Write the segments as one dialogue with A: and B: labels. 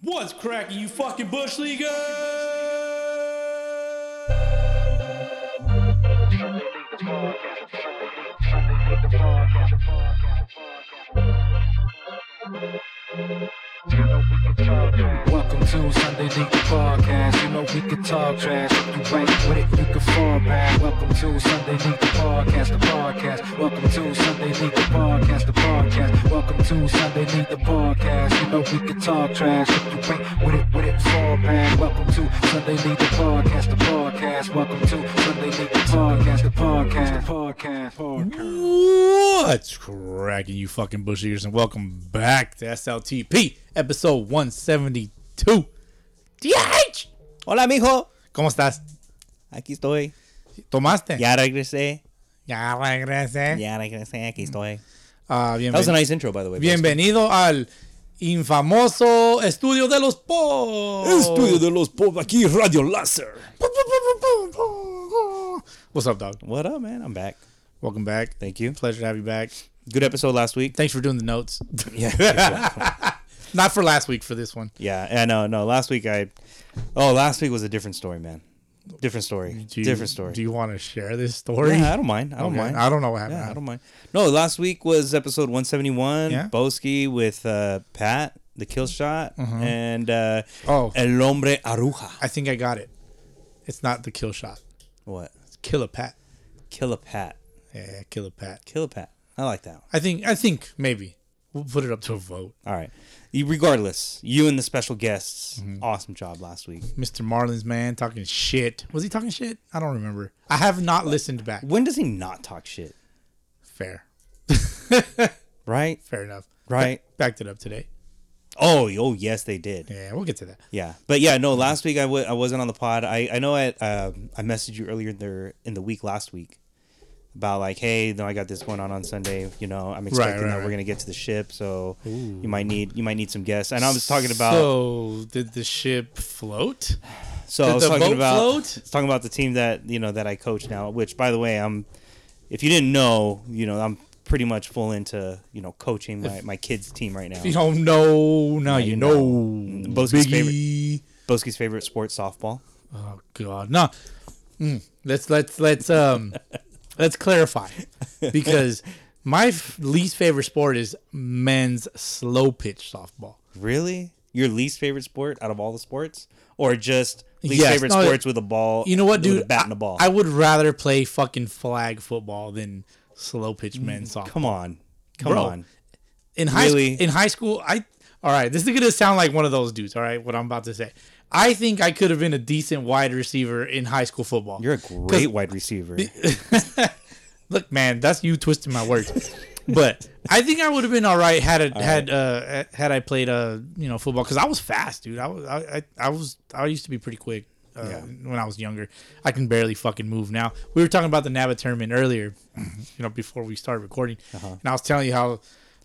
A: What's cracking, you fucking bush leaguer?
B: Welcome to Sunday League Podcast. You know we can talk trash. If you ain't with it, you can fall back. Welcome to Sunday League Podcast, the podcast. Welcome to Sunday League Podcast, the podcast. Welcome to Sunday League Podcast. You know we can talk trash. If you ain't with it, with it, fall back. Welcome to Sunday League Podcast, the podcast. Welcome to Sunday League Podcast, the podcast, the podcast.
A: What's cracking, you fucking bush leaguers, and welcome back to SLTP episode 172. DH!
C: Hola, mijo.
A: ¿Cómo estás?
C: Aquí estoy.
A: ¿Tomaste?
C: Ya regresé.
A: Ya regresé.
C: Ya regresé. Aquí estoy.
A: Ah,
C: That was a
A: bienven-
C: nice intro, by the way.
A: bienvenido al infamoso estudio de los po.
C: de los Pop aquí, Radio Láser.
A: What's up, dog?
C: What up, man? I'm back.
A: Welcome back.
C: Thank you.
A: Pleasure to have you back.
C: Good episode last week.
A: Thanks for doing the notes.
C: Yeah.
A: Not for last week, for this one.
C: yeah. Yeah. No, no. Last week I. Oh, last week was a different story, man. Different story.
A: Do you-
C: different story.
A: Do you want to share this story?
C: yeah, I don't mind. I don't
A: Okay.
C: mind.
A: I don't know what happened.
C: yeah, I don't mind. No, last week was episode 171.
A: Yeah.
C: Boski with uh, Pat, the kill shot, and uh,
A: Mm-hmm. Oh.
C: El Hombre Aruja.
A: I think I got it. It's not the kill shot.
C: What?
A: It's kill a pat.
C: Kill a Pat.
A: Yeah, kill a pat.
C: Kill a Pat. I like that one.
A: I think. I think maybe we'll put it up to a vote.
C: All right. You- regardless, you and the special guests,
A: Mm-hmm.
C: awesome job last week.
A: Mr. Marlins man talking shit. Was he talking shit? I don't remember. I have not listened back.
C: When does he not talk shit?
A: Fair.
C: Right?
A: Fair enough.
C: Right.
A: Ba- backed it up today.
C: Oh, oh yes, they did.
A: Yeah, we'll get to that.
C: Yeah, but yeah, no. Last week I w- I wasn't on the pod. I I know I um I messaged you earlier there in the week last week about like, hey, no, I got this going on on Sunday. You know, I'm expecting
A: right,
C: that
A: right.
C: we're gonna get to the ship, so you might need you might need some guests. And I was talking about
A: So did the ship float?
C: So
A: Did
C: I was
A: the boat
C: talking about
A: float?
C: I was talking about the team that you know that I coach now. Which, by the way, I'm. If you didn't know, you know I'm pretty much full into you know coaching my, my kids' team right now.
A: You don't know. Now you
C: you
A: know.
C: know. Boski's
A: Biggie.
C: Boski's favorite sport, softball.
A: Oh God, no. Mm. Let's let's let's um let's clarify because my f- least favorite sport is men's slow pitch softball.
C: Really, your least favorite sport out of all the sports, or just least
A: Yes,
C: favorite
A: no,
C: sports with a ball?
A: You know what,
C: with
A: dude?
C: A bat
A: I,
C: and a ball.
A: I would rather play fucking flag football than slow pitch men's softball.
C: Mm, come on, come
A: Bro,
C: on.
A: in high sc-
C: Really?
A: in high school i all right this is gonna sound like one of those dudes all right what i'm about to say i think i could have been a decent wide receiver in high school football
C: You're a great wide receiver.
A: look man that's you twisting my words but i think i would have been all right had it had uh had i played uh you know football because i was fast dude i was I, I i was i used to be pretty quick uh, when i was younger i can barely fucking move now we were talking about the nava tournament earlier you know before we started recording
C: Uh-huh.
A: and i was telling you how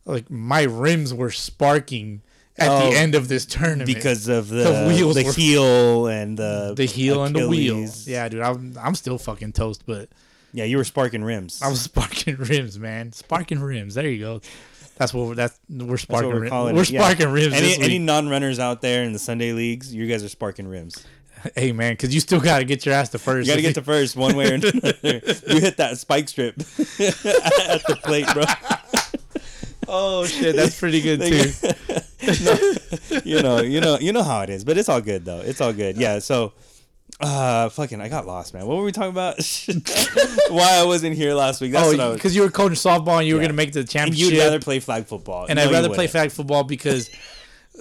A: like my rims were sparking at
C: Oh,
A: the end of this tournament
C: Because of the
A: The
C: the,
A: wheels were-
C: heel and the
A: the heel and the wheel
C: Achilles.
A: yeah dude i'm, I'm still fucking toast but
C: yeah, you were sparking rims.
A: I was sparking rims, man. Sparking rims. There you go. That's what we're, that's we're
C: That's
A: sparking.
C: what
A: We're,
C: we're calling
A: we're
C: it, yeah.
A: sparking rims.
C: Any,
A: this
C: any
A: week.
C: non-runners out there in the Sunday leagues, you guys are sparking rims.
A: hey man, because you still gotta get your ass to first.
C: You got to get to first one way or another. you hit that spike strip at the plate, bro.
A: oh shit, that's pretty good too.
C: You know, you know, you know how it is. But it's all good though. It's all good. Yeah. So, uh, fucking, I got lost, man. What were we talking about? Why I wasn't here last week? That's what I
A: oh,
C: was.
A: because you were coaching softball and you were gonna make it to the
C: And you'd
A: championship.
C: rather play flag football,
A: and
C: No,
A: I'd
C: you
A: rather play
C: wouldn't.
A: flag football because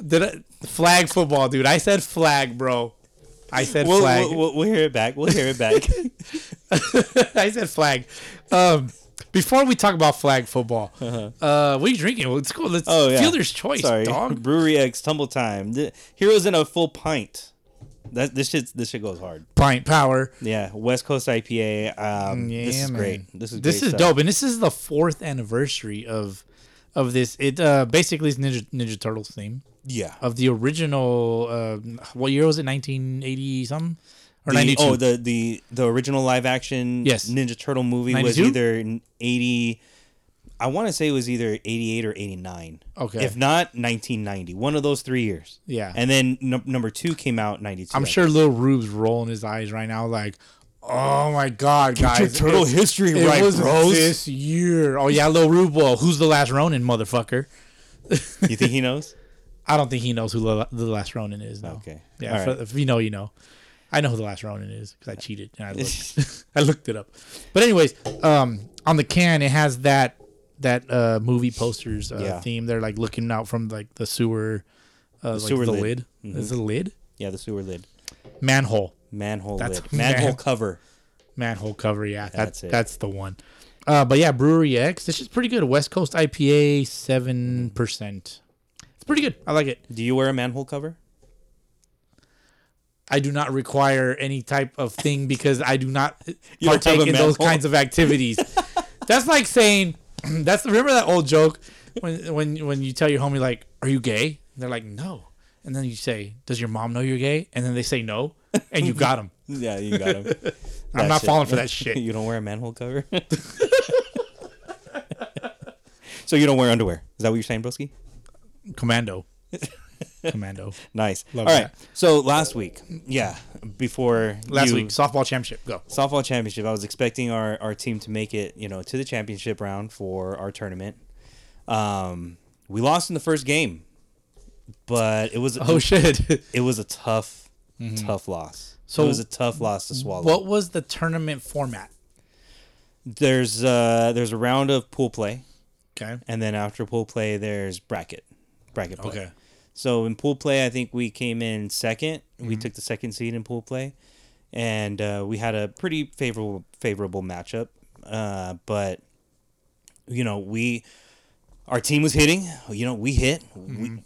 A: did I, flag football, dude. I said flag, bro. I said
C: We'll,
A: flag.
C: we'll, we'll, we'll hear it back. We'll hear it back.
A: I said flag. Um, before we talk about flag football, uh what are you drinking? Well, it's cool. Let's
C: Uh-huh. Oh yeah,
A: fielder's choice,
C: Sorry,
A: dog.
C: Brewery X Tumble Time. The- Heroes in a full pint. That this shit this shit goes hard.
A: Pint power.
C: Yeah, West Coast IPA. Um, this is
A: Mm, man.
C: great. This is
A: this
C: great
A: is
C: stuff.
A: dope, and this is the fourth anniversary of of this. It uh, basically is Ninja Ninja Turtles theme
C: Yeah.
A: of the original. Uh, what year was it? Nineteen eighty something or
C: The,
A: ninety two?
C: oh, the the the original live action
A: Yes.
C: Ninja Turtle movie was
A: 92?
C: either in eighty. I want to say it was either 88 or 89.
A: Okay.
C: If not 1990, one of those three years.
A: Yeah.
C: And then num number two came out 92.
A: I'm
C: I
A: sure Lil Rube's rolling his eyes right now, like, oh my god,
C: Get your
A: guys,
C: turtle
A: it-
C: history
A: it
C: right,
A: was
C: bros.
A: this year. Oh yeah, Lil Rube. Well, who's the last Ronin, motherfucker?
C: You think he knows?
A: I don't think he knows who Lo- the last Ronin is. No.
C: Okay.
A: Yeah. If,
C: All right.
A: if you know, you know. I know who the last Ronin is because I cheated and I looked. I looked it up. But anyways, um, on the can it has that that uh movie posters uh,
C: Yeah.
A: theme. They're like looking out from like the sewer, uh, like
C: sewer
A: the
C: lid. Mm-hmm.
A: lid. Is it a lid?
C: Yeah, the sewer lid.
A: Manhole.
C: Manhole
A: That's-
C: lid. Manhole
A: Man-
C: cover.
A: manhole cover. Yeah, that's
C: That's it.
A: that's the one. Uh, but yeah, Brewery X. This is pretty good. West Coast IPA, seven percent. It's pretty good. I like it.
C: Do you wear a manhole cover?
A: I do not require any type of thing because I do not
C: don't have
A: partake
C: a
A: in those
C: manhole?
A: kinds of activities. that's like saying that's remember that old joke when when when you tell your homie like, "Are you gay?" And they're like, "No," and then you say, "Does your mom know you're gay?" And then they say no, and you got them.
C: Yeah, you got him.
A: I'm not falling for that shit.
C: you don't wear a manhole cover? so you don't wear underwear. Is that what you're saying, Broski?
A: Commando, commando.
C: Nice.
A: Love
C: All right.
A: that.
C: So last week, yeah, before
A: Last
C: you-
A: week, softball championship. Go.
C: softball championship. I was expecting our, our team to make it, you know, to the championship round for our tournament. Um, we lost in the first game, but it was
A: Oh shit.
C: it was a tough, tough loss. So
A: So-
C: it was a tough loss to swallow.
A: What was the tournament format?
C: there's uh there's a round of pool play,
A: Okay.
C: and then after pool play, there's bracket, bracket play.
A: Okay.
C: So in pool play, I think we came in 2nd We took the second seed in pool play, and uh, we had a pretty favorable favorable matchup. Uh, but you know, we our team was hitting. You know, we hit. We,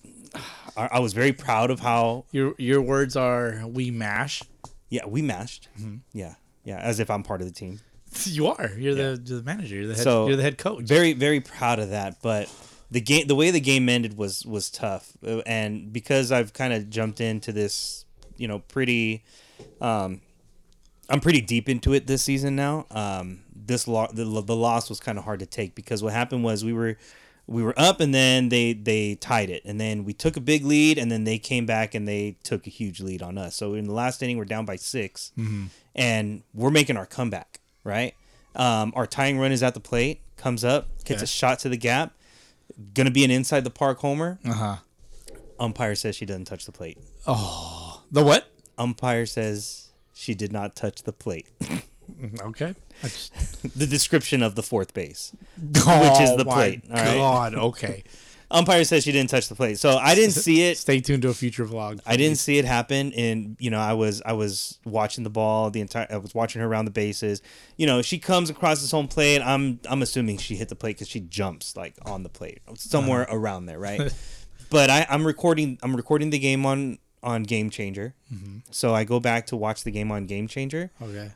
C: I, I was very proud of how
A: Your your words are we mash.
C: yeah we matched. Yeah, yeah, as if I'm part of the team.
A: You are. You're the you're the manager. You're the head,
C: So-
A: you're the head coach.
C: Very very proud of that, but. The game, the way the game ended was was tough, Uh, and because I've kind of jumped into this, you know, pretty um, I'm pretty deep into it this season now. Um, this lo- the, the loss was kind of hard to take because what happened was we were we were up and then they they tied it and then we took a big lead and then they came back and they took a huge lead on us. So in the last inning we're down by 6 and we're making our comeback. Right, um, our tying run is at the plate, comes up, gets
A: Okay.
C: a shot to the gap, gonna be an inside the park homer.
A: Uh huh.
C: Umpire says she doesn't touch the plate.
A: The what?
C: Umpire says she did not touch the plate.
A: Okay.
C: the description of the fourth base.
A: Which
C: is the plate, all right?
A: Oh God. Okay.
C: Umpire says she didn't touch the plate, so I didn't see it.
A: Stay tuned to a future vlog.
C: I didn't see it happen, and you know I was I was watching the ball the entire. I was watching her around the bases. You know she comes across this home plate. I'm I'm assuming she hit the plate because she jumps like on the plate somewhere around there, right? but I, I'm recording I'm recording the game on on Game Changer, so I go back to watch the game on Game Changer.
A: Okay.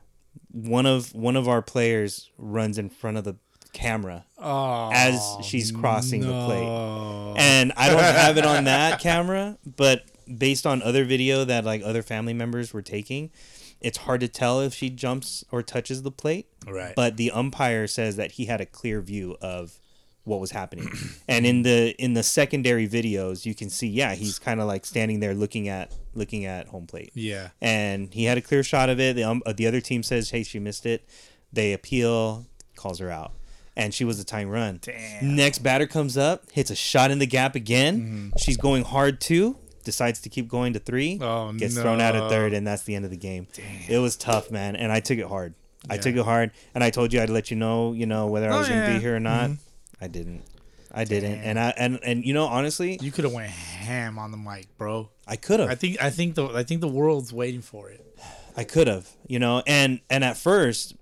C: One of one of our players runs in front of the camera
A: Oh.
C: as she's crossing the plate.
A: Oh.
C: and I don't have it on that camera, but based on other video that like other family members were taking, it's hard to tell if she jumps or touches the plate.
A: Right.
C: But the umpire says that he had a clear view of what was happening. and in the in the secondary videos, you can see yeah, he's kind of like standing there looking at looking at home plate
A: Yeah.
C: and he had a clear shot of it. The um, uh, the other team says, "Hey, she missed it." They appeal, calls her out, and she was a tying run.
A: Damn.
C: Next batter comes up, hits a shot in the gap again.
A: Mm-hmm.
C: She's going hard too. Decides to keep going to three.
A: Oh,
C: gets thrown out
A: no.
C: at third, and that's the end of the game. It was tough, man, and I took it hard. I
A: Yeah.
C: took it hard, and I told you I'd let you know, you know, whether I
A: Oh,
C: was going to
A: yeah. Mm-hmm.
C: be here or not. I didn't. I didn't, and I and and you know, honestly,
A: You could have went ham on the mic, bro.
C: I could have.
A: I think I think the I think the world's waiting for it.
C: I could have, you know, and and at first,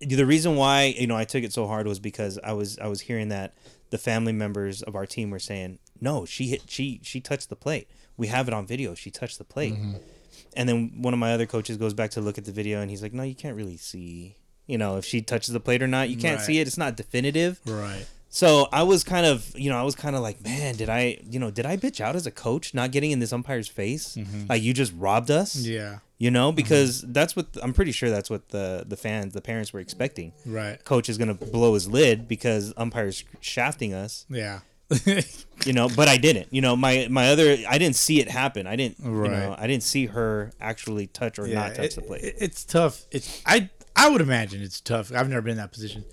C: the reason why you know I took it so hard was because I was I was hearing that the family members of our team were saying, "No, she hit, she she touched the plate. We have it on video. She touched the plate."
A: Mm-hmm.
C: And then one of my other coaches goes back to look at the video, and he's like, "No, you can't really see, you know, if she touches the plate or not. You can't
A: Right.
C: see it. It's not definitive."
A: Right.
C: So I was kind of, you know, I was kind of like, man, did I, you know, did I bitch out as a coach not getting in this umpire's face? Like you just robbed us
A: Mm-hmm. Yeah.
C: You know, because that's what I'm pretty sure that's what the the fans, the parents were expecting.
A: Right.
C: Coach is gonna blow his lid because umpire's shafting us.
A: Yeah.
C: you know but i didn't you know my my other i didn't see it happen i didn't
A: Right.
C: you know i didn't see her actually touch or
A: yeah,
C: not touch
A: it-
C: the plate
A: it- it's tough. It's I I would imagine it's tough. I've never been in that position.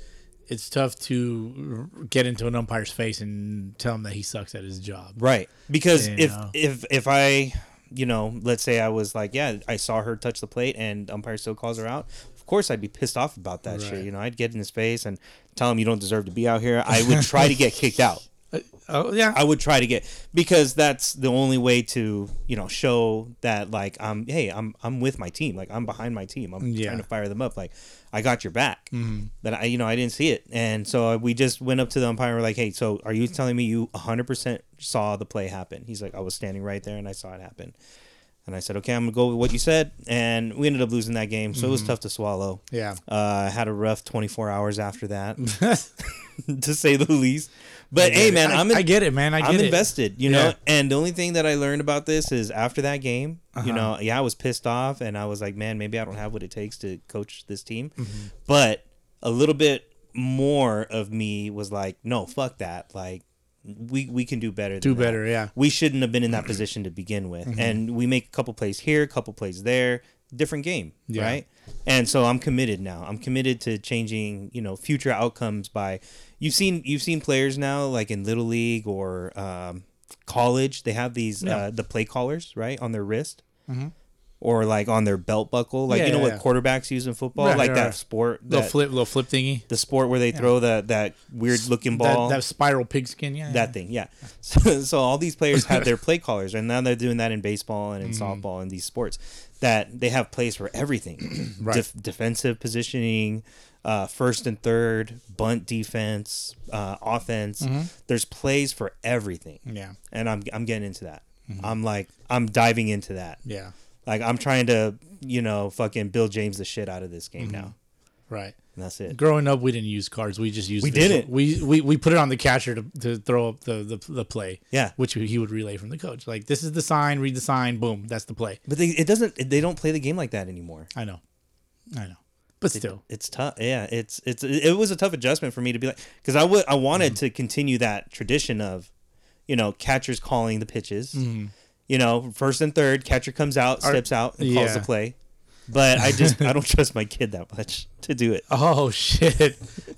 A: It's tough to get into an umpire's face and tell him that he sucks at his job.
C: right because
A: You
C: if
A: know.
C: if if i you know let's say i was like yeah i saw her touch the plate and umpire still calls her out of course i'd be pissed off about that
A: Right.
C: shit you know i'd get in his face and tell him you don't deserve to be out here i would try to get kicked out
A: Uh, oh yeah,
C: I would try to get because that's the only way to you know show that like I'm hey I'm I'm with my team like I'm behind my team I'm
A: Yeah. Mm-hmm.
C: trying to fire them up like I got your back that I you know I didn't see it and so we just went up to the umpire and we're like hey so are you telling me you 100 percent saw the play happen he's like I was standing right there and I saw it happen and I said okay I'm gonna go with what you said and we ended up losing that game so it was tough to swallow
A: Mm-hmm. yeah.
C: uh, I had a rough 24 hours after that to say the least but hey man
A: I,
C: I'm in,
A: I get it, man. I get
C: I'm
A: it.
C: invested, you
A: Yeah.
C: know. And the only thing that I learned about this is after that game,
A: Uh-huh.
C: you know, yeah, I was pissed off and I was like, man, maybe I don't have what it takes to coach this team.
A: Mm-hmm.
C: But a little bit more of me was like, no, fuck that. Like, we we can do better.
A: Do
C: than that.
A: better, yeah.
C: We shouldn't have been in
A: Mm-hmm.
C: that position to begin with. And we make a couple plays here, a couple plays there, different game,
A: Yeah.
C: right? And so I'm committed now. I'm committed to changing, you know, future outcomes by you've seen you've seen players now like in little league or um, college, they have these uh, the play callers, right, on their wrist. Or like on their belt buckle, like
A: Yeah,
C: you know
A: Mm-hmm. yeah,
C: what
A: yeah.
C: quarterbacks use in football,
A: Right,
C: like
A: right,
C: that
A: right.
C: sport,
A: Little
C: that-
A: flip, little flip thingy.
C: the sport where they throw that that weird looking ball,
A: That, that spiral pigskin. Mm-hmm. Yeah.
C: that thing yeah so, so all these players have their play callers and now they're doing that in baseball and in
A: Mm-hmm.
C: softball and these sports that they have plays for everything
A: Right.
C: Def- defensive positioning uh, first and third bunt defense uh, offense there's plays for everything
A: Mm-hmm. Yeah. Mm-hmm.
C: and i'm, I'm getting into that i'm like i'm diving into that
A: Yeah.
C: like i'm trying to you know fucking bill james the shit out of this
A: Mm-hmm.
C: game now
A: Right.
C: and that's it
A: Growing up, we didn't use cards. We just used.
C: We
A: visual-
C: didn't.
A: We, we we put it on the catcher to, to throw up the, the the play.
C: Yeah.
A: Which he would relay from the coach. Like this is the sign. Read the sign. Boom. That's the play.
C: but they, it doesn't they don't play the game like that anymore
A: I know. I know. But still.
C: it's tough yeah it's it's it was a tough adjustment for me to be like because i would i
A: Mm.
C: wanted to continue that tradition of you know catchers calling the pitches
A: Mm-hmm.
C: you know first and third catcher comes out steps out and calls the
A: yeah.
C: play but i just i don't trust my kid that much to do it
A: Oh shit.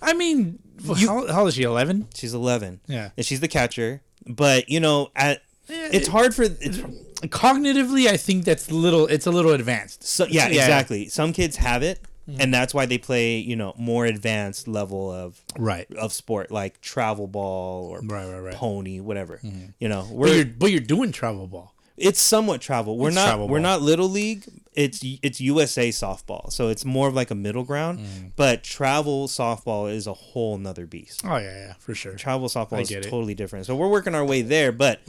A: I mean, how, how old is she? Eleven.
C: she's 11
A: Yeah. Eh,
C: and she's the catcher but you know at
A: Yeah,
C: it's
A: it-
C: hard for it's,
A: Cognitively, I think that's little. It's a little advanced.
C: so,
A: Yeah.
C: yeah,
A: Mm.
C: exactly some kids have it and that's why they play you know more advanced level of
A: Right.
C: of sport like travel ball or
A: Right, right, right.
C: pony whatever you know
A: But
C: we're
A: you're but you're doing travel ball.
C: it's somewhat travel we're
A: It's
C: not
A: travel
C: we're
A: ball.
C: not little league it's it's usa softball so it's more of like a middle ground
A: Mm.
C: but travel softball is a whole nother beast
A: Oh yeah, yeah, for sure.
C: travel softball is
A: get it. Mm-hmm.
C: totally different so we're working our way there but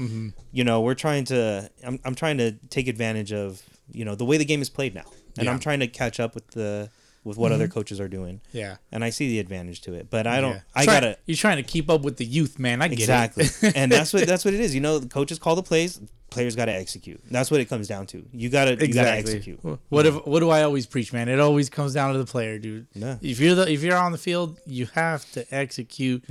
C: you know we're trying to I'm, I'm trying to take advantage of you know the way the game is played now and
A: Yeah. Mm-hmm.
C: i'm trying to catch up with the with what other coaches are doing
A: Yeah.
C: and i see the advantage to it but i don't
A: Yeah.
C: i
A: Try-
C: gotta
A: You're trying to keep up with the youth, man. I get it.
C: Exactly. and that's what that's what it is. You know, the coaches call the plays, players got to execute. That's what it comes down to. You got to you got to execute.
A: What if what do I always preach, man? It always comes down to the player, dude.
C: Yeah.
A: If you're the if you're on the field, you have to execute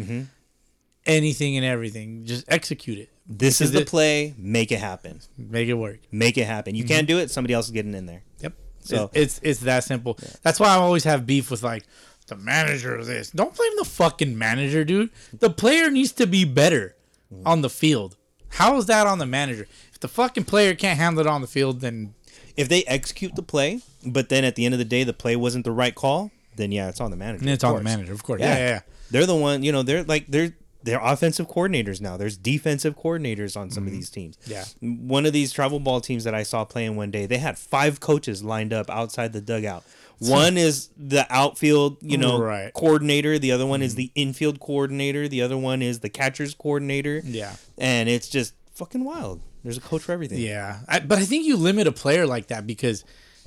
A: anything and everything. Just execute it.
C: This is
A: Because
C: the
A: it-
C: play, make it happen.
A: Make it work.
C: Make it happen. You can't
A: Mm-hmm.
C: do it, somebody else is getting in there.
A: Yep.
C: So-
A: So it's it's that simple. That's why I always have beef with like the manager of this. Don't blame the fucking manager, dude. The player needs to be better on the field. How is that on the manager? If the fucking player can't handle it on the field, then
C: If they execute the play, but then at the end of the day the play wasn't the right call, then yeah, it's on the manager.
A: then it's
C: of
A: on the
C: course.
A: manager, of course. Yeah, yeah, yeah.
C: They're the one, you know, they're like they're they're offensive coordinators now. There's defensive coordinators on some of these teams.
A: Mm-hmm. Yeah.
C: One of these travel ball teams that I saw playing one day, they had five coaches lined up outside the dugout. One is the outfield, you know,
A: Right. Mm-hmm.
C: coordinator, the other one is the infield coordinator, the other one is the catcher's coordinator.
A: Yeah.
C: And it's just fucking wild. There's a coach for everything.
A: Yeah, I, but I think you limit a player like that because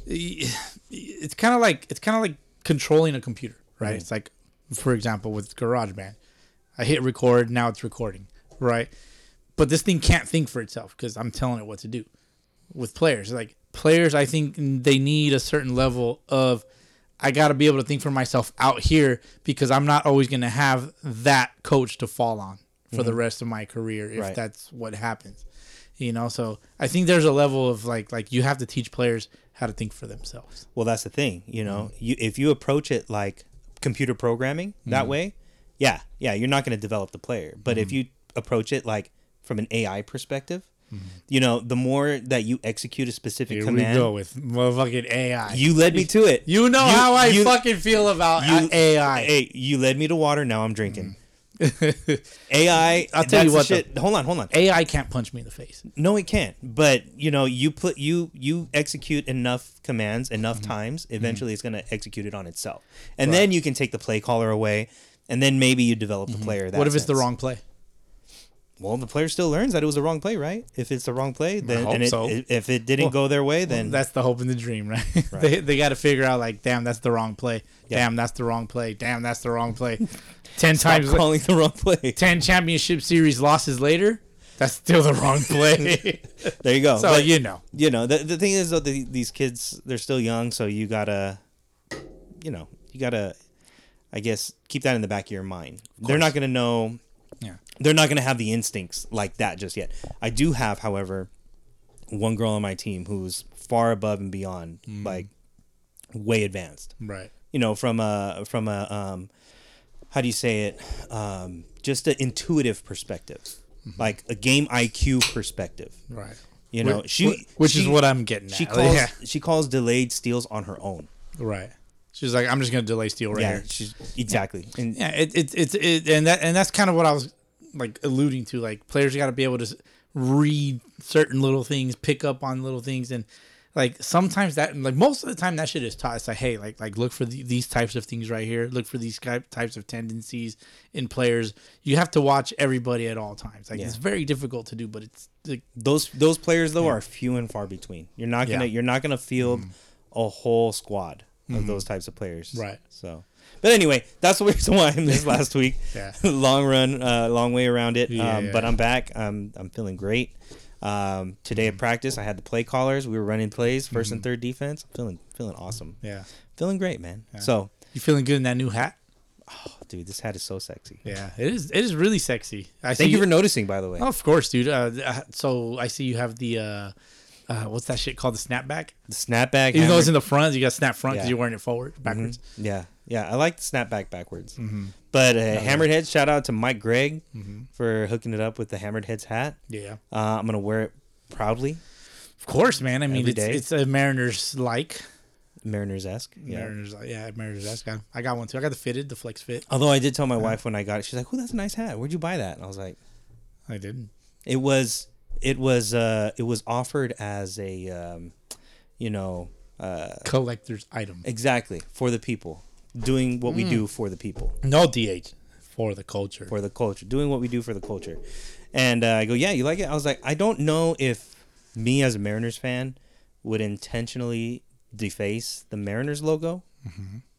A: y- it's kind of like it's kind of like controlling a computer, right? It's like, for example, with GarageBand, I hit record, now it's recording, right? But this thing can't think for itself because I'm telling it what to do. With players, like players, I think they need a certain level of I got to be able to think for myself out here because I'm not always going to have that coach to fall on for the rest of my career if
C: Mm-hmm. Right.
A: that's what happens. You know, so I think there's a level of like like you have to teach players how to think for themselves.
C: Well, that's the thing, you know.
A: Mm-hmm.
C: You if you approach it like computer programming that
A: Mm-hmm.
C: way, yeah, yeah, you're not going to develop the player. But if you approach it like from an AI perspective, you know, the more that you execute a specific
A: Mm-hmm. Here
C: command,
A: we go with motherfucking AI.
C: you led me to it.
A: You know how I
C: you-
A: fucking feel about
C: you-
A: AI.
C: Hey, you led me to water. Now I'm drinking. AI.
A: Mm-hmm. I'll tell you
C: that's the
A: what,
C: Shit. Hold on, hold on.
A: AI can't punch me in the face.
C: No, it can't. But you know, you put you you execute enough commands enough
A: Mm-hmm.
C: times. Eventually, it's going to execute it on itself, and then you can take the play caller away, and then maybe you develop the player. That
A: Mm-hmm. what if it's the
C: sense.
A: wrong play?
C: Well, the player still learns that it was the wrong play, right? If it's the wrong play, then
A: hope
C: and it,
A: so.
C: i- if it didn't go their way, then
A: That's the hope and the dream, right? they they got to figure out like, damn, that's the wrong play.
C: Yeah.
A: Damn, that's the wrong play. Damn, that's the wrong play. ten times, la-
C: calling the wrong play.
A: ten championship series losses later, that's still the wrong play.
C: There you go.
A: so
C: But,
A: you know,
C: you know, the the thing is though, the, these kids they're still young, so you gotta, you know, you gotta, I guess, keep that in the back of your mind. they're not gonna know
A: yeah,
C: they're not going to have the instincts like that just yet. I do have, however, one girl on my team who's far above and beyond,
A: Mm.
C: like way advanced.
A: right.
C: You know, from a from a um, how do you say it? Um, just an intuitive perspective, like a game IQ perspective.
A: Mm-hmm. Right.
C: You know,
A: Wh-
C: she
A: wh- which is
C: she-
A: what I'm getting.
C: she
A: at.
C: calls
A: yeah.
C: she calls delayed steals on her own.
A: right. She's like, I'm just gonna delay steal right
C: Yeah,
A: here.
C: she's exactly. And
A: Yeah, it, it, it's it, and that and that's kind of what I was like alluding to. Like players got to be able to s- read certain little things, pick up on little things, and like sometimes that like most of the time that shit is taught. It's like hey, like like look for the, these types of things right here. Look for these ki- types of tendencies in players. You have to watch everybody at all times. Like it's very difficult to do, but it's like
C: those those players though are few and far between. You're not gonna
A: Yeah. Mm-hmm.
C: you're not gonna field a whole squad of those types of players.
A: Right.
C: So, but anyway, that's the reason why I missed last week.
A: Yeah.
C: long run, uh, long way around it.
A: Yeah,
C: um,
A: yeah,
C: But
A: yeah.
C: I'm back. I'm I'm feeling great. Um, today
A: Mm-hmm.
C: at practice, I had the play callers. We were running plays, 1st and third defense. I'm feeling feeling awesome.
A: yeah.
C: Feeling great, man. So,
A: You feeling good in that new hat?
C: oh, dude, this hat is so sexy.
A: Yeah, it is. It is really sexy. I
C: Thank
A: see
C: you for noticing, by the way.
A: of course, dude. Uh, th- uh, so I see you have the uh, uh, what's that shit called? The snapback.
C: The snapback.
A: Even though
C: hammer-
A: it's in the Mm-hmm. front, you got snap front because
C: Yeah.
A: you're wearing it forward, backwards.
C: Yeah, yeah, I like the snapback backwards. But uh, hammered heads, shout out to Mike Gregg for hooking it up with the hammered heads hat.
A: Yeah,
C: Uh, I'm gonna wear it proudly,
A: of course, man. I mean,
C: Every
A: it's,
C: day.
A: it's a Mariners like.
C: Mariners esque. Yeah.
A: Mariners, uh, yeah, Mariners. That's got. I got one too. I got the fitted, the flex fit.
C: Although I did tell my wife when I got it, she's like, "Oh, that's a nice hat. Where'd you buy that?" And I was like,
A: I didn't.
C: "It was, it was, uh, it was offered as a, um, you know, uh,
A: Collector's item.
C: exactly for the people, doing what we do for the people."
A: No DH for the culture.
C: for the culture, doing what we do for the culture. And uh, I go, yeah, you like it? I was like, I don't know if me as a Mariners fan would intentionally deface the Mariners logo,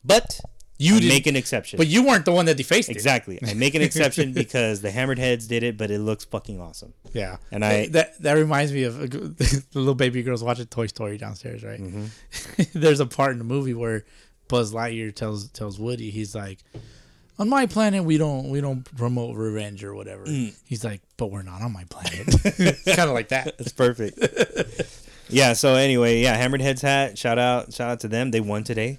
C: but
A: You
C: Mm-hmm. you I
A: didn't-
C: make an exception.
A: but you weren't the one that defaced it.
C: exactly, I make an exception because the Hammered Heads did it, but it looks fucking awesome.
A: Yeah,
C: And I-
A: that that reminds me of a g- the little baby girls watching Toy Story downstairs, right?
C: Mm-hmm.
A: There's a part in the movie where Buzz Lightyear tells tells Woody, he's like, "On my planet, we don't we don't promote revenge or whatever."
C: Mm.
A: He's like, "But we're not on my planet." it's kind of like that.
C: It's perfect. yeah. So anyway, yeah, Hammered Heads hat. Shout out, shout out to them. They won today.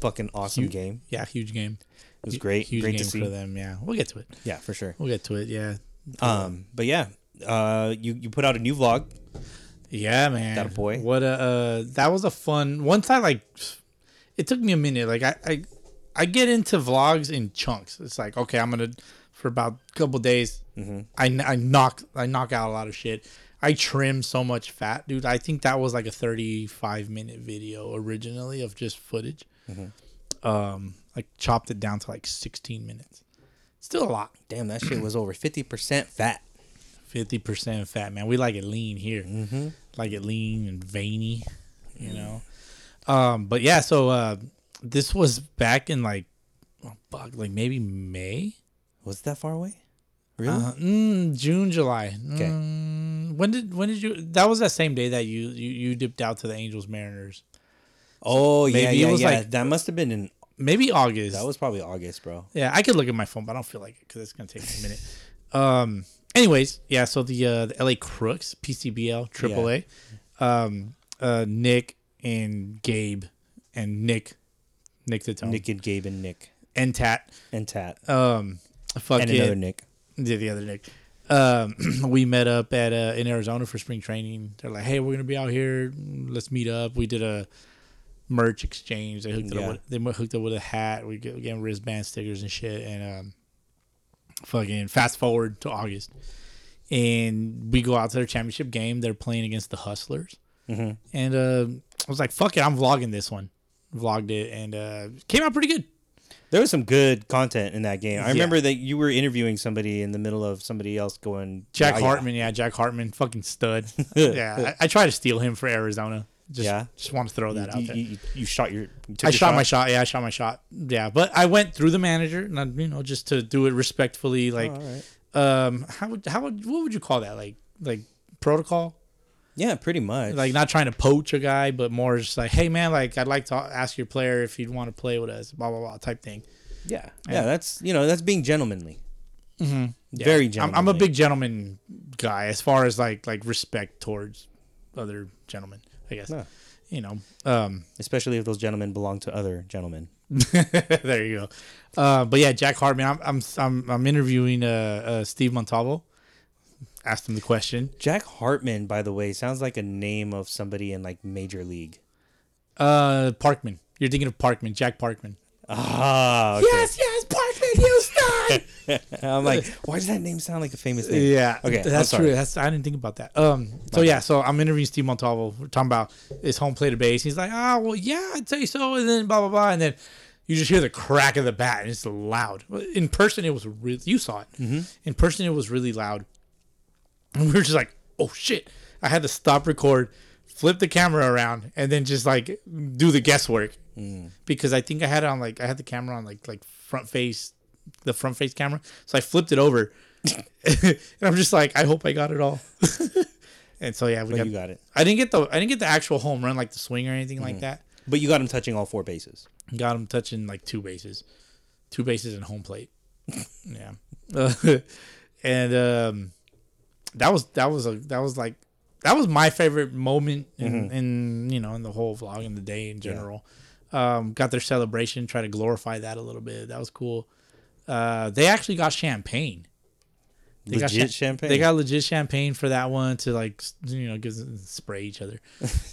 C: Fucking awesome game.
A: Yeah, huge game.
C: It was great.
A: Huge
C: great
A: game
C: to see.
A: for them. Yeah, we'll get to it.
C: Yeah, for sure.
A: We'll get to it. Yeah,
C: Um, but yeah, uh, you you put out a new vlog.
A: Yeah, man.
C: That a boy.
A: What a uh, that was a fun. Once I like, it took me a minute. Like I, I, I get into vlogs in chunks. It's like okay, I'm gonna for about a couple days.
C: Mm-hmm.
A: I kn- I knock I knock out a lot of shit. I trim so much fat, dude. I think that was like a 35 minute video originally of just footage.
C: Mm-hmm.
A: Um, I chopped it down to like 16 minutes. Still a lot.
C: Damn, that shit was over fifty percent fat.
A: fifty percent fat, man. We like it lean here,
C: Mm-hmm.
A: like it lean and veiny, you know. Um, but yeah, so uh, this was back in like, oh, fuck, like maybe May, Uh-huh.
C: Was it that far away? Really?
A: uh, mm, June, July.
C: Okay.
A: Mm, when did when did you? That was that same day that you you, you dipped out to the Angels Mariners.
C: Oh yeah,
A: Maybe it
C: yeah,
A: was
C: yeah.
A: like-
C: that must have been in.
A: Maybe August.
C: That was probably August, bro.
A: Yeah, I could look at my phone, but I don't feel like it because it's gonna take a minute. Um. Anyways, yeah. So the uh, the LA Crooks, PCBL, AAA, um, uh, Nick and Gabe, and Nick, Nick the Tone,
C: Nick and Gabe and Nick
A: and Tat,
C: and Tat
A: um,
C: and
A: fucking
C: another Nick.
A: Yeah, the other Nick. Um, we met up at uh, in Arizona for spring training. They're like, "Hey, we're gonna be out here. Let's meet up." We did a merch exchange. They hooked it
C: Yeah.
A: up. With, they hooked up with a hat. We g- gave them wristband stickers and shit. And um, fucking fast forward to August, and we go out to their championship game. They're playing against the Hustlers, and uh, I was like, "Fuck it, I'm vlogging this one." Vlogged it and uh, came out pretty good.
C: There was some good content in that game. I
A: Yeah.
C: remember that you were interviewing somebody in the middle of somebody else going
A: Jack
C: "Yeah, yeah."
A: Hartman, yeah. Jack Hartman, fucking stud. yeah, I, I try to steal him for Arizona. Just,
C: Yeah.
A: just want to throw that out
C: You,
A: there.
C: you- you- you shot your. you took
A: I
C: your
A: shot my shot. Yeah, I shot my shot. Yeah, but I went through the manager, and I, you know, just to do it respectfully. Like,
C: Oh,
A: um, how would how would what would you call that? Like like protocol.
C: Yeah, pretty much.
A: Like not trying to poach a guy, but more just like, hey man, like I'd like to ask your player if you'd want to play with us, blah blah blah type thing.
C: yeah, yeah. That's you know that's being gentlemanly. Mm-hmm. Very
A: I'm,
C: gentlemanly.
A: I'm a big gentleman guy as far as like like respect towards other gentlemen. I guess
C: Yeah.
A: you know. Um,
C: especially if those gentlemen belong to other gentlemen.
A: there you go. Uh, but yeah, Jack Hartman. I'm I'm I'm, I'm interviewing uh, uh, Steve Montalvo. Asked him the question.
C: Jack Hartman, by the way, sounds like a name of somebody in like Major League.
A: Uh, Parkman. You're thinking of Parkman, Jack Parkman.
C: Ah,
A: Yes, yes, Parkman Houston.
C: I'm like, why does that name sound like a famous name?
A: yeah.
C: Okay, I'm
A: that's
C: sorry.
A: true. That's I didn't think about that. Um. So yeah. So I'm interviewing Steve Montalvo. We're talking about his home plate of base. He's like, ah, well, yeah, I'd say so. And then blah blah blah. And then you just hear the crack of the bat, and it's loud. In person, it was really. You saw it.
C: Mm-hmm.
A: In person, it was really loud. And we were just like, oh shit. I had to stop record, flip the camera around, and then just like do the guesswork.
C: Mm.
A: Because I think I had it on like I had the camera on like like front face the front face camera. So I flipped it over. and I'm just like, I hope I got it all. and so yeah, we
C: But
A: got,
C: you got it. Mm-hmm.
A: I didn't get the I didn't get the actual home run like the swing or anything like that.
C: But you got him touching all four bases.
A: Got him touching like two bases, two bases and home plate. yeah, Uh, and um, that was that was a that was like that was my favorite moment in,
C: Mm-hmm.
A: in you know in the whole vlog in the day in general. Um, got their celebration, try to glorify that a little bit. That was cool. Uh, they actually got champagne. They got
C: Legit
A: cha-
C: champagne.
A: They got legit champagne for that one to like s- you know give spray each other.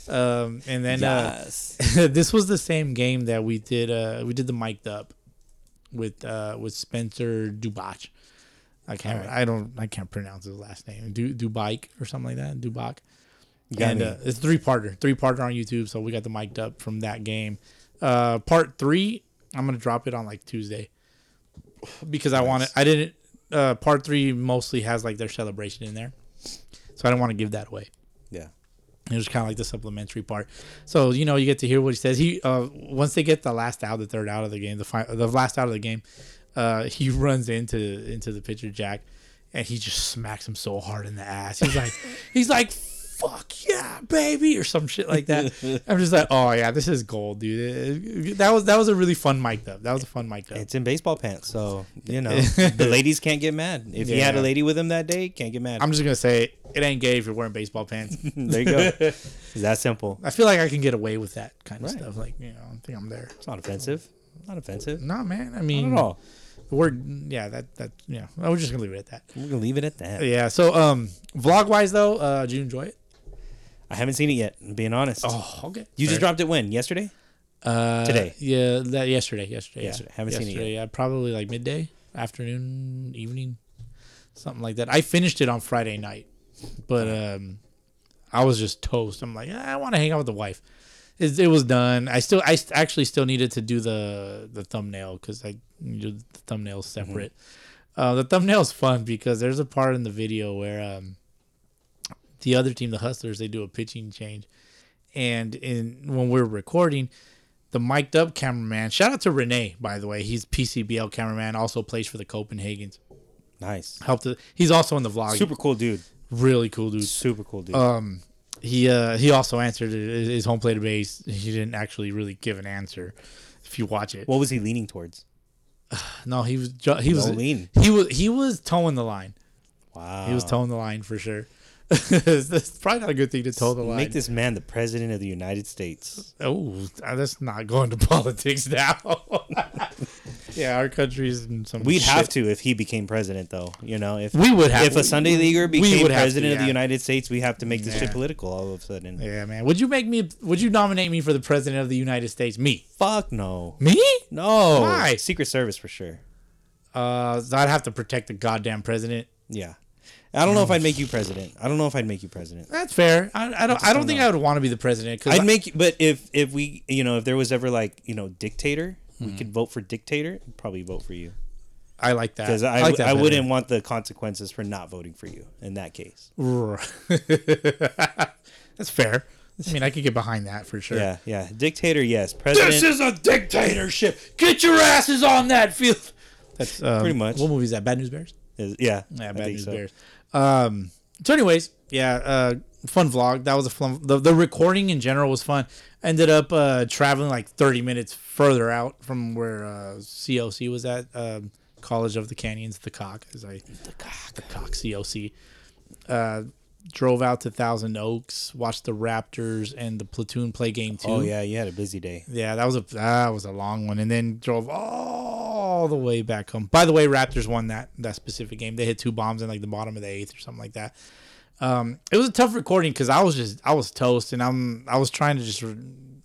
A: um, and then uh,
C: yes.
A: this was the same game that we did uh we did the mic'd up with uh with Spencer Dubach. I can't I don't I can't pronounce his last name. Du Dubike or something like that. Dubach.
C: got
A: and
C: me.
A: uh, it's three parter. Three parter on YouTube, so we got the mic'd up from that game. Uh part three, I'm gonna drop it on like Tuesday. Because I want it I didn't uh part three mostly has like their celebration in there. So I don't want to give that away.
C: yeah.
A: It was kind of like the supplementary part. So you know, you get to hear what he says. He uh, once they get the last out, the third out of the game, the fi- the last out of the game, uh, he runs into into the pitcher Jack, and he just smacks him so hard in the ass. He's like, he's like, "Fuck yeah, baby," or some shit like that. I'm just like, oh yeah, this is gold, dude. Uh, That was that was a really fun mic up. That was a fun mic up.
C: It's in baseball pants, so you know the ladies can't get mad. If he had a
A: Yeah.
C: lady with him that day, can't get mad.
A: I'm just gonna say it, it ain't gay if you're wearing baseball pants.
C: there you go. It's that simple.
A: I feel like I can get away with that kind of
C: Right.
A: stuff. Like you know, I think I'm there.
C: It's not offensive. Not offensive.
A: Nah, man. I mean,
C: Not at all.
A: The word, yeah, that that yeah. I was just gonna leave it at that.
C: We're gonna leave it at that.
A: Yeah. So, um, vlog wise though, uh, did you enjoy it?
C: I haven't seen it yet. I'm being honest.
A: Oh, okay.
C: you just dropped it when? Yesterday?
A: uh,
C: today.
A: Yeah, that yesterday, yesterday,
C: Yesterday.
A: Yeah.
C: Haven't seen it
A: yesterday, Yeah, probably like midday, afternoon, evening, something like that. I finished it on Friday night, but
C: Uh-huh.
A: um, I was just toast. I'm like, "Ah, I want to hang out with the wife. It, it was done. I still, I st- actually still needed to do the the thumbnail because I needed the thumbnail
C: Mm-hmm.
A: separate. Uh, the thumbnail's fun because there's a part in the video where um, the other team, the Hustlers, they do a pitching change, and in when we're recording, the mic'd up cameraman. Shout out to Renee, by the way. He's PCBL cameraman, also plays for the Copenhagen's.
C: Nice.
A: Helped. He's also in the vlog.
C: Super cool dude.
A: Really cool dude.
C: Super cool dude.
A: Um, he uh, he also answered it- it- his home plate base. He didn't actually really give an answer. If you watch it,
C: what was he leaning towards?
A: no, he was ju- he was
C: No lean.
A: he was he was towing the line.
C: Wow.
A: He was towing the line for sure. that's probably not a good thing to toe the line.
C: Make this man the president of the United States.
A: oh, that's not going to politics now. yeah, our country's in some.
C: We'd
A: shit.
C: have to if he became president, though. You know, if
A: We would have
C: if a
A: to.
C: Sunday leaguer
A: We
C: became
A: would have to,
C: president of the
A: yeah.
C: United States, we have to make this
A: Yeah.
C: shit political all of a sudden.
A: Yeah, man. Would you make me? Would you nominate me for the president of the United States? Me.
C: Fuck no,
A: Me?
C: no.
A: Why?
C: Secret Service for sure.
A: Uh, so I'd have to protect the goddamn president.
C: Yeah. I don't know if I'd make you president. I don't know if I'd make you president.
A: That's fair. I, I don't. I, don't think I would want to be the president. Cause
C: I'd
A: I-
C: make, but if if we, you know, if there was ever like, you know, dictator,
A: Mm-hmm.
C: we could vote for dictator. I'd probably vote for you
A: I like that.
C: because I I,
A: like that better.
C: wouldn't want the consequences for not voting for you in that case.
A: That's fair. I mean, I could get behind that for sure.
C: Yeah, yeah. Dictator, yes.
A: This
C: President,
A: is a dictatorship. Get your asses on that field. That's um,
C: uh, Pretty much.
A: What movie is that? Bad News Bears.
C: is, yeah,
A: Yeah,
C: I
A: Bad
C: think
A: News
C: so.
A: Bears. Um, so, anyways, yeah, uh, fun vlog. That was a fun. The, the recording in general was fun. Ended up uh, traveling like 30 minutes further out from where uh, COC was at, um, College of the Canyons, the Cock, as I the Cock, the Cock COC. Uh, drove out to Thousand Oaks, watched the Raptors and the Platoon play game two.
C: Oh yeah, you had a busy day.
A: Yeah, that was a that was a long one, and then drove all the way back home. By the way, Raptors won that that specific game. They hit two bombs in like the bottom of the eighth or something like that. Um, it was a tough recording because I was just I was toast, and I'm I was trying to just re-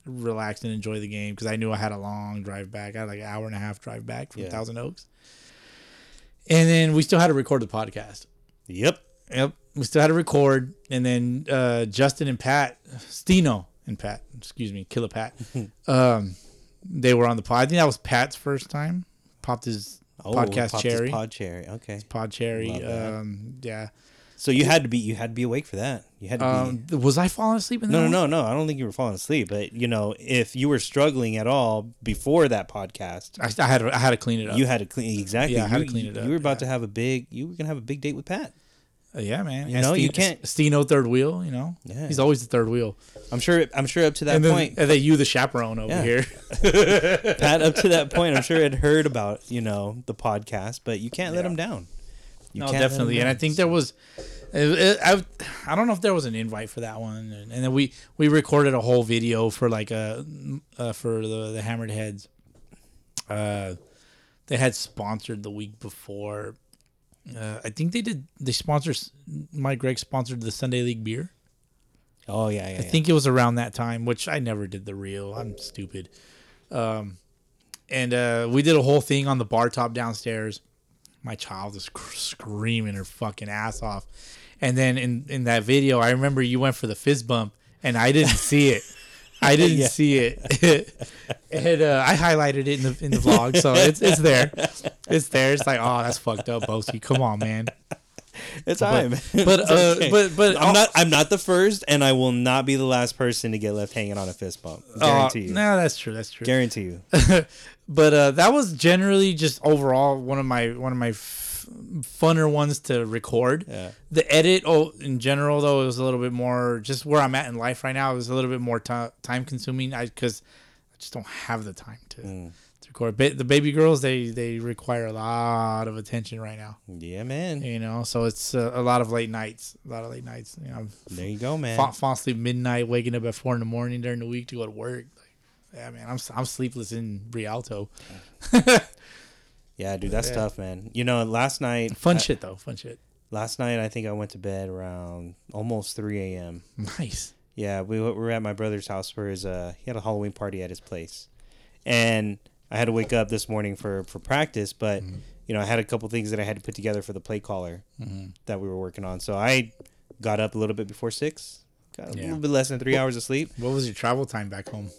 A: relax and enjoy the game because I knew I had a long drive back. I had like an hour and a half drive back from
C: Yeah.
A: Thousand Oaks, and then we still had to record the podcast.
C: Yep.
A: Yep. We still had to record, and then uh, Justin and Pat, Stino and Pat, excuse me, Killer Pat. um, they were on the pod. I think that was Pat's first time. Popped his podcast
C: popped his
A: cherry, pod,
C: Oh, Pod cherry. Okay.
A: cherry.
C: Love that.
A: Um, yeah.
C: So you had to be you had to be awake for that. You had to be
A: Um, th- was I falling asleep in that?
C: No,
A: one?
C: no, no, no. I don't think you were falling asleep, but you know, if you were struggling at all before that podcast,
A: I, I had to, I had to clean it up.
C: you had to clean exactly.
A: Yeah, I had
C: you,
A: to clean it
C: you-
A: up,
C: You were about
A: yeah.
C: to have a big. You were gonna have a big date with Pat.
A: Uh, yeah, man.
C: You
A: And
C: know, you
A: Stino-
C: can't-
A: Stino third wheel. You know,
C: Yeah.
A: he's always the third wheel.
C: I'm sure. I'm sure up to that
A: And then,
C: point,
A: and then you the chaperone over
C: Yeah.
A: here.
C: Pat. Up to that point, I'm sure had heard about you know the podcast, but you can't let him down. You
A: no,
C: can't let him
A: definitely. And I
C: down.
A: think there was, it, it, I, I don't know if there was an invite for that one. And, then we we recorded a whole video for like a uh, for the the hammered heads. Uh, they had sponsored the week before. Uh, I think they did. They sponsored Mike Greg sponsored the Sunday League beer.
C: Oh yeah, yeah.
A: I think it was around that time, which I never did the reel. I'm stupid. Um, and uh, we did a whole thing on the bar top downstairs. My child is cr- screaming her fucking ass off. And then in, in that video, I remember you went for the fist bump, and I didn't see it. I didn't
C: Yeah.
A: see it. and uh, I highlighted it in the in the vlog, so it's it's there. It's there. It's like, oh, that's fucked up, Bosey. Come on, man.
C: yeah. It's time.
A: But uh, but but
C: I'm not. I'm not the first, and I will not be the last person to get left hanging on a fist bump.
A: Uh,
C: Guarantee you.
A: No, that's true. That's true.
C: Guarantee you.
A: but uh, that was generally just overall one of my one of my f- funner ones to record.
C: Yeah.
A: The edit, oh, in general though, it was a little bit more just where I'm at in life right now. It was a little bit more ti time consuming. I because I just don't have the time to, to record. Ba- the baby girls, they they require a lot of attention right now.
C: yeah, man.
A: You know, so it's uh, a lot of late nights. A lot of late nights. You know,
C: There you go, man.
A: fall, fall asleep midnight, waking up at four in the morning during the week to go to work. Like, yeah, man, I'm s- I'm sleepless in Rialto.
C: Yeah, dude, that's tough, man. You know, last night,
A: Fun
C: I-
A: shit though. Fun shit.
C: last night, I think I went to bed around almost 3 a.m.
A: Nice.
C: Yeah, we, were- we were at my brother's house for his, uh, he had a Halloween party at his place. And I had to wake up this morning for, for practice, but,
A: Mm-hmm.
C: you know, I had a couple things that I had to put together for the play caller
A: Mm-hmm.
C: that we were working on. So I got up a little bit before 6, got a
A: Yeah.
C: little bit less than three hours of sleep.
A: What was your travel time back home?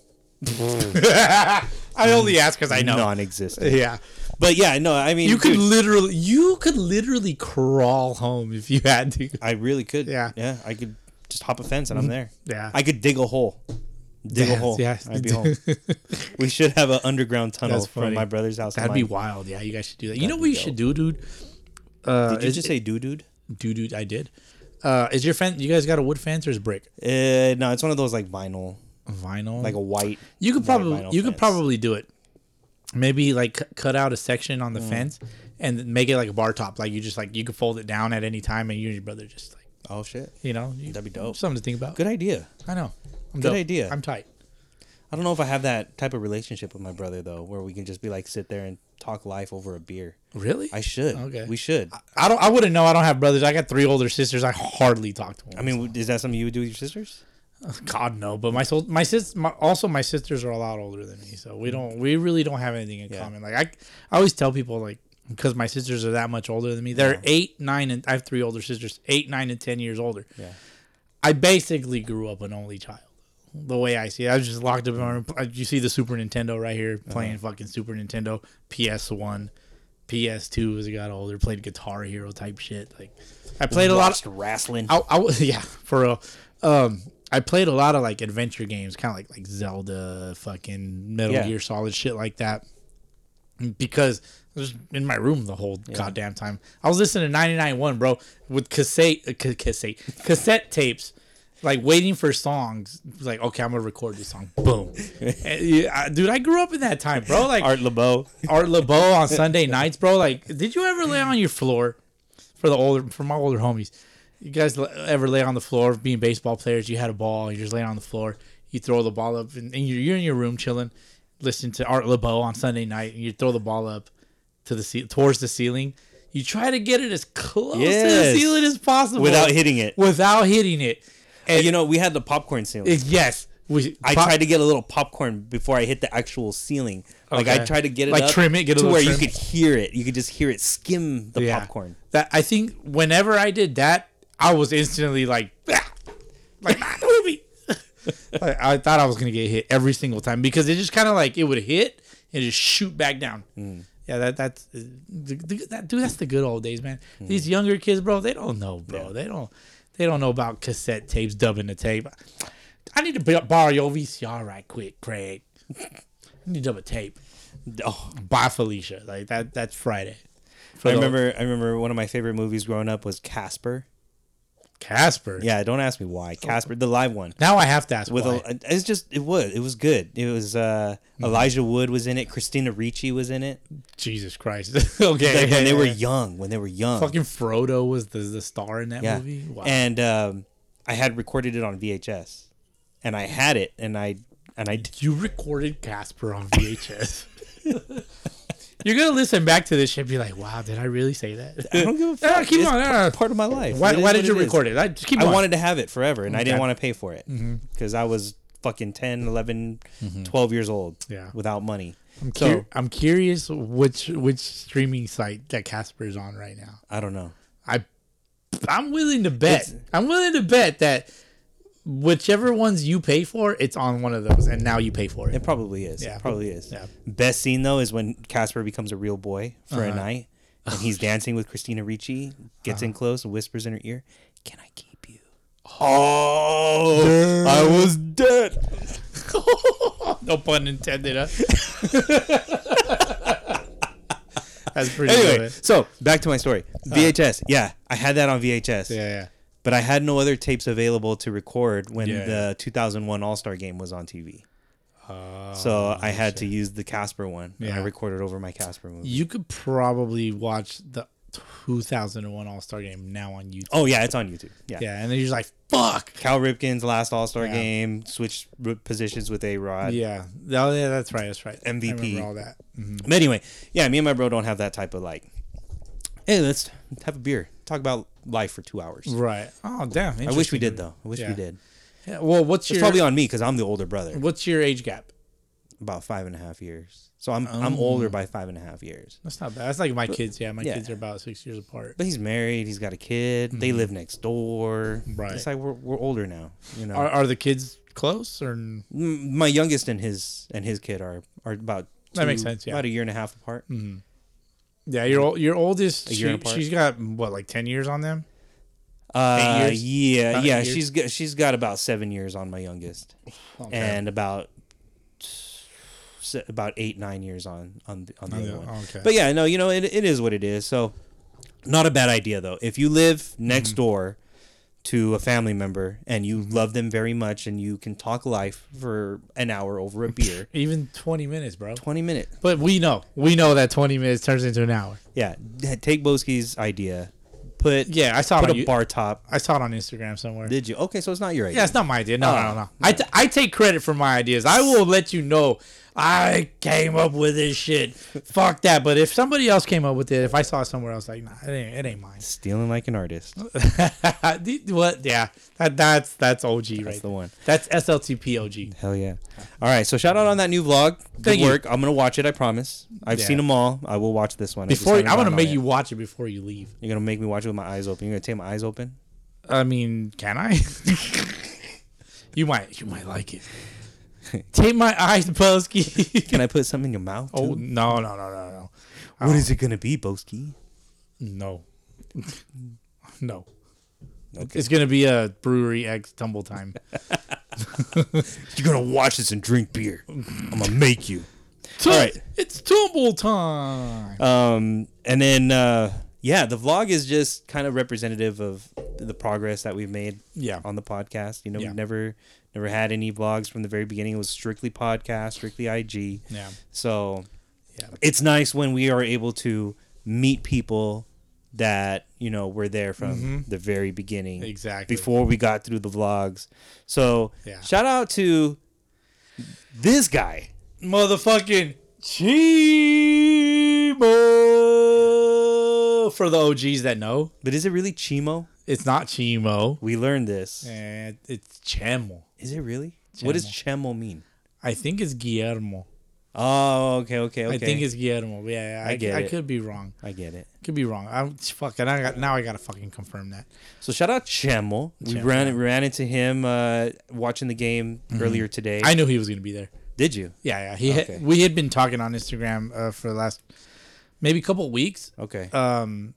A: I only ask because I know.
C: Non existent.
A: Yeah,
C: But yeah, no, I mean,
A: you could
C: dude,
A: literally, you could literally crawl home if you had to.
C: I really could.
A: Yeah. Mm-hmm.
C: Yeah, I could just hop a fence and I'm there.
A: Yeah,
C: I could dig a hole. Dig a
A: Yes,
C: hole.
A: yes.
C: I'd be home. We should have an underground tunnel
A: That's
C: from
A: funny.
C: my brother's house. to
A: That'd be
C: mine.
A: wild. Yeah, you guys should do that. You know
C: be
A: what you
C: dope.
A: should do, dude? Uh,
C: Did you just say doo dude?
A: dude? Dude, I did. Uh, is your fence? You guys got a wood fence or is it brick?
C: Uh, no, it's one of those like vinyl,
A: Vinyl.
C: like a white.
A: you could
C: white
A: probably
C: vinyl
A: you could
C: fence.
A: probably do it. Maybe like cu- cut out a section on the
C: Mm.
A: fence and make it like a bar top. Like you just like you could fold it down at any time, and you and your brother just like
C: Oh shit,
A: you know you,
C: That'd be dope.
A: Something to think about.
C: good idea.
A: I know. I'm
C: Good
A: dope.
C: idea.
A: I'm tight.
C: I don't know if I have that type of relationship with my brother though, where we can just be like sit there and talk life over a beer.
A: Really?
C: I should.
A: Okay.
C: We should. I,
A: I don't. I wouldn't know. I don't have brothers. I got three older sisters. I hardly talk to them.
C: mean, w- is that something you would do with your sisters?
A: God no. But my soul, my sis, my, also my sisters are a lot older than me, so we don't. We really don't have anything in
C: Mm. Yeah.
A: common. Like I, I always tell people like because my sisters are that much older than me. They're eight, nine, and I have three older sisters, eight, nine, and ten years older.
C: Yeah.
A: I basically grew up an only child. The way I see it, I was just locked up in my room. Uh, You see the Super Nintendo right here
C: Uh-huh.
A: playing fucking Super Nintendo, PS1, PS2 as I got older, played Guitar Hero type shit. Like I played a lot.
C: Watched wrestling.
A: I, I was yeah for real. Um, I played a lot of like adventure games, kind of like like Zelda, fucking Metal
C: Yeah.
A: Gear Solid, shit like that. Because I was in my room the whole goddamn time. I was listening to 99.1, bro, with cassette uh, ca- cassette cassette tapes. Like waiting for songs, like okay, I'm gonna record this song. Boom, And, yeah, I- dude, I grew up in that time, bro. Like
C: Art LeBeau.
A: Art LeBeau on Sunday nights, bro. Like, did you ever lay on your floor for the older for my older homies? You guys l- ever lay on the floor being baseball players? You had a ball, you're just laying on the floor, you throw the ball up, and, and you're, you're in your room chilling, listening to Art LeBeau on Sunday night, and you throw the ball up to the ce- towards the ceiling. You try to get it as close to
C: Yes.
A: the ceiling as possible
C: Without hitting it.
A: Without hitting it, and
C: You know, we had the popcorn ceiling.
A: it- yes, we,
C: I
A: pro-
C: tried to get a little popcorn before I hit the actual ceiling. Like I
A: Okay.
C: tried to get it
A: Like
C: up
A: trim it, get a
C: to
A: little
C: where you
A: trim.
C: could hear it. You could just hear it skim the popcorn.
A: That I think whenever I did that, I was instantly like, "Ah!" like "Ah, don't hit me." Like, I thought I was gonna get hit every single time because it just kind of like it would hit and just shoot back down.
C: Mm.
A: Yeah, that that's uh, the, the, that dude. That's the good old days, man. These
C: Mm.
A: younger kids, bro, they don't know, bro. They don't they don't know about cassette tapes, dubbing the tape. I need to b- borrow your VCR right quick, Craig. I need to dub a tape.
C: Oh,
A: Bye, Felicia. Like that. That's Friday. For
C: I
A: the-
C: remember. I remember one of my favorite movies growing up was Casper.
A: Casper.
C: Yeah, don't ask me why. Casper, the live one.
A: Now I have to ask
C: With
A: why. Mm-hmm.
C: a, it's just it was it was good. It was uh, Elijah Wood was in it. Christina Ricci was in it.
A: Jesus Christ. okay.
C: Like when they were young. When they were young.
A: fucking Frodo was the, the star in that
C: yeah.
A: movie. Wow.
C: And um, I had recorded it on VHS, and I had it, and I and I
A: you recorded Casper on VHS. You're gonna listen back to this shit and be like, wow, did I really say that?
C: I don't give a
A: No,
C: fuck.
A: keep
C: It's
A: on, no,
C: pa-
A: no, no.
C: Part of my life.
A: Why,
C: It is
A: why
C: what
A: did you
C: is.
A: record it? I, just keep
C: I
A: on.
C: wanted to have it forever and I didn't
A: Okay. Mm-hmm.
C: want to pay for it because I was fucking 10, 11, 12 years old
A: Yeah.
C: without money.
A: I'm,
C: so
A: cur- I'm curious which which streaming site that Casper is on right now.
C: I don't know.
A: I I'm willing to bet.
C: It's-
A: I'm willing to bet that whichever ones you pay for, it's on one of those, and now you pay for it.
C: It probably is.
A: Yeah.
C: It probably is.
A: Yeah.
C: Best scene though is when Casper becomes a real boy for
A: Uh-huh.
C: a night and
A: Oh,
C: he's dancing with Christina Ricci, gets
A: Uh-huh.
C: in close and whispers in her ear, Can I keep you? Oh,
A: Mm.
C: I was dead.
A: no pun intended. Huh? That's pretty
C: Anyway,
A: good.
C: so back to my story. VHS. Yeah, I had that on VHS.
A: Uh. Yeah, yeah.
C: but I had no other tapes available to record when
A: Yeah, Oh,
C: the 2001 All Star Game was on TV. so I had to use the Casper one. And I
A: Yeah.
C: recorded over my Casper movie.
A: You could probably watch the 2001 All Star Game now on YouTube.
C: Oh yeah, it's on YouTube. Yeah.
A: Yeah, and then you're just like, fuck.
C: Cal Ripken's last All Star
A: Yeah.
C: game switched r- positions with A Rod.
A: Yeah. Oh, yeah, that's right. That's right. I
C: MVP.
A: remember all that.
C: But anyway, yeah, me and my bro don't have that type of like. Hey, let's have a beer, talk about life for two hours.
A: Right. Oh, damn.
C: I wish we did though. I wish we
A: Yeah.
C: did.
A: Yeah, well, what's
C: It's
A: your
C: probably on me because I'm the older brother,
A: what's your age gap?
C: about five and a half years. So I'm I'm
A: Oh.
C: older by five and a half years.
A: That's not bad. That's like my kids. Yeah, my
C: yeah.
A: kids are about six years apart.
C: But he's married. He's got a kid. They live next door.
A: Mm-hmm. Right.
C: It's like we're, we're older now. You know,
A: Are, are the kids close or? n-
C: M- my youngest and his and his kid are are about
A: That makes sense, yeah. Mm-hmm.
C: About a year and a half apart.
A: Yeah, your ol- your oldest.
C: A year
A: she,
C: apart.
A: she's got what like ten years on them.
C: Uh,
A: Eight years?
C: Yeah,
A: About eight
C: yeah.
A: years?
C: She's got she's got about seven years on my youngest, and about se- about eight nine years on on the, on the other
A: the-
C: one.
A: Oh, okay.
C: But yeah, no, you
A: Mm-hmm.
C: know it, it is what it is. So not a bad idea though. If you live next door, to a family member and you love them very much and you can talk life for an hour over a beer.
A: Even 20 minutes, bro.
C: 20 minutes.
A: But we know. We know that 20 minutes turns into an hour.
C: Yeah, d- take Boski's idea. Put
A: Yeah, I saw it
C: put
A: on
C: a
A: you-
C: bar top.
A: I saw it on Instagram somewhere.
C: Did you? Okay, so it's not your idea.
A: yeah, it's not my idea. No,
C: Oh,
A: no, no. I, t- I take credit for my ideas. I will let you know I came up with this shit. Fuck that. But if somebody else came up with it, if I saw it somewhere else, like, nah, it ain't, it ain't mine.
C: Stealing like an artist.
A: Dude, what? Yeah, that, that's that's OG right.
C: That's the
A: there.
C: one.
A: That's SLTP OG.
C: Hell yeah! All right, so shout out on that new vlog. Good
A: Thank you.
C: work. I'm gonna watch it. I promise. I've
A: Yeah.
C: seen them all. I will watch this one. I just
A: Before I'm
C: haven't
A: gonna
C: gotten on
A: make
C: it.
A: you watch it before you leave.
C: You're gonna make me watch it with my eyes open. You're gonna take my eyes open.
A: I mean, can I? you might you might like it. Take my eyes, Boski.
C: Can I put something in your mouth?
A: oh
C: too?
A: no no no no no
C: what is it gonna be, Boski?
A: no no. It's gonna be a brewery X tumble time.
C: You're gonna watch this and drink beer. I'm gonna make you.
A: All
C: right.
A: it's tumble time.
C: Um, and then uh, yeah, the vlog is just kind of representative of the progress that we've made.
A: Yeah.
C: on the podcast. You know,
A: Yeah.
C: we've never never had any vlogs from the very beginning. It was strictly podcast, strictly IG.
A: Yeah.
C: So
A: Yeah.
C: it's nice when we are able to meet people that you know were there from the very beginning
A: Mm-hmm. Exactly.
C: before we got through the vlogs so
A: Yeah.
C: shout out to this guy
A: motherfucking Chimo for the OGs that know.
C: but is it really chimo
A: It's not Chimo.
C: we learned this is
A: And it's Chemo.
C: it really what does chemo mean
A: I think it's Guillermo.
C: oh okay okay okay
A: I think it's Guillermo. Yeah, I,
C: I get
A: I
C: it.
A: could be wrong.
C: i get it
A: Could be wrong. I'm fuck. And I got now. I gotta fucking confirm that.
C: So shout out Chemo. We
A: Chemo.
C: ran ran into him uh, watching the game earlier today.
A: Mm-hmm. I knew he was gonna be there.
C: Did you?
A: Yeah, yeah. He
C: Okay.
A: had, we had been talking on Instagram uh, for the last maybe couple of weeks.
C: Okay.
A: um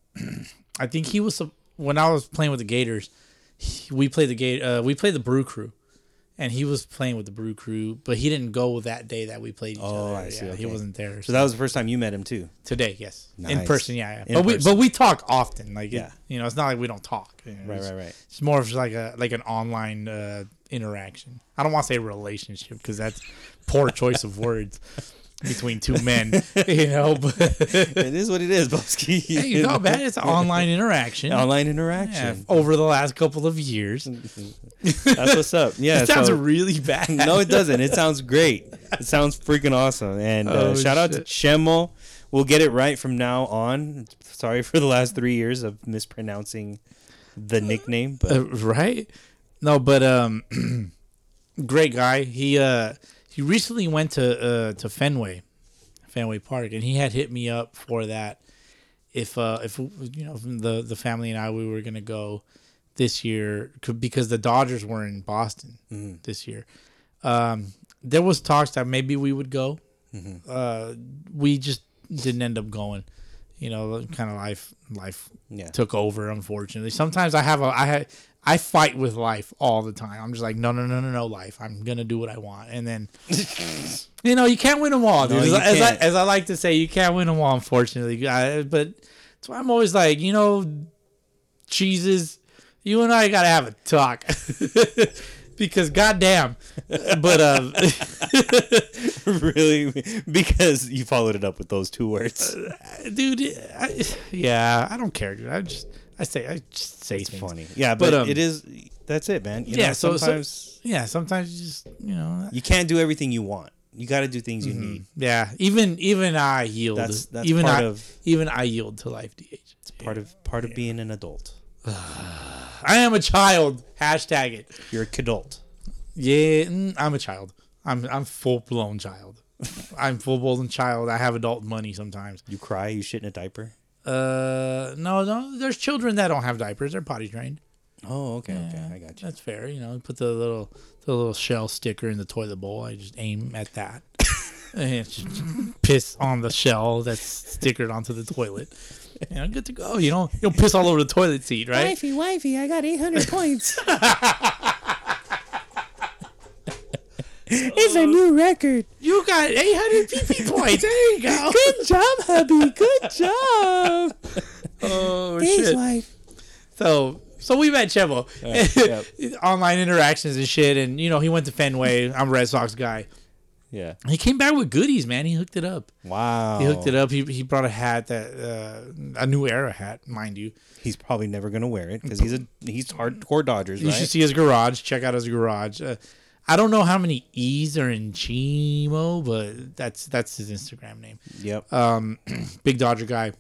A: I think he was sup- when I was playing with the Gators, he, we played the gate uh we played the Brew Crew. And he was playing with the Brew Crew, but he didn't go that day that we played each
C: Oh,
A: other.
C: I see,
A: Yeah, He
C: okay.
A: wasn't there.
C: so that was the first time you met him too.
A: today, yes. In
C: Nice.
A: person, yeah. yeah.
C: In
A: but we
C: person.
A: but we talk often. Like yeah.
C: Yeah.
A: you know, it's not like we don't talk. you know,
C: Right,
A: it's-
C: right, right.
A: It's more of just like a like an online uh, interaction. I don't want to say relationship because that's poor choice of words between two men, you know, but
C: it is what it is, Bosky.
A: hey, no, man, it's an online interaction.
C: Online
A: Yeah,
C: interaction.
A: over the last couple of years. It
C: That's what's up. Yeah.
A: sounds
C: so-
A: really bad.
C: no, it doesn't. It sounds great. It sounds freaking awesome. And uh,
A: Oh,
C: shout out
A: shit.
C: to Chemo. We'll get it right from now on. Sorry for the last three years of mispronouncing the nickname, but
A: Uh, right? No, but um, great guy. He uh, he recently went to uh, to Fenway, Fenway Park, and he had hit me up for that. If uh, if you know the the family and I we were gonna go this year c- because the Dodgers were in Boston this year. Um, there was talks that maybe we would go. Uh, we just didn't end up going. You know, kind of life life
C: Yeah.
A: took over. Unfortunately, sometimes I have a I ha I fight with life all the time. I'm just like, no, no, no, no, no, life. I'm gonna do what I want, and then you know you can't win them all. Dude.
C: No,
A: as,
C: you
A: I- as I,
C: can't.
A: as I like to say, you can't win them all. Unfortunately, I, but that's why I'm always like, you know, cheeses. You and I gotta have a talk because goddamn. But uh,
C: really, because you followed it up with those two words.
A: dude, I, yeah, I don't care, dude. I just I say I just say things.
C: funny. Yeah, but,
A: But, um,
C: it is. That's it, man. You
A: yeah,
C: know,
A: so- so-
C: sometimes
A: Yeah, sometimes you just you know
C: you can't do everything you want. You got to do things you need.
A: Yeah, even even I yield.
C: That's- that's
A: even I
C: part of-
A: even I yield to life. DH.
C: Part of part of being an adult.
A: I am a child. Hashtag it.
C: You're a kidult.
A: Yeah, mm, I'm a child. I'm I'm full blown child. I'm full blown child. I have adult money sometimes.
C: You cry. You shit in a diaper.
A: Uh, no, no. There's children that don't have diapers. They're potty trained.
C: Oh, okay, okay, I got you.
A: That's fair. You know, put the little the little shell sticker in the toilet bowl. I just aim at that and just piss on the shell that's stickered onto the toilet. You know, good to go. You know, you'll piss all over the toilet seat, right?
C: Wifey, wifey, I got 800 points. it's a new record.
A: You got 800 PP points. There you go.
C: Good job, hubby. Good job.
A: oh
C: wife.
A: So So we met Chevo. Online interactions and shit. And, you know, he went to Fenway. I'm a Red Sox guy.
C: Yeah.
A: He came back with goodies, man. He hooked it up.
C: Wow.
A: He hooked it up. He, he brought a hat that, uh, a new era hat, mind you.
C: He's probably never gonna wear it because he's a he's hardcore Dodgers,
A: You
C: right?
A: should see his garage. Check out his garage. Uh, I don't know how many E's are in Chimo, but that's that's his Instagram name.
C: yep.
A: Big Dodger guy.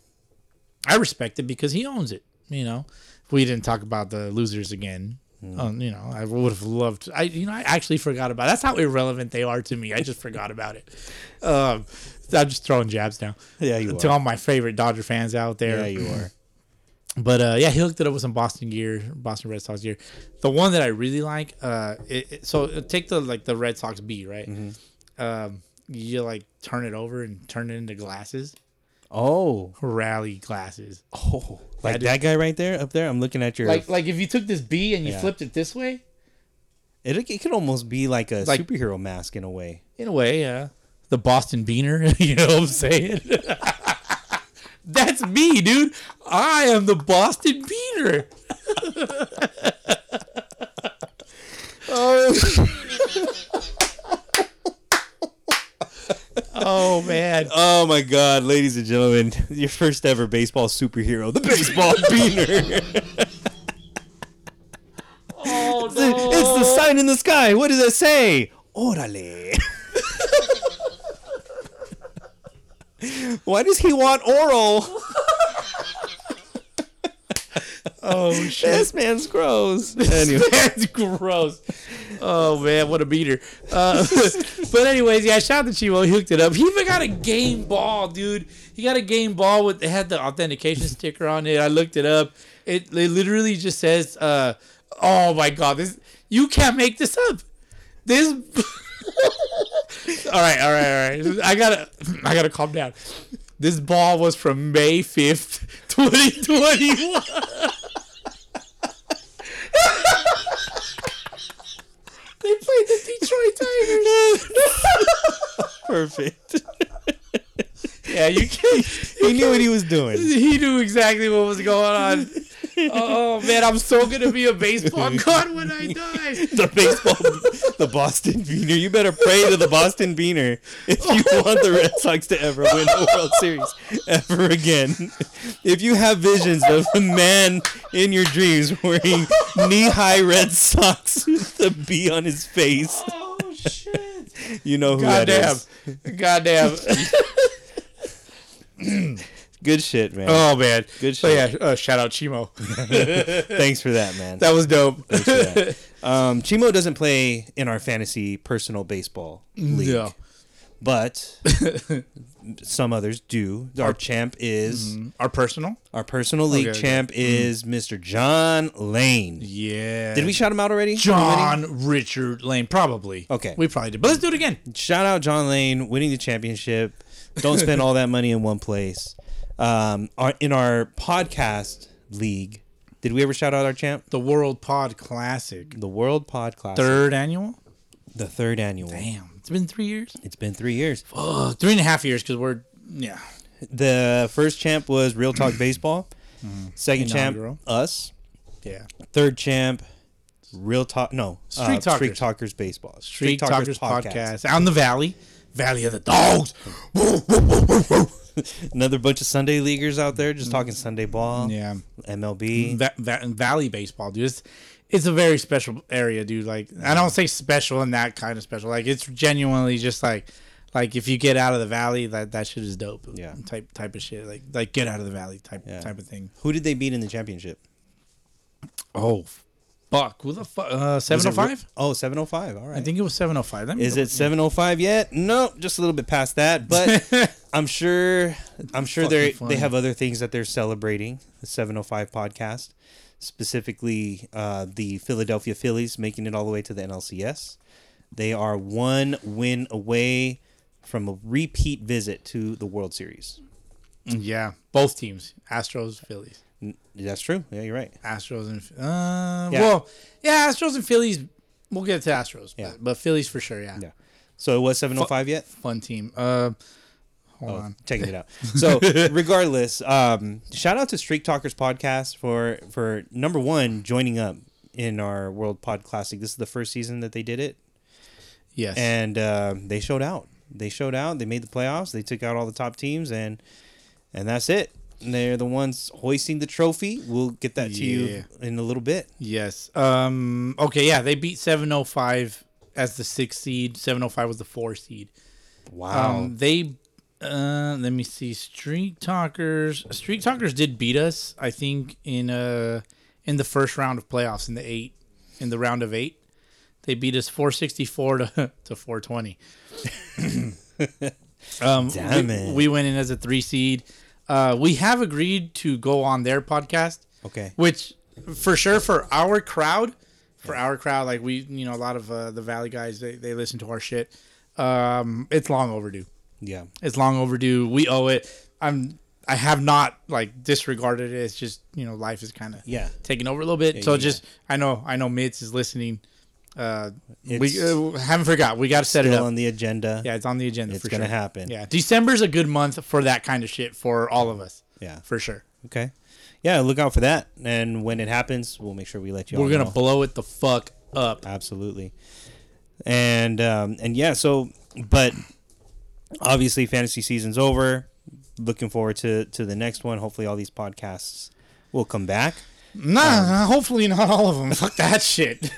A: I respect it because he owns it. You know, we didn't talk about the losers again.
C: Hmm.
A: Um, you know, I would have loved. I you know, I actually forgot about. That's how irrelevant they are to me. I just forgot about it. Um, I'm just throwing jabs now.
C: Yeah, you
A: to
C: are.
A: all my favorite Dodger fans out there.
C: yeah, you are.
A: But uh, yeah, he hooked it up with some Boston gear, Boston Red Sox gear. The one that I really like, uh, it, it- so take the like the Red Sox B, right? Um, you like turn it over and turn it into glasses,
C: Oh,
A: rally glasses.
C: oh,
A: I
C: like
A: did-
C: that guy right there up there. I'm looking at your.
A: Like like if you took this B and you
C: Yeah.
A: flipped it this way,
C: it, it could almost be like a
A: Like-
C: superhero mask in a way.
A: in a way, yeah. The Boston Beaner, you know what I'm saying? That's me, dude. I am the Boston Beaner.
C: Oh,
A: Oh man.
C: oh my God, ladies and gentlemen, your first ever baseball superhero, the baseball beaner.
A: Oh
C: It's the sign in the sky. What does it say? Orale. Why does he want oral?
A: Oh shit.
C: This man's gross. Anyway,
A: That's gross. Oh man, what a beater. Uh, but anyways, yeah, shout out to Chivo. He hooked it up. He even got a game ball, dude. He got a game ball with it had the authentication sticker on it. I looked it up. It, it literally just says, uh, "Oh my god, this you can't make this up." This. all right, all right, all right. I gotta, I gotta calm down. This ball was from May fifth, twenty twenty one. They played the Detroit Tigers.
C: perfect.
A: yeah, you can't.
C: He knew what he was doing.
A: He knew exactly what was going on. Oh man, I'm so gonna be a baseball god when I die.
C: The baseball, the Boston Beaner. You better pray to the Boston Beaner if you want the Red Sox to ever win a World Series ever again. If you have visions of a man in your dreams wearing knee-high Red Sox with the B on his face,
A: Oh shit!
C: you know who that
A: Goddamn!
C: is.
A: Goddamn!
C: Good shit, man.
A: Oh man!
C: Good
A: So yeah, uh, shout out Chimo.
C: Thanks for that, man.
A: That was dope.
C: Thanks for that. Um, Chimo doesn't play in our fantasy personal baseball league,
A: no,
C: but some others do. Our Mm-hmm. champ is
A: our personal.
C: our personal league
A: Okay, okay.
C: champ is Mr. John Lane.
A: Yeah.
C: Did we shout him out already?
A: John Richard Lane, probably.
C: Okay.
A: We probably did, but let's do it again.
C: shout out John Lane winning the championship. Don't spend all that money in one place. Um, our, in our podcast league, did we ever shout out our champ?
A: The World Pod Classic,
C: The World Pod Classic,
A: third annual.
C: the third annual.
A: Damn, it's been three years.
C: It's been three years.
A: Uh, three and a half years because we're yeah.
C: The first champ was Real Talk Baseball. Second
A: Inaugural.
C: champ, us.
A: Yeah.
C: Third champ, Real Talk. No, uh,
A: Street Talkers.
C: Street Talkers Baseball.
A: Street Talkers, podcast. out in the valley, Valley of the Dogs. Woo, woo, woo, woo, woo.
C: Another bunch of Sunday leaguers out there just talking Sunday ball.
A: Mm. Yeah. Mm.
C: MLB.
A: Va- va- valley baseball, dude. It's, it's a very special area, dude. Like I don't say special in that kind of special. Like it's genuinely just like like if you get out of the valley, that that shit is dope.
C: Yeah.
A: Type type of shit. Like like get out of the valley type
C: Yeah.
A: type of thing.
C: Who did they beat in the championship?
A: Oh. Fuck, who the fuck? Uh,
C: Was it Re-
A: 705?
C: Oh, 705. All right.
A: I think it was 705. Let me
C: Is it 705 yet? No, just a little bit past that, but I'm sure I'm sure they
A: Fucking
C: they
A: funny.
C: have other things that they're celebrating. The 705 podcast, specifically uh, the Philadelphia Phillies making it all the way to the NLCS. They are one win away from a repeat visit to the World Series.
A: Yeah, both teams, Astros, Phillies,
C: N- That's true. Yeah, you're right.
A: Astros and uh,
C: Yeah.
A: well, yeah, Astros and Phillies. We'll get to Astros,
C: Yeah. oh
A: but, but Phillies for sure. Yeah,
C: Yeah. So it was 705 yet?
A: fun team. Uh, Hold on.
C: taking Oh, it out. So regardless, um, shout out to Streak Talkers podcast for for number one joining up in our World Pod Classic. This is the first season that they did it,
A: Yes.
C: and uh, they showed out. They showed out. They made the playoffs. They took out all the top teams, and and that's it. And they're the ones hoisting the trophy. We'll get that to
A: Yeah.
C: you in a little bit.
A: yes. Um. Okay. Yeah. They beat 705 as the sixth seed. 705 was the four seed.
C: Wow.
A: Um, they uh let me see. Street Talkers. Street Talkers did beat us, I think, in uh in the first round of playoffs in the eight in the round of eight. They beat us four sixty four to to four twenty. um
C: Damn
A: we,
C: it.
A: we went in as a three seed. Uh we have agreed to go on their podcast
C: okay.
A: which for sure for our crowd for our crowd like we you know a lot of uh, the valley guys they, they listen to our shit um it's long overdue
C: Yeah.
A: it's long overdue we owe it i'm i have not like disregarded it it's just you know life is kind of
C: Yeah.
A: taking over a little bit so
C: yeah,
A: just i know i know mitz is listening uh
C: It's
A: we uh, haven't forgot we got to set it
C: still
A: up
C: on the agenda.
A: yeah it's on the agenda
C: It's
A: for
C: gonna
A: sure.
C: happen.
A: yeah december's a good month for that kind of shit for all of us
C: Yeah.
A: for sure
C: Okay. Yeah, look out for that. And when it happens, we'll make sure we let you all
A: we're gonna
C: know.
A: blow it the fuck up
C: Absolutely. And um and yeah, so but obviously fantasy season's over. Looking forward to to the next one. Hopefully all these podcasts will come back.
A: Nah, hopefully not all of them. Um, Fuck that shit.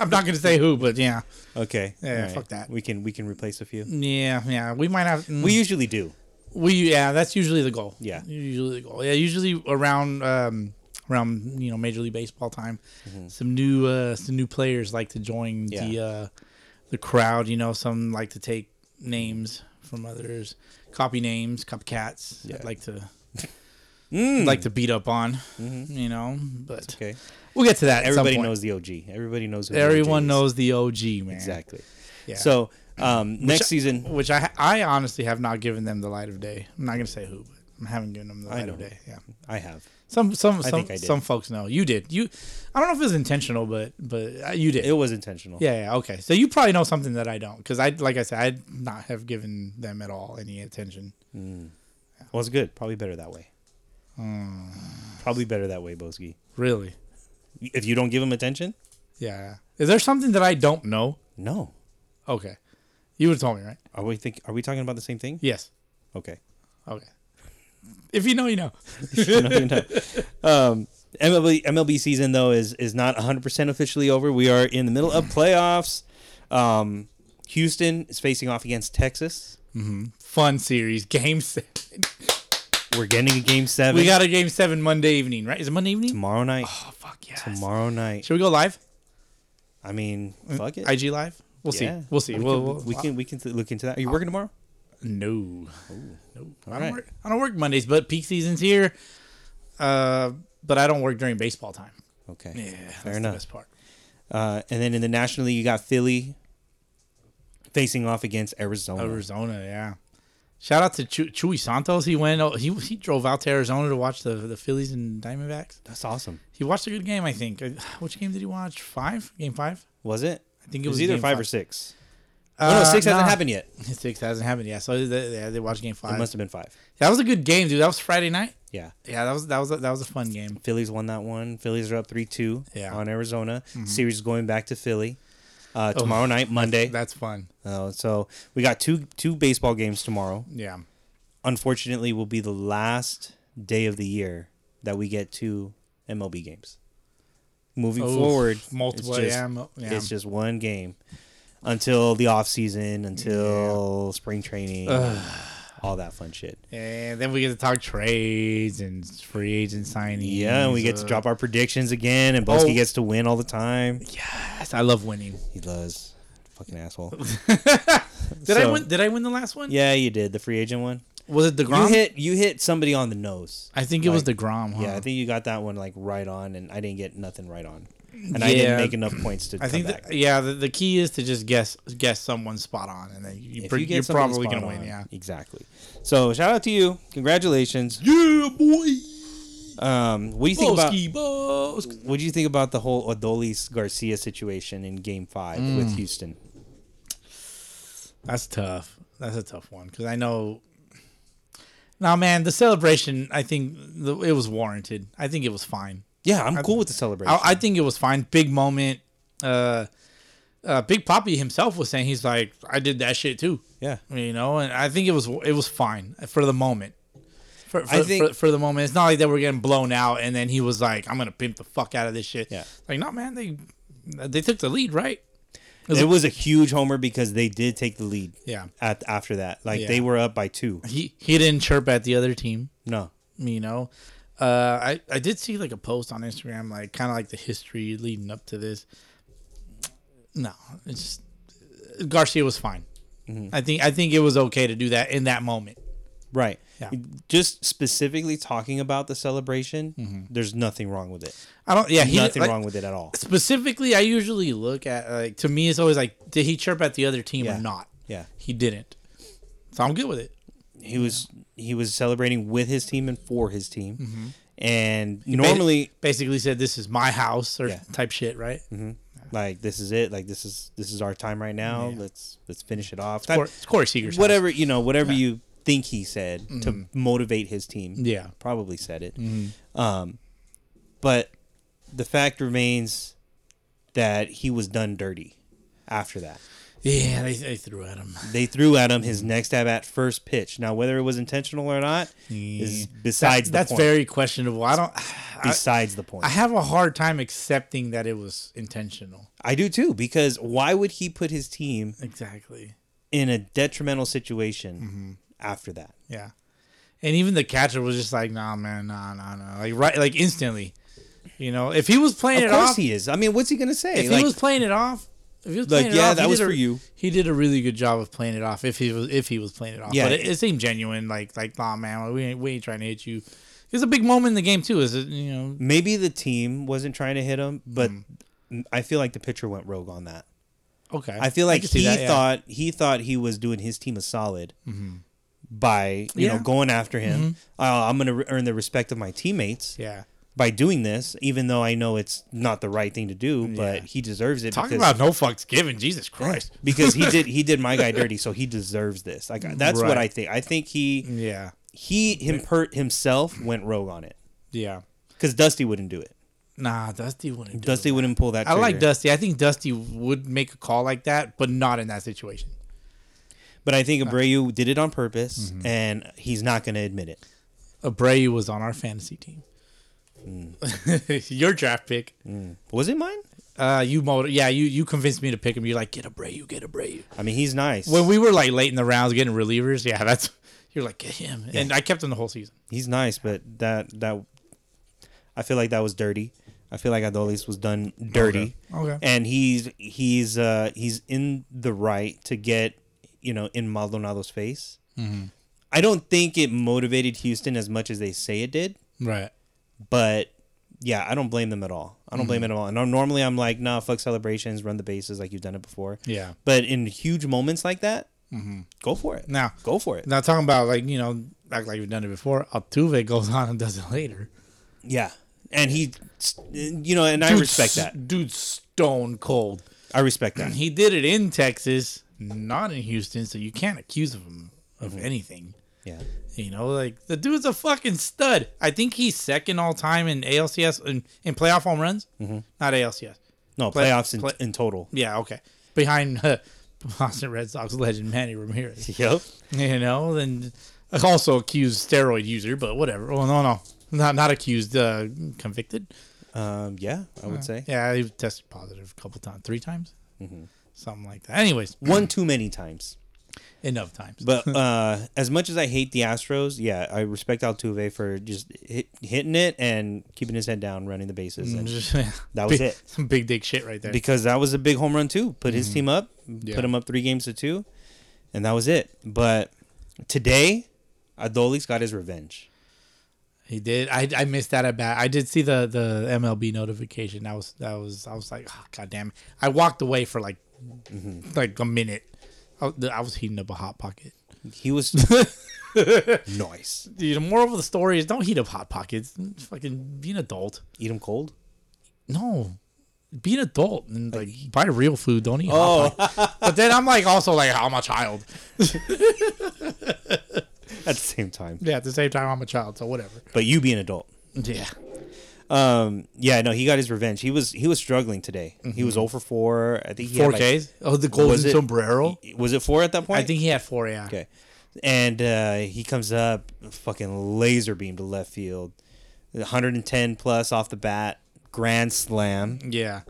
A: I'm not gonna say who, but yeah,
C: Okay.
A: Yeah,
C: All
A: fuck that. Mm-hmm.
C: We can we can replace a few.
A: yeah, yeah. We might have
C: We
A: we
C: usually do.
A: we yeah. That's usually the goal.
C: Yeah.
A: usually the goal. Yeah, usually around um around you know Major League Baseball time, some new uh some new players like to join the
C: Mm-hmm. Yeah.
A: uh the crowd. You know, some like to take names from others, copy names, copycats.
C: Yeah. Hmm.
A: I'd like to. Like to beat up on, you know, but
C: Mm-hmm. Okay.
A: we'll get to that. at some
C: Everybody
A: point.
C: knows the OG. Everybody knows who the OG
A: Everyone
C: is.
A: knows the OG man.
C: exactly.
A: Yeah.
C: So um next season
A: which I I honestly have not given them the light of day. I'm not gonna say who, but I haven't given them the light of
C: know.
A: day. Yeah,
C: I have.
A: some some some
C: think I did.
A: some folks know you did. You, I don't know if it was intentional, but but uh, you did.
C: It was intentional.
A: yeah, yeah, okay. So you probably know something that I don't, because I like I said I'd not have given them at all any attention.
C: Well, it's good. Probably better that way.
A: Hmm.
C: Probably better that way, Boski.
A: Really?
C: If you don't give him attention,
A: Yeah. Is there something that I don't know?
C: no.
A: Okay, you would have told me, right?
C: Are we think? Are we talking about the same thing?
A: Yes.
C: Okay.
A: Okay. If you know, you know.
C: Oh, No, you know. um, MLB MLB season though is is not 100 percent officially over. We are in the middle of playoffs. Um, Houston is facing off against Texas.
A: Fun series, game seven.
C: We're getting a game seven.
A: We got a game seven Monday evening, right? Is it Monday evening?
C: tomorrow night.
A: Oh fuck yes.
C: Tomorrow night.
A: Should we go live?
C: I mean, fuck it.
A: IG live? Mm, We'll
C: Yeah.
A: see. We'll see.
C: We
A: we'll,
C: can,
A: we'll-
C: we can we can look into that. Are you working tomorrow?
A: No. No. I don't,
C: right.
A: work, I don't work Mondays, but peak season's here. Uh, but I don't work during baseball time.
C: Okay.
A: Yeah,
C: Fair
A: that's
C: enough.
A: The best part.
C: Uh, and then in the National League, you got Philly facing off against Arizona.
A: Arizona, yeah. Shout out to Chu- Chuy Santos. He went. oh, He he drove out to Arizona to watch the the Phillies and Diamondbacks.
C: That's awesome.
A: He watched a good game, I think. Uh, Which game did he watch? Five? Game five?
C: Was it?
A: I think
C: It
A: it
C: was,
A: was,
C: either
A: game
C: five, or six. oh, no,
A: Uh,
C: six hasn't
A: nah.
C: happened yet. It
A: Six hasn't happened. Yeah, so they, they, they watched game five.
C: must have been five.
A: that was a good game, dude. That was Friday night.
C: Yeah.
A: Yeah, that was that was a, that was a fun game.
C: Phillies won that one. Phillies are up 3 2
A: Yeah.
C: on Arizona.
A: Mm-hmm.
C: Series is going back to Philly uh,
A: Oh.
C: tomorrow night, Monday.
A: That's fun.
C: Uh, so we got two two baseball games tomorrow.
A: Yeah.
C: Unfortunately, will be the last day of the year that we get two MLB games. Moving
A: Oh,
C: forward,
A: multiple.
C: it's just-
A: yeah, mo- yeah.
C: It's just one game until the off season, until spring training, all that fun shit.
A: and then we get to talk trades and free agent signings.
C: Yeah, and we get to
A: uh,
C: drop our predictions again, and Boski
A: Oh.
C: gets to win all the time.
A: Yes, I love winning.
C: He does. Fucking asshole.
A: Did I
C: So-
A: win? Did I win the last one?
C: Yeah, you did the free agent one.
A: Was it the Grom?
C: You hit you hit somebody on the nose.
A: I Uh-huh. think it was
C: like-
A: the Grom. Huh?
C: Yeah, I think you got that one like right on, and I didn't get nothing right on, and I didn't
A: Yeah.
C: make enough points to.
A: I think.
C: back.
A: that- yeah. The, the key is to just guess guess someone spot on, and then you,
C: If
A: pre-
C: you get
A: you're
C: somebody
A: probably
C: spot
A: gonna win.
C: on,
A: Yeah.
C: exactly. So shout out to you. Congratulations.
A: Yeah, boy.
C: Um, what do you think about?
A: Boski, Bosk.
C: What do you think about the whole Adolis Garcia situation in Game Five
A: Mm.
C: with Houston?
A: That's tough. That's a tough one because I know Now, man, the celebration. I think the, it was warranted. I think it was fine.
C: Yeah, I'm cool with the celebration.
A: I, I think it was fine. Big moment. Uh, uh, Big Poppy himself was saying he's like, I did that shit too.
C: yeah,
A: You know, and I think it was it was fine for the moment. For, for,
C: I think-
A: for, for the moment, it's not like they were getting blown out, and then he was like, "I'm gonna pimp the fuck out of this shit."
C: Yeah.
A: like no man, they they took the lead, right?
C: it was a huge homer because they did take the lead.
A: Yeah.
C: At after that, like
A: Yeah.
C: they were up by two.
A: He he didn't chirp at the other team.
C: No.
A: you know uh i i did see like a post on instagram like kind of like the history leading up to this no it's just uh, garcia was fine
C: Mm-hmm.
A: i think i think it was okay to do that in that moment
C: Right.
A: Yeah.
C: Just specifically talking about the celebration, there's nothing wrong with it.
A: i don't yeah Mm-hmm. he
C: nothing
A: like,
C: wrong with it at all.
A: specifically i usually look at like to me it's always like did he chirp at the other team
C: Yeah.
A: or not
C: Yeah.
A: he didn't so i'm good with it
C: He was he was celebrating with his team and for his team.
A: Mm-hmm.
C: And normally
A: basically said this is my house or
C: Yeah. Mm-hmm.
A: type shit right
C: like this is it, like this is this is our time right now. Let's let's finish it off.
A: Cor- it's corey seager's house.
C: whatever, you know, whatever you think he said to motivate his team.
A: Mm-hmm. yeah
C: probably said it.
A: Mm-hmm.
C: Um, but the fact remains that he was done dirty after that.
A: yeah they, they threw at him
C: They threw at him his next stab at first pitch. Now, whether it was intentional or not is besides
A: that's
C: the point.
A: very questionable i don't
C: besides the point.
A: I have a hard time accepting that it was intentional.
C: I do too, because why would he put his team
A: Exactly.
C: in a detrimental situation
A: Mm-hmm.
C: after that?
A: Yeah. And even the catcher was just like, nah, man, nah, nah, nah. Like right like instantly. You know, if he was playing
C: Of
A: it
C: course
A: off
C: he is. I mean, what's he gonna say?
A: if
C: Like,
A: he was playing it off if he was
C: Like,
A: playing it
C: yeah,
A: off,
C: that
A: he
C: was
A: did a-
C: for you.
A: He did a really good job of playing it off. If he was, if he was playing it off,
C: Yeah.
A: but it, it seemed genuine. Like, like, nah, man, we ain't, we ain't trying to hit you. It's a big moment in the game too. Is it? You know,
C: maybe the team wasn't trying to hit him, but
A: Mm-hmm.
C: I feel like the pitcher went rogue on that.
A: okay.
C: I feel like
A: can see
C: he
A: that, yeah. Mm-hmm.
C: thought he thought he was doing his team a solid by you
A: Yeah. Mm-hmm.
C: know going after him. Uh, I'm going to re- earn the respect of my teammates
A: Yeah.
C: by doing this, even though I know it's not the right thing to do. But
A: Yeah.
C: he deserves it
A: Talking
C: because
A: about no fucks given. Jesus Christ.
C: because he did he did my guy dirty, so he deserves this. Like uh, that's what
A: Right.
C: I think. I think he
A: Yeah.
C: he him hurt himself went rogue on it
A: Yeah.
C: because Dusty wouldn't do it.
A: Nah, Dusty wouldn't. do it.
C: Dusty wouldn't pull that.
A: I like
C: trigger.
A: Dusty. I think Dusty would make a call like that, but not in that situation.
C: but I think Abreu did it on purpose,
A: Mm-hmm.
C: and he's not going to admit it.
A: Abreu was on our fantasy team.
C: Hmm.
A: Your draft pick.
C: Was it mine?
A: Uh, you mold- yeah, you you convinced me to pick him. You're like, get Abreu, get Abreu.
C: I mean, he's nice.
A: When we were like late in the rounds getting relievers, yeah, that's you're like, get him. And I kept him the whole season.
C: he's nice, but that that I feel like that was dirty. I feel like Adolis was done dirty.
A: Okay. Okay.
C: And he's he's uh he's in the right to get, you know, in Maldonado's face.
A: Mm-hmm.
C: I don't think it motivated Houston as much as they say it did,
A: Right.
C: but yeah, I don't blame them at all. I don't blame
A: Mm-hmm.
C: them at all. And I'm- normally I'm like, nah, fuck celebrations, run the bases like you've done it before.
A: Yeah. Mm-hmm.
C: But in huge moments like that, go for it.
A: Now-
C: go for it.
A: Now talking about like you know act like we've done it before. Altuve goes on and does it later.
C: Yeah. And he, you know, and I
A: Dude's-
C: respect that.
A: Dude's stone cold.
C: I respect that.
A: He did it in Texas, not in Houston, so you can't accuse him of anything.
C: Yeah.
A: You know, like the dude's a fucking stud. I think he's second all time in ALCS in, in playoff home runs. Not ALCS.
C: No,
A: Play-
C: playoffs in,
A: play-
C: in total.
A: Yeah, okay. Behind uh, Boston Red Sox legend Manny Ramirez.
C: Yep.
A: You know, then also accused steroid user, but whatever. Well, no, no, not not accused, uh, convicted.
C: Um, yeah, I would say.
A: Yeah, he tested positive a couple times, three times, something like that. Anyways,
C: One too many times.
A: enough times.
C: But uh, as much as I hate the Astros, yeah, I respect Altuve for just hit, hitting it and keeping his head down, running the bases. And,
A: that
C: was
A: big,
C: it.
A: Some big dick Mm, shit right there.
C: because that was a big home run, too. Put his team up,
A: Yeah.
C: put him up three games to two, and that was it. But today, Adolis got his revenge.
A: He did. I, I missed that at bat. I did see the the MLB notification. That was that was. I was like, oh, god damn. It. I walked away for like like a minute. I, was- I was heating up a hot pocket.
C: He was nice.
A: Dude, the moral of the story is don't heat up hot pockets. Fucking be an adult.
C: Eat him cold.
A: No. Be an adult and like Oh. buy real food. Don't eat. Hot pockets. but then I'm like also like I'm a child.
C: at the same time.
A: Yeah, at the same time, I'm a child, so whatever.
C: But you be an adult.
A: Yeah.
C: Um, yeah, no, he got his revenge. He was he was struggling today. He was 0 for 4. I think he
A: Mm-hmm. Four
C: had like-
A: Ks. Oh, the golden
C: was it-
A: sombrero.
C: was it 4 at that point?
A: I think he had four. Yeah.
C: Okay. And uh, he comes up, fucking laser beam to left field, 110 plus off the bat, grand slam.
A: Yeah.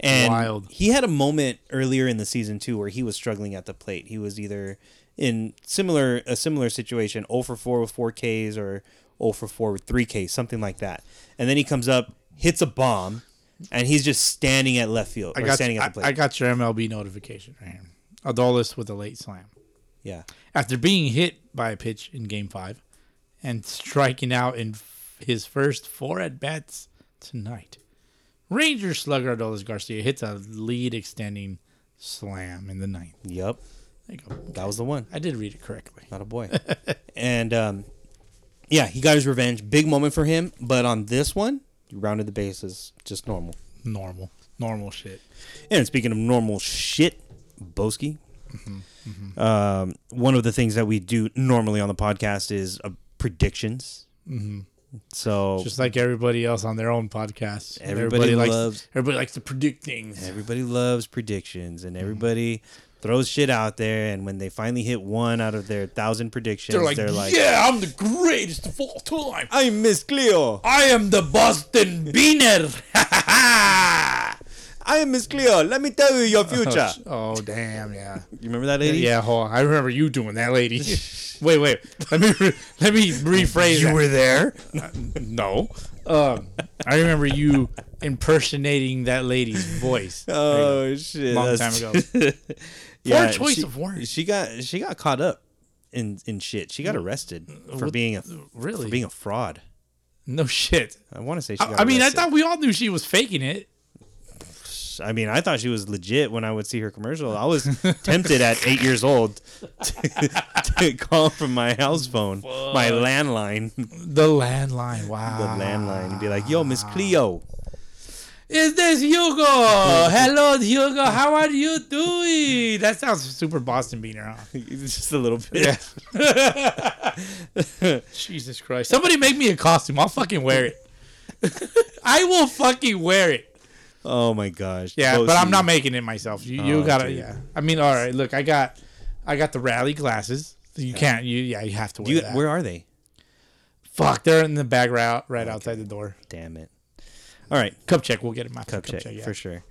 C: And
A: Wild.
C: he had a moment earlier in the season too where he was struggling at the plate. He was either in similar a similar situation, 0 for 4 with 4 Ks or 0 for 4 with 3 Ks, something like that. And then he comes up, hits a bomb, and he's just standing at left field
A: I
C: or
A: got.
C: standing
A: I,
C: at the plate.
A: I got your MLB notification right here. Adolis with a late slam.
C: yeah.
A: After being hit by a pitch in Game Five, and striking out in f- his first four at bats tonight, Ranger slugger Adolis Garcia hits a lead extending slam in the ninth.
C: Yep.
A: There you go.
C: That was the one.
A: I did read it correctly.
C: not a boy. and um, yeah, he got his revenge. Big moment for him. But on this one, he rounded the bases just normal.
A: Normal, normal shit.
C: And speaking of normal shit, Boski. Um, one of the things that we do normally on the podcast is uh, predictions. Mm-hmm. So
A: Just like everybody else on their own podcast.
C: Everybody
A: likes
C: loves-
A: everybody likes to predict things.
C: everybody loves predictions, and everybody throws shit out there. And when they finally hit one out of their thousand predictions,
A: They're like, yeah, I'm the greatest of all time.
C: "I miss Cleo.
A: I am the Boston Beaner.
C: "Ah, I am Miss Cleo. Let me tell you your future."
A: oh damn, yeah,
C: You remember that lady?
A: yeah. Hold on. I remember you doing that, lady. wait, wait. Let me re- let me rephrase. that.
C: there.
A: no. Um, I remember you impersonating that lady's voice.
C: Oh shit!
A: Long
C: that's-
A: time ago.
C: yeah,
A: Poor choice
C: she-
A: of words.
C: She got she got caught up in in shit. She got arrested for being a
A: really?
C: for being a fraud.
A: no shit.
C: I want to say she. Got
A: I, I mean, I
C: arrested.
A: thought we all knew she was faking it.
C: I mean, I thought she was legit when I would see her commercial. I was tempted at eight years old to, to call from my house phone, my landline, the
A: The landline. Wow.
C: landline, and be like, "Yo, Miss Cleo."
A: Is this Hugo? Hello, Hugo. How are you doing? That sounds super Boston beaner, huh?
C: Just a little bit.
A: Jesus Christ. Somebody make me a costume. I'll fucking wear it. I will fucking wear it.
C: Oh my gosh.
A: Yeah, but
C: Both
A: I'm
C: you-
A: not making it myself. You, you
C: Oh,
A: gotta.
C: dude.
A: Yeah. I mean, all right. Look, I got, I got the rally glasses. You can't. You yeah. You have to wear
C: You,
A: that.
C: where are they?
A: Fuck. They're in the bag route right outside the door.
C: Damn it. All right.
A: Cup check. We'll get it. My
C: cup check,
A: yeah.
C: for sure.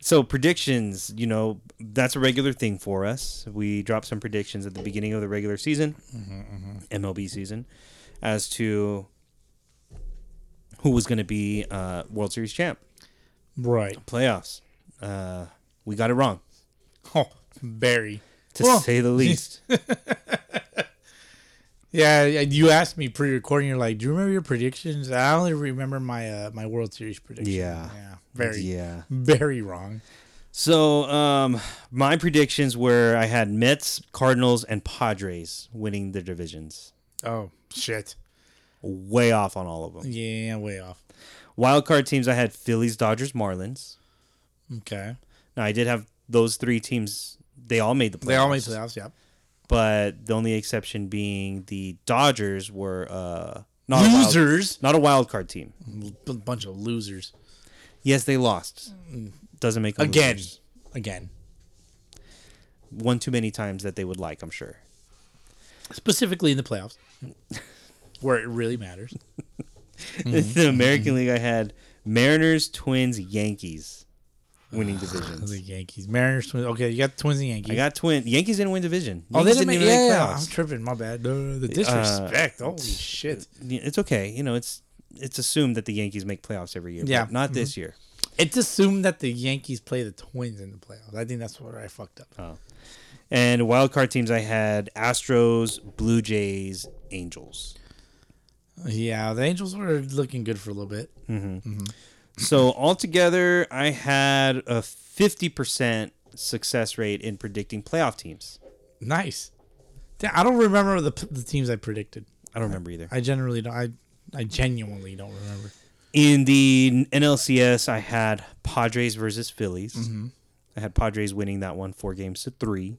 C: So predictions, you know, that's a regular thing for us. We drop some predictions at the beginning of the regular season,
A: Mm-hmm,
C: MLB season, as to who was going to be uh, World Series champ,
A: Right.
C: playoffs. Uh, we got it wrong,
A: Oh, Barry.
C: to
A: Well,
C: say the least.
A: Yeah, yeah, you asked me pre-recording. You're like, "Do you remember your predictions?" I only remember my uh, my World Series prediction.
C: Yeah.
A: yeah, very,
C: yeah.
A: very wrong.
C: So um, my predictions were I had Mets, Cardinals, and Padres winning the divisions.
A: Oh shit!
C: Way off on all of them.
A: Yeah, way off.
C: Wild card teams I had Phillies, Dodgers, Marlins.
A: Okay,
C: Now I did have those three teams. They all made the playoffs.
A: they all made playoffs. Yeah,
C: but the only exception being the Dodgers were uh, not A wild,
A: losers.
C: not a wild card team.
A: A Oh, bunch of losers
C: Yes, they lost. Doesn't make them
A: Mm. again,
C: losers.
A: again.
C: one too many times that they would like. I'm sure.
A: Specifically in the playoffs, where it really matters. Mm-hmm.
C: the American League I had Mariners, Twins, Yankees winning divisions.
A: Ah, The Yankees, Mariners, Twins. Okay, you got the Twins and Yankees.
C: I got twin Yankees didn't win division.
A: oh, they
C: Yankees
A: didn't make.
C: even
A: Yeah, I'm
C: playoffs.
A: tripping. My bad. Uh, the disrespect. Holy shit!
C: Yeah, it's okay. You know, it's it's assumed that the Yankees make playoffs every year.
A: Yeah. Mm-hmm.
C: but not this year.
A: It's assumed that the Yankees play the Twins in the playoffs. I think that's where I fucked up.
C: And wild card teams I had Astros, Blue Jays, Angels.
A: Yeah, the Angels were looking good for a little bit.
C: So altogether, I had a 50% success rate in predicting playoff teams.
A: Nice. Damn, I don't remember the, the teams I predicted.
C: I don't remember either.
A: I generally don't. I, I genuinely don't remember.
C: In the NLCS, I had Padres versus Phillies. I had Padres winning that one four games to three.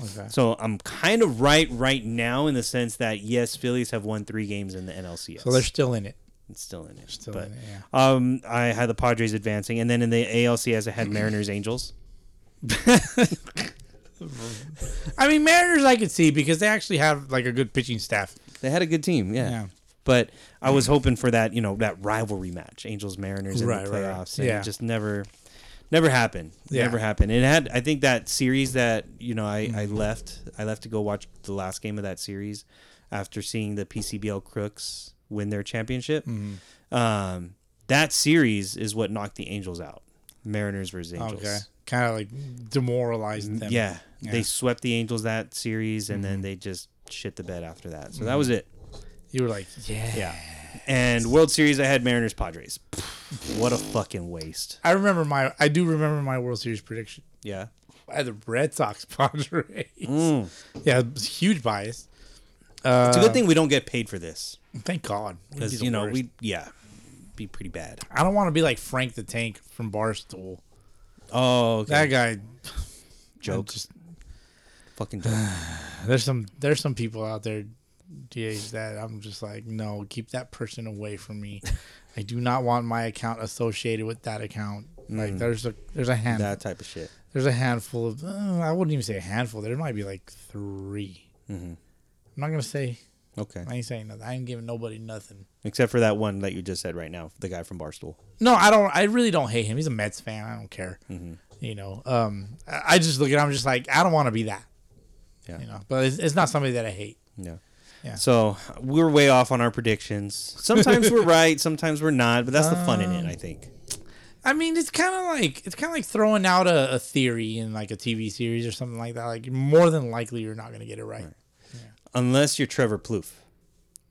A: Okay.
C: So I'm kind of right right now in the sense that yes, Phillies have won three games in the NLCS.
A: So they're still in it.
C: it's still in it.
A: Still
C: but
A: in it, yeah.
C: um, I had the Padres advancing, and then in the ALCS I had Mariners Angels.
A: I mean, Mariners, I could see because they actually have like a good pitching staff.
C: They had a good team, yeah.
A: Yeah.
C: But I was hoping for that, you know, that rivalry match, Angels Mariners in
A: Right,
C: the
A: right, right.
C: playoffs. And
A: Yeah.
C: it just never never happened.
A: Yeah.
C: Never happened. It had I think that series that, you know, I,
A: Mm-hmm.
C: I left I left to go watch the last game of that series after seeing the PCBL Crooks win their championship.
A: Mm-hmm.
C: Um, that series is what knocked the Angels out. Mariners versus Angels.
A: Okay. Kind of like demoralized them.
C: Mm, Yeah,
A: Yeah. Mm-hmm.
C: They swept the Angels that series and then they just shit the bed after that. So that was it.
A: You were like, yeah.
C: Yeah. And World Series, I had Mariners Padres. What a fucking waste.
A: I remember my, I do remember my World Series prediction.
C: Yeah.
A: I had the Red Sox Padres.
C: Mm.
A: Yeah, it was huge bias. Uh,
C: It's a good thing we don't get paid for this
A: Thank God. We'd be
C: because,
A: the
C: you know,
A: worst.
C: we, yeah, be pretty bad.
A: I don't want to be like Frank the Tank from Barstool.
C: Oh, okay.
A: That guy
C: joke.
A: Just,
C: fucking joke.
A: there's some there's some people out there, DAs that I'm just like, no, keep that person away from me. I do not want my account associated with that account. Like there's a there's a hand
C: Mm. that type of shit.
A: there's a handful of uh, I wouldn't even say a handful. There might be like 3 i
C: Mm-hmm.
A: I'm not gonna say
C: Okay.
A: I ain't saying nothing. I ain't giving nobody nothing.
C: Except for that one that you just said right now, the guy from Barstool.
A: No, I don't. I really don't hate him. He's a Mets fan. I don't care.
C: Mm-hmm.
A: You know, um, I I just look at. him, I'm just like, I don't want to be that.
C: Yeah.
A: You know, but it's, it's not somebody that I hate.
C: Yeah.
A: Yeah.
C: So we're way off on our predictions. Sometimes we're right, sometimes we're not, but that's the fun in it,
A: Um,
C: I think.
A: I mean, it's kind of like it's kind of like throwing out a, a theory in like a TV series or something like that. Like more than likely, you're not going to get it right.
C: Unless you're Trevor Plouffe.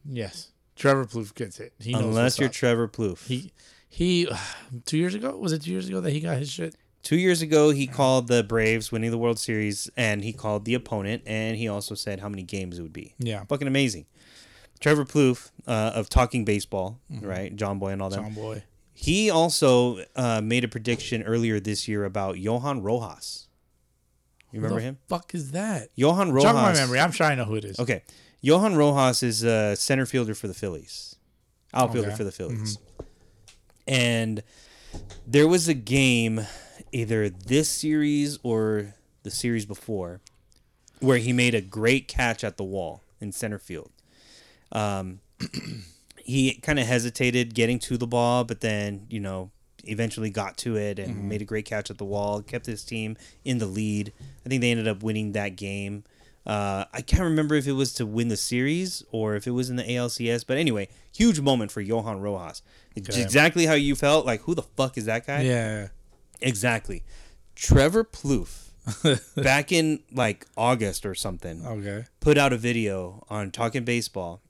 A: Yes, Trevor Plouffe gets it. He knows
C: Unless
A: what's
C: you're
A: up.
C: Trevor Plouffe.
A: he he. two years ago was it two years ago that he got his shit?
C: Two years ago, he called the Braves winning the World Series, and he called the opponent, and he also said how many games it would be.
A: Yeah.
C: fucking amazing. Trevor Plouffe uh, of Talking Baseball, right? John Boy and all that.
A: Mm-hmm. John Boy.
C: He also uh, made a prediction earlier this year about Johan Rojas. You remember
A: Who the
C: him?
A: Fuck is that?
C: Johan Rojas.
A: Jog my memory. I'm sure I know who it is.
C: Okay. Johan Rojas is a center fielder for the Phillies, outfielder
A: Okay.
C: for the Phillies. And there was a game, either this series or the series before, where he made a great catch at the wall in center field. Um, he kind of hesitated getting to the ball, but then, you know, eventually got to it and made a great catch at the wall, kept his team in the lead. I think they ended up winning that game. Uh, I can't remember if it was to win the series or if it was in the ALCS, but anyway, huge moment for Johan Rojas. It's
A: Okay.
C: Exactly how you felt. Like, who the fuck is that guy?
A: Yeah.
C: Exactly. Trevor Plouffe, back in like August or something,
A: Okay.
C: put out a video on Talking Baseball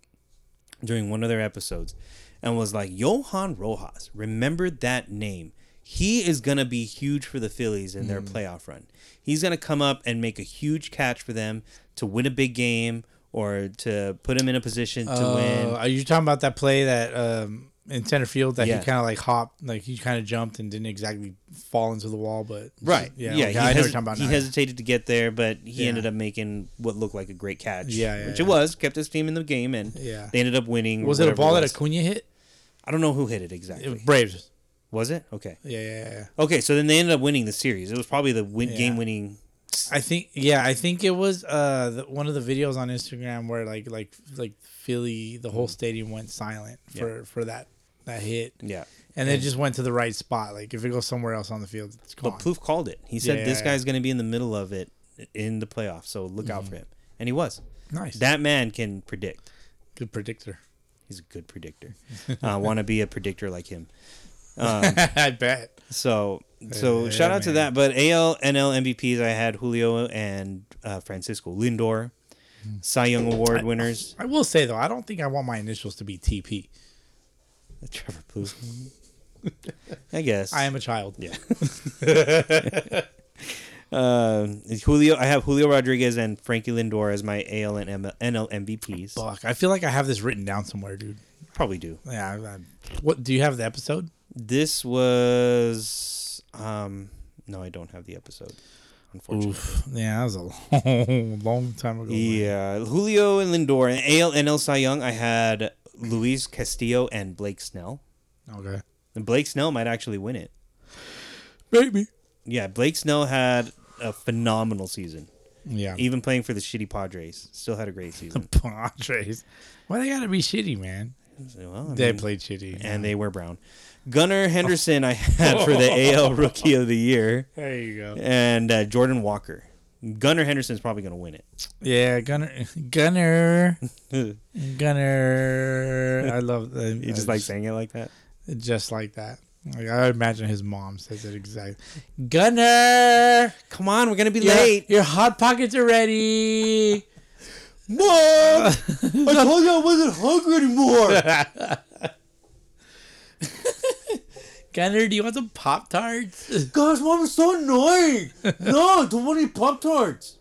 C: during one of their episodes and was like, Johan Rojas, remember that name. He is going to be huge for the Phillies in their playoff run. He's going to come up and make a huge catch for them to win a big game or to put him in a position to
A: Uh,
C: win.
A: are you talking about that play that um, in center field that
C: Yeah.
A: he kind of like hopped, like he kind of jumped and didn't exactly fall into the wall, but
C: Right.
A: yeah,
C: Yeah.
A: okay,
C: he
A: I know what
C: hesi-
A: you're talking about
C: he
A: now.
C: hesitated to get there, but he
A: Yeah.
C: ended up making what looked like a great catch.
A: Yeah, yeah,
C: which
A: yeah.
C: it was. Kept his team in the game, and
A: Yeah.
C: they ended up winning. or
A: was it a
C: whatever
A: ball
C: was.
A: that Acuna hit?
C: I don't know who hit it
A: It was
C: exactly.
A: Braves.
C: Was it okay?
A: Yeah, yeah, yeah.
C: Okay, so then they ended up winning the series. It was probably the win-
A: Yeah.
C: game-winning.
A: I think yeah, I think it was uh the, one of the videos on Instagram where like like like Philly, the whole stadium went silent for for that that hit.
C: Yeah,
A: And it just went to the right spot. Like if it goes somewhere else on the field, it's gone.
C: but Poof called it. He said
A: Yeah,
C: this
A: yeah,
C: guy's going to be in the middle of it in the playoffs, so look out for him. And he was.
A: Mm-hmm. nice.
C: That man can predict.
A: Good predictor.
C: He's a good predictor. I want to be a predictor like him.
A: I bet.
C: So so
A: Yeah,
C: shout out to
A: man.
C: that. But AL NL MVPs, I had Julio and uh, Francisco Lindor, Cy Young Award winners.
A: I will say though, I don't think I want my initials to be TP.
C: Trevor Plouffe. I guess
A: I am a child. Yeah.
C: Um, Julio. I have Julio Rodriguez and Frankie Lindor as my AL and ML, NL MVPs.
A: Fuck. I feel like I have this written down somewhere, dude.
C: Probably do.
A: Yeah. I, I, what do you have the episode?
C: This was um. No, I don't have the episode. unfortunately.
A: Yeah, that was a long, long time ago. Oh, man.
C: Yeah, Julio and Lindor and AL and El Cy Young. I had Luis Castillo and Blake Snell.
A: Okay.
C: And Blake Snell might actually win it.
A: Maybe.
C: Yeah, Blake Snell had a phenomenal season.
A: Yeah.
C: Even playing for the shitty Padres, still had a great season.
A: Padres. Why they gotta be shitty, man?
C: So, well, I
A: They
C: mean,
A: played shitty.
C: and they were brown. Gunnar Henderson, I had for the AL Rookie of the Year,
A: there you go.
C: and uh, Jordan Walker. Gunnar Henderson's probably going to win it.
A: Yeah, Gunner, Gunner, Gunner. I love. I,
C: You just like saying it like that.
A: just like that. Like, I imagine his mom says it exactly. Gunner,
C: Come on, we're going to be
A: your,
C: late.
A: your hot pockets are ready.
C: Mom, I told you oh, I wasn't hungry anymore.
A: Gunner, do you want some pop tarts?
C: Gosh, mom is so annoying. No, don't want any Pop Tarts.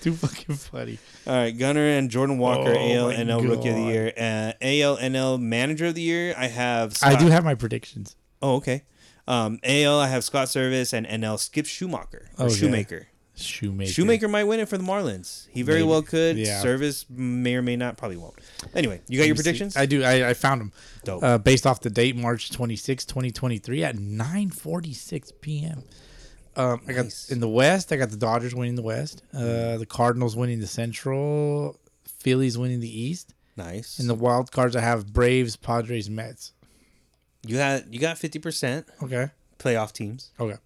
A: Too fucking funny.
C: All right, Gunner and Jordan
A: Oh,
C: Walker, AL
A: my
C: ALNL Rookie of the
A: God.
C: Year. Uh, ALNL Manager of the Year, I have
A: I
C: Scott.
A: do have my predictions.
C: Oh, okay. Um, AL, I have Scott Service and NL Skip Schumacher. Or
A: Okay.
C: Shoemaker.
A: Shoemaker.
C: Shoemaker might win it for the Marlins. He very
A: Maybe.
C: well could.
A: Yeah.
C: Service may or may not, probably won't. Anyway, you got your
A: Let me see.
C: predictions?
A: I do. I, I found them.
C: Dope.
A: Uh, based off the date, March 26, 2023 at 9.46 p.m. Um, I got
C: Nice. Mm.
A: in the West, I got the Dodgers winning the West, uh, the Cardinals winning the Central, Phillies winning the East.
C: nice.
A: In the wild cards, I have Braves, Padres, Mets.
C: you got you got 50%
A: Okay.
C: playoff teams.
A: Okay.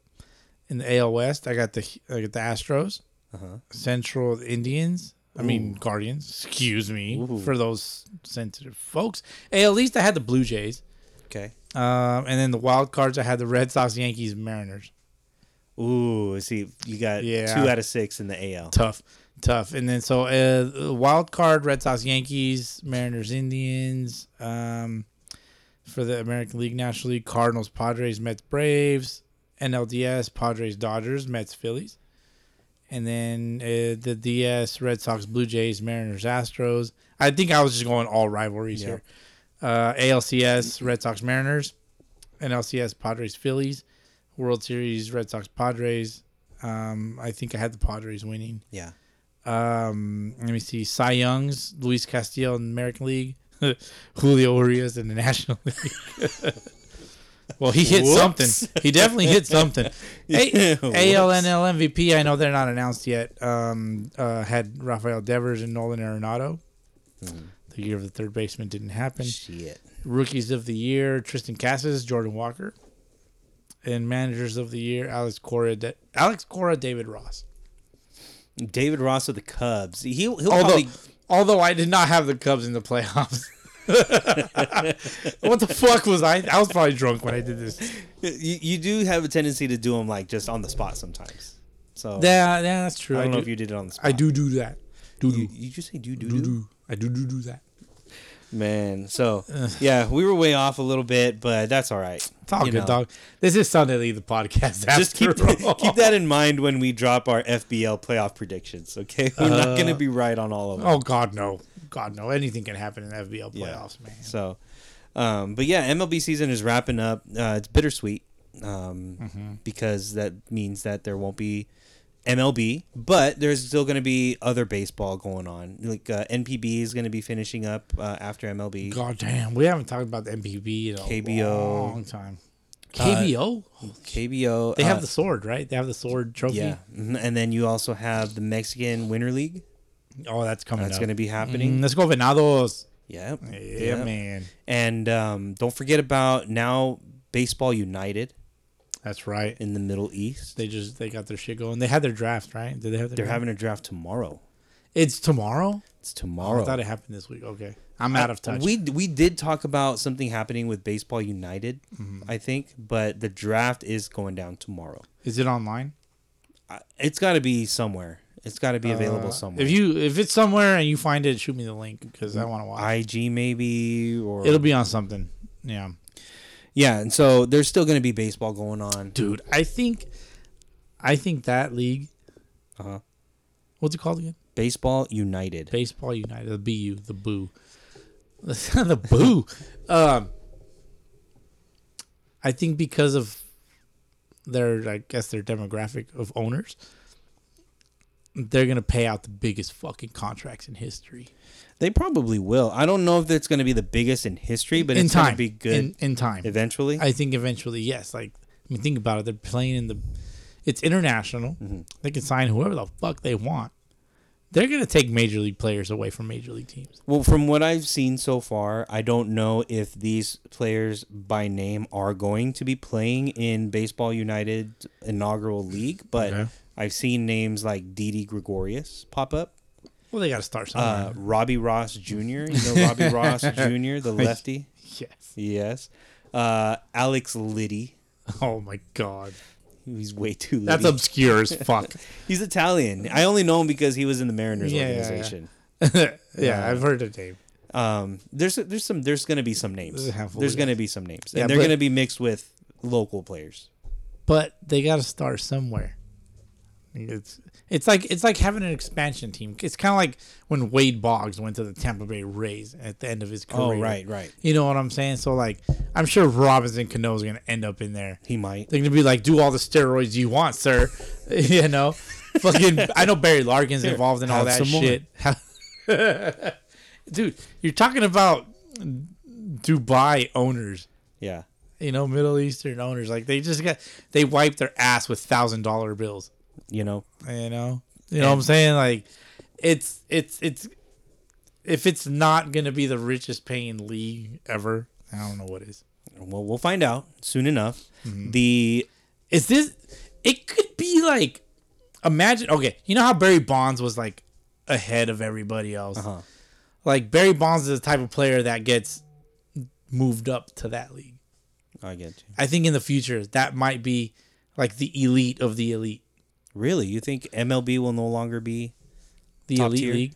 A: In the AL West, I got the I got the Astros,
C: Uh-huh.
A: Central the Indians. I mean Guardians. Excuse me
C: Ooh.
A: for those sensitive folks. AL East, I had the Blue Jays,
C: Okay.
A: um, and then the wild cards, I had the Red Sox, Yankees, Mariners.
C: Ooh, see, you got
A: Yeah.
C: two out of six in the AL.
A: Tough, tough. And then so uh, wild card, Red Sox, Yankees, Mariners, Indians. Um, for the American League, National League, Cardinals, Padres, Mets, Braves, NLDS, Padres, Dodgers, Mets, Phillies, and then uh, the DS, Red Sox, Blue Jays, Mariners, Astros. I think I was just going all rivalries
C: Yeah.
A: here. Uh, ALCS, Red Sox, Mariners, NLCS, Padres, Phillies, World Series, Red Sox, Padres. Um, I think I had the Padres winning.
C: Yeah.
A: Um, let me see. Cy Young's, Luis Castillo in the American League, Julio Urias in the National League. well, he hit
C: Whoops.
A: something. He definitely hit something.
C: Yeah,
A: A-
C: whoops.
A: ALNL MVP. I know they're not announced yet. Um, uh, had Rafael Devers and Nolan Arenado.
C: Hmm.
A: The year of the third baseman didn't happen.
C: Shit.
A: Rookies of the year: Tristan Cassis, Jordan Walker, and managers of the year: Alex Cora, Da- Alex Cora, David Ross.
C: David Ross of the Cubs. He, he'll
A: although
C: probably
A: although I did not have the Cubs in the playoffs. what the fuck was I? I was probably drunk when I did this.
C: you, you do have a tendency to do them like just on the spot sometimes. So
A: Yeah, yeah, that's true.
C: I
A: I,
C: don't know
A: do,
C: if you did it on the spot.
A: I do do that. Do
C: You,
A: do
C: you just say do do
A: do
C: do.
A: do. I do do do that.
C: Man, so yeah, we were way off a little bit, but that's all right.
A: It's all
C: You
A: good,
C: know,
A: dog. This is Sunday League, the podcast.
C: Just keep
A: after all.
C: keep that in mind when we drop our FBL playoff predictions. Okay, we're not
A: Uh,
C: gonna be right on all of them.
A: Oh God, no, God, no. Anything can happen in the FBL playoffs, man.
C: So, um, but yeah, MLB season is wrapping up. Uh, it's bittersweet um,
A: Mm-hmm.
C: because that means that there won't be MLB, but there's still going to be other baseball going on. Like uh, NPB is going to be finishing up uh, after MLB.
A: God damn, we haven't talked about the MPB in a
C: KBO.
A: long time. KBO,
C: KBO.
A: they
C: uh,
A: have the sword, right? They have the sword trophy.
C: yeah, mhm, and then you also have the Mexican Winter League.
A: Oh, that's coming.
C: That's
A: up.
C: going to be happening.
A: Mm, let's go Venados.
C: Yeah,
A: Yeah,
C: yeah.
A: man.
C: And um, don't forget about now Baseball United
A: That's right.
C: in the Middle East.
A: They just they got their shit going. They had their draft, right? Did they have their
C: They're
A: draft?
C: having a draft tomorrow.
A: It's tomorrow?
C: It's tomorrow.
A: Oh, I thought it happened this week. Okay. I'm out of touch.
C: We we did talk about something happening with Baseball United,
A: Mm-hmm.
C: I think, but the draft is going down tomorrow.
A: Is it online?
C: I- It's got to be somewhere. It's got to be available
A: Uh,
C: somewhere.
A: If you if it's somewhere and you find it, shoot me the link because I want to watch.
C: IG maybe or
A: It'll be on something. Yeah.
C: yeah, and so there's still going to be baseball going on.
A: Dude, I think I think that league
C: Uh-huh.
A: What's it called again?
C: Baseball United.
A: Baseball United, the BU, the boo. the boo. um I think because of their I guess their demographic of owners, they're gonna pay out the biggest fucking contracts in history.
C: They probably will. I don't know if it's going to be the biggest in history, but
A: in
C: it's going
A: time,
C: to be good
A: In, in time,
C: eventually.
A: I think eventually, yes. Like, I mean, think about it. They're playing in the. It's international.
C: Mm-hmm.
A: They can sign whoever the fuck they want. They're gonna take major league players away from major league teams.
C: well, from what I've seen so far, I don't know if these players by name are going to be playing in Baseball United inaugural league, but
A: Okay.
C: I've seen names like Didi Gregorius pop up.
A: Well, they gotta start somewhere.
C: Uh, Robbie Ross Jr. You know Robbie Ross Jr., the lefty?
A: yes.
C: Yes. Uh, Alex Liddy.
A: Oh my god,
C: He's way too litty.
A: that's obscure as fuck.
C: He's Italian. I only know him because he was in the Mariners
A: Yeah, yeah, yeah.
C: organization.
A: yeah, I've heard the name.
C: Um, there's there's some there's gonna be some names.
A: There's a handful,
C: There's
A: yeah.
C: gonna be some names,
A: Yeah,
C: and they're
A: but-
C: gonna be mixed with local players.
A: but they got to start somewhere. It's it's like it's like having an expansion team. It's kind of like when Wade Boggs went to the Tampa Bay Rays at the end of his career.
C: Oh, right, right.
A: You know what I'm saying? So like, I'm sure Robinson Cano is gonna end up in there.
C: He might.
A: They're gonna be like, do all the steroids you want, sir. you know, fucking. I know Barry Larkin's involved in all that
C: have some more.
A: shit. Dude, you're talking about Dubai owners
C: Yeah,
A: you know, Middle Eastern owners. Like they just got they wipe their ass with thousand dollar bills.
C: you know.
A: You know, you know what I'm saying? Like it's it's it's if it's not gonna be the richest paying league ever, I don't know what is.
C: Well, we'll find out soon enough.
A: Mm-hmm.
C: The
A: Is this? It could be like imagine. Okay, you know how Barry Bonds was like ahead of everybody else.
C: Uh-huh.
A: Like Barry Bonds is the type of player that gets moved up to that league.
C: I get you.
A: I think in the future that might be like the elite of the elite.
C: Really, you think MLB will no longer be
A: The
C: Top
A: elite
C: tier.
A: league.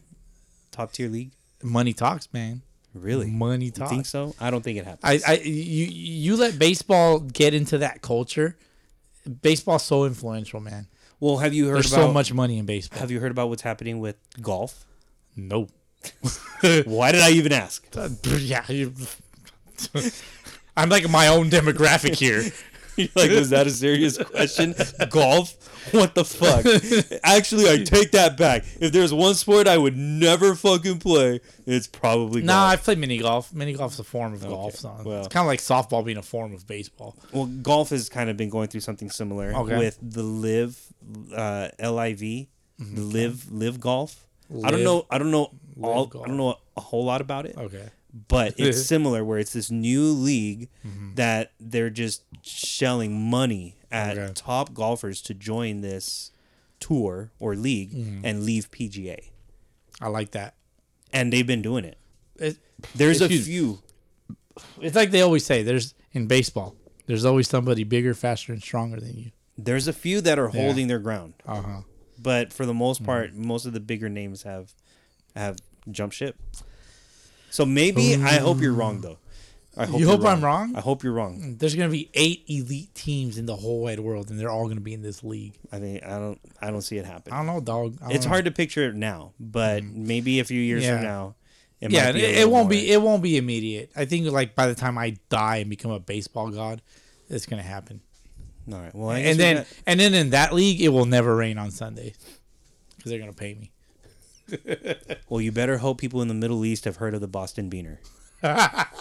C: top tier league?
A: money talks, man.
C: Really?
A: Money
C: You
A: talks.
C: think so? I don't think it happens.
A: I, I, you, you let baseball get into that culture. Baseball's so influential, man.
C: well, have you heard
A: There's
C: about
A: so much money in baseball.
C: Have you heard about what's happening with golf?
A: No.
C: Why did I even ask?
A: yeah. you- I'm like my own demographic here.
C: like, was that a serious question? Golf? What the fuck? Actually, I take that back. If there's one sport I would never fucking play, it's probably golf.
A: No, I've played mini golf. Mini golf's a form of golf. So
C: well.
A: it's kind of like softball being a form of baseball.
C: well, golf has kind of been going through something similar
A: Okay.
C: with the live, uh, L-I-V, live, Mm-hmm. live golf. I don't
A: Live-
C: know. I don't know. All,
A: golf.
C: I don't know a whole lot about it.
A: Okay.
C: but it's similar where it's this new league
A: Mm-hmm.
C: that they're just shelling money at
A: Okay.
C: top golfers to join this tour or league
A: Mm-hmm.
C: and leave PGA.
A: I like that.
C: And they've been doing it.
A: It,
C: There's a
A: Excuse-
C: few.
A: it's like they always say there's in baseball, there's always somebody bigger, faster, and stronger than you.
C: There's a few that are holding their ground.
A: Uh mm-hmm. huh.
C: But for the most part, most of the bigger names have have jump ship. So maybe I hope you're wrong though. I hope
A: You
C: you're
A: hope I'm wrong? Mm.
C: I hope you're wrong.
A: There's gonna be eight elite teams in the whole wide world, and they're all gonna be in this league.
C: I mean I don't I don't see it happen.
A: I don't know, dog. I don't
C: it's
A: know.
C: hard to picture it now, but maybe a few years
A: Mm-hmm. Yeah.
C: from now, it
A: Yeah,
C: might be
A: it,
C: a
A: it
C: little
A: won't
C: more-
A: be. It won't be immediate. I think like by the time I die and become a baseball god, it's gonna happen.
C: All right. Well, I guess
A: And
C: we
A: then,
C: got-
A: and then in that league, it will never rain on Sundays because they're gonna pay me.
C: well, you better hope people in the Middle East have heard of the Boston Beaner.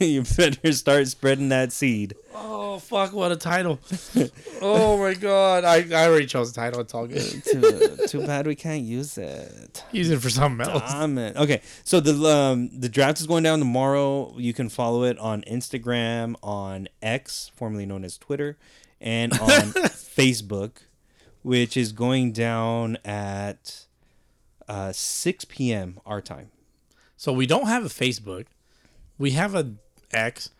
C: you better start spreading that seed.
A: Oh fuck! What a title! oh my god! I, I already chose the title. It's all good.
C: Too, too bad we can't use it.
A: Use it for something else.
C: Amen. Okay, so the um, the draft is going down tomorrow. You can follow it on Instagram, on X, formerly known as Twitter, and on Facebook, which is going down at uh, 6 p.m. our time.
A: So we don't have a Facebook. We have a X.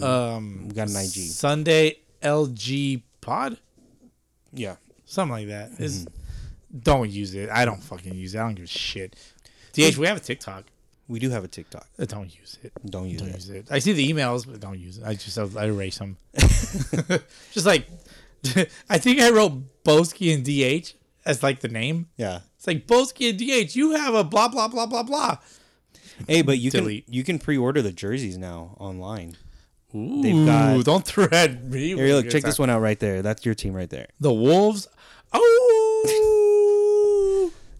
A: Um,
C: We got an IG.
A: Sunday LG Pod.
C: Yeah.
A: something like that. It's- don't use it. I don't fucking use it. I don't give a shit. DH, we have a TikTok.
C: We do have a TikTok.
A: Uh, Don't use it.
C: Don't use
A: Don't
C: it.
A: use it. I see the emails, but don't use it. I just I erase them. just like I think I wrote Boski and DH as like the name.
C: Yeah.
A: It's like Boski and DH. You have a blah blah blah blah blah.
C: Hey, but you
A: Delete.
C: can you can pre-order the jerseys now online. They've got-
A: don't thread me. with
C: Here, look,
A: your
C: check this
A: time.
C: one out right there. That's your team right there.
A: The Wolves. Oh.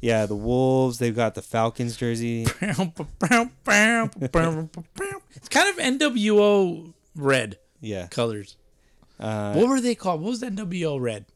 C: Yeah, the Wolves. They've got the Falcons jersey.
A: it's kind of NWO red
C: Yeah,
A: colors.
C: uh,
A: What were they called? What was the NWO red?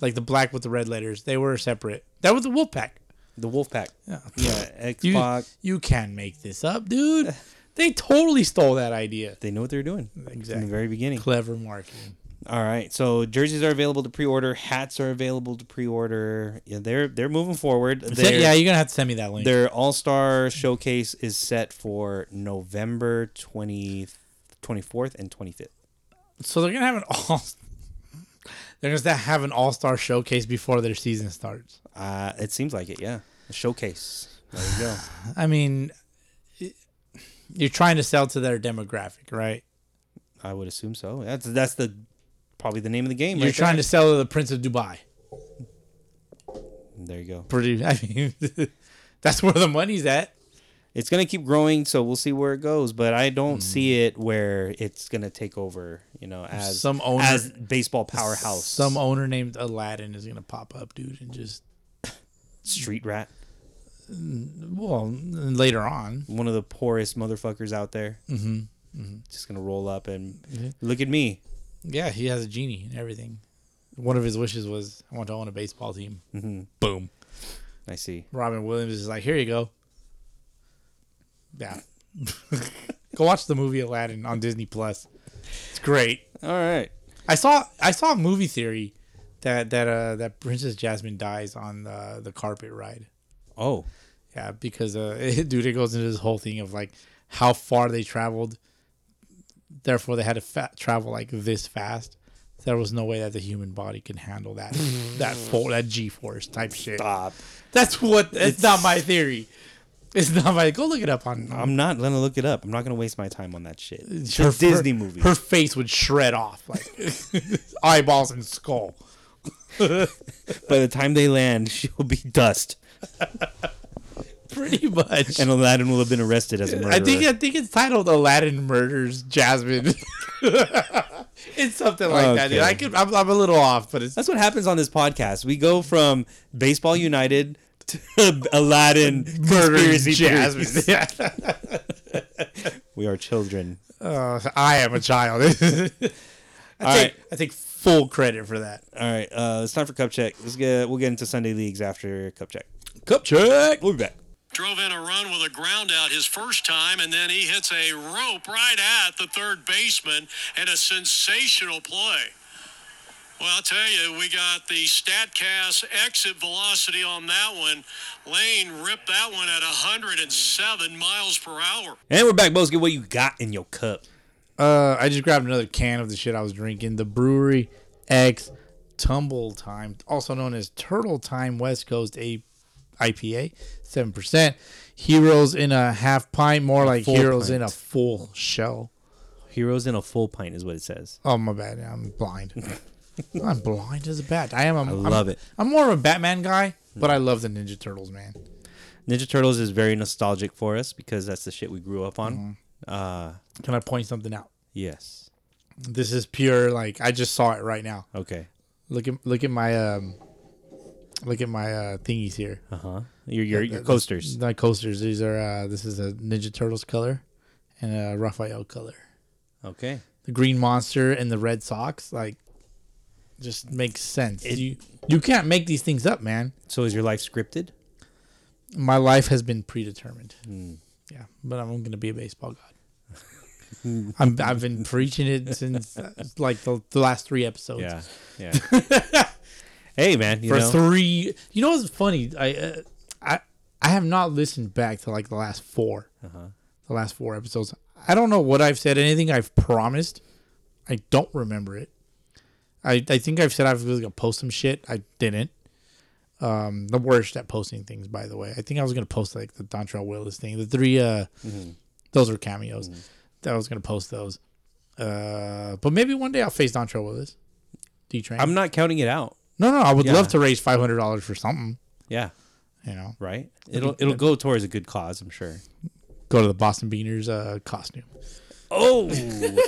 A: Like the black with the red letters. They were separate. That was the Wolfpack.
C: the Wolfpack.
A: Yeah.
C: Yeah, X
A: You,
C: Pac.
A: you can't make this up, dude. They totally stole that idea.
C: They know what they're doing from the
A: Exactly.
C: very beginning.
A: Clever marketing.
C: All right, so jerseys are available to pre-order. Hats are available to pre-order. Yeah, they're they're moving forward. They're,
A: yeah, you're gonna have to send me that link.
C: Their All Star Showcase is set for November 20, 24th and 25th.
A: So they're gonna have an all. They're gonna have an all star showcase before their season starts.
C: Uh, it seems like it, yeah. A showcase. There you go.
A: I mean, it- you're trying to sell to their demographic, right?
C: I would assume so. That's that's the probably the name of the game.
A: You're
C: right
A: trying
C: there.
A: to sell to the Prince of Dubai.
C: There you go.
A: Pretty. I mean, that's where the money's at.
C: It's gonna keep growing, so we'll see where it goes. But I don't
A: Mm.
C: see it where it's gonna take over. You know, as
A: Some owner-
C: as baseball powerhouse,
A: Some owner named Aladdin is gonna pop up, dude, and just
C: street rat,
A: well later on.
C: one of the poorest motherfuckers out there. Mm-hmm. Just gonna roll up and look at me.
A: Yeah, he has a genie and everything. One of his wishes was, "I want to own a baseball team." Boom.
C: I see.
A: Mm-hmm. Robin Williams is like, here you go. Yeah. go watch the movie Aladdin on Disney Plus. It's great.
C: All right.
A: I saw I saw a movie theory that that uh that Princess Jasmine dies on the the carpet ride.
C: Oh,
A: Yeah, because uh dude it goes into this whole thing of like how far they traveled. Therefore they had to fa- travel like this fast. There was no way that the human body can handle that that fo- that G force type shit.
C: Bob.
A: That's what. It's, not my theory. It's not my. Go look it up on.
C: I'm not gonna look it up. I'm not gonna waste my time on that shit. It's
A: her-
C: a Disney movie.
A: Her face would shred off like eyeballs and skull.
C: By the time they land, she'll be dust,
A: Pretty much.
C: and Aladdin will have been arrested as a murderer.
A: I think I think it's titled Aladdin Murders Jasmine. it's something like that. Dude.
C: Okay.
A: I could. I'm, I'm a little off, but it's
C: That's what happens on this podcast. We go from Baseball United to Aladdin
A: murdering
C: conspiracy
A: Jasmine.
C: theories.
A: Yeah.
C: We are children.
A: Uh, I am a child. I, take,
C: All right,
A: I take full credit for that.
C: all right. Uh, it's time for cup check. Let's get we'll get into Sunday leagues after cup check.
A: Cup check.
C: We'll be back.
D: Drove in a run with a ground out his first time, and then he hits a rope right at the third baseman and a sensational play. Well, I'll tell you, we got the StatCast exit velocity on that one. Lane ripped that one at 107 miles per hour.
C: And we're back, Boski. What you got in your cup?
A: Uh, I just grabbed another can of the shit I was drinking. The Brewery X Tumble Time, also known as Turtle Time West Coast a- IPA, seven percent. Heroes in a half pint, more like
C: full
A: heroes in a
C: pint.
A: full shell.
C: Heroes in a full pint is what it says.
A: Oh my bad, I'm blind. I'm blind as a bat. I am. I'm, I
C: love it.
A: I'm more of a Batman guy, but I love the Ninja Turtles, man.
C: Ninja Turtles is very nostalgic for us because that's the shit we grew up on. Uh,
A: Can I point something out?
C: yes.
A: This is pure. Like I just saw it right now.
C: Okay.
A: Look at look at my um, look at my uh thingies here.
C: Uh huh. Your your, your coasters.
A: Not coasters. These are uh, this is a Ninja Turtles color and a Raphael color.
C: Okay.
A: The green monster and the red socks like just makes sense.
C: It-
A: you you can't make these things up, man.
C: So is your life scripted?
A: My life has been predetermined. Yeah, but I'm gonna be a baseball god. I'm, I've been preaching it since uh, like the, the last three episodes.
C: Yeah. hey man, you
A: for
C: know,
A: three. You know what's funny? I uh, I I have not listened back to like the last 4
C: Uh-huh.
A: the last four episodes. I don't know what I've said. Anything I've promised, I don't remember it. I I think I've said I was gonna post some shit. I didn't. Um, the worst at posting things, by the way. I think I was gonna post like the Dontrell Willis thing. The three uh,
C: Mm-hmm.
A: those were cameos. That I was gonna post those. Uh, but maybe one day I'll face Dontrell Willis. D train.
C: I'm not counting it out.
A: No, no, I would
C: Yeah.
A: love to raise five hundred dollars for something.
C: Yeah.
A: You know,
C: Right. It'll it'll go towards a good cause, I'm sure.
A: go to the Boston Beaners uh, costume.
C: Oh,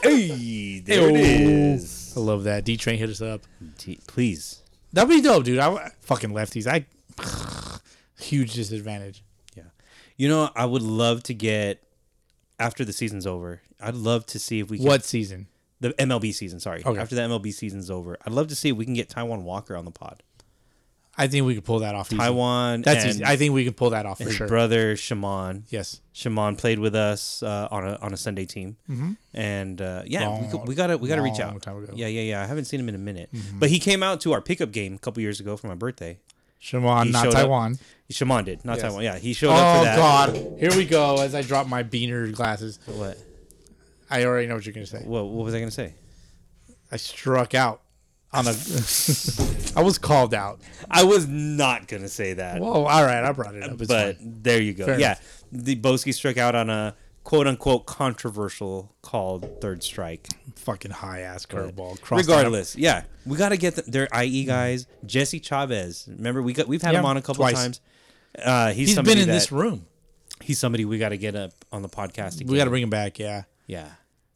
C: hey, there it is.
A: I love that. D Train hit us up.
C: T- please.
A: That'd be dope, dude. I w- fucking lefties. I huge disadvantage.
C: Yeah. You know, I would love to get after the season's over. I'd love to see if we can
A: What season?
C: the MLB season, sorry.
A: Okay.
C: After the MLB season's over, I'd love to see if we can get Taiwan Walker on the pod.
A: I think we could pull that off. Easy.
C: Taiwan
A: That's
C: and
A: easy. I think we could pull that off for
C: his
A: sure.
C: brother Shimon.
A: yes.
C: Shimon played with us uh, on a on a Sunday team, and uh, yeah, we,
A: Mm-hmm. Long-
C: could- we gotta we gotta reach
A: long
C: out.
A: time ago. Mm-hmm.
C: Yeah, yeah, yeah. I haven't seen him in a minute, but he came out to our pickup game a couple years ago for my birthday.
A: Shimon,
C: He
A: not
C: showed up-
A: Taiwan.
C: Shimon did, not
A: Yes.
C: Taiwan. Yeah, he showed up
A: Oh
C: for that.
A: God! Here we go. As I drop my beaner glasses,
C: What?
A: I already know what you're gonna say.
C: What? What was I gonna say?
A: I struck out on a. I was called out.
C: I was not gonna say that,
A: Whoa! All right, I brought it up. It's
C: but
A: fine.
C: there you go.
A: Fair
C: yeah, the Boski struck out on a quote unquote controversial called third strike.
A: fucking high ass curveball. crossed out.
C: Regardless, yeah, we got to get them. Their IE guys, Jesse Chavez. Remember, we got we've had
A: Yeah,
C: him on a couple
A: twice.
C: times. Uh, he's
A: he's
C: somebody
A: been in
C: that-
A: this room.
C: He's somebody we got to get up on the podcast. Again.
A: We got to bring him back. Yeah,
C: yeah.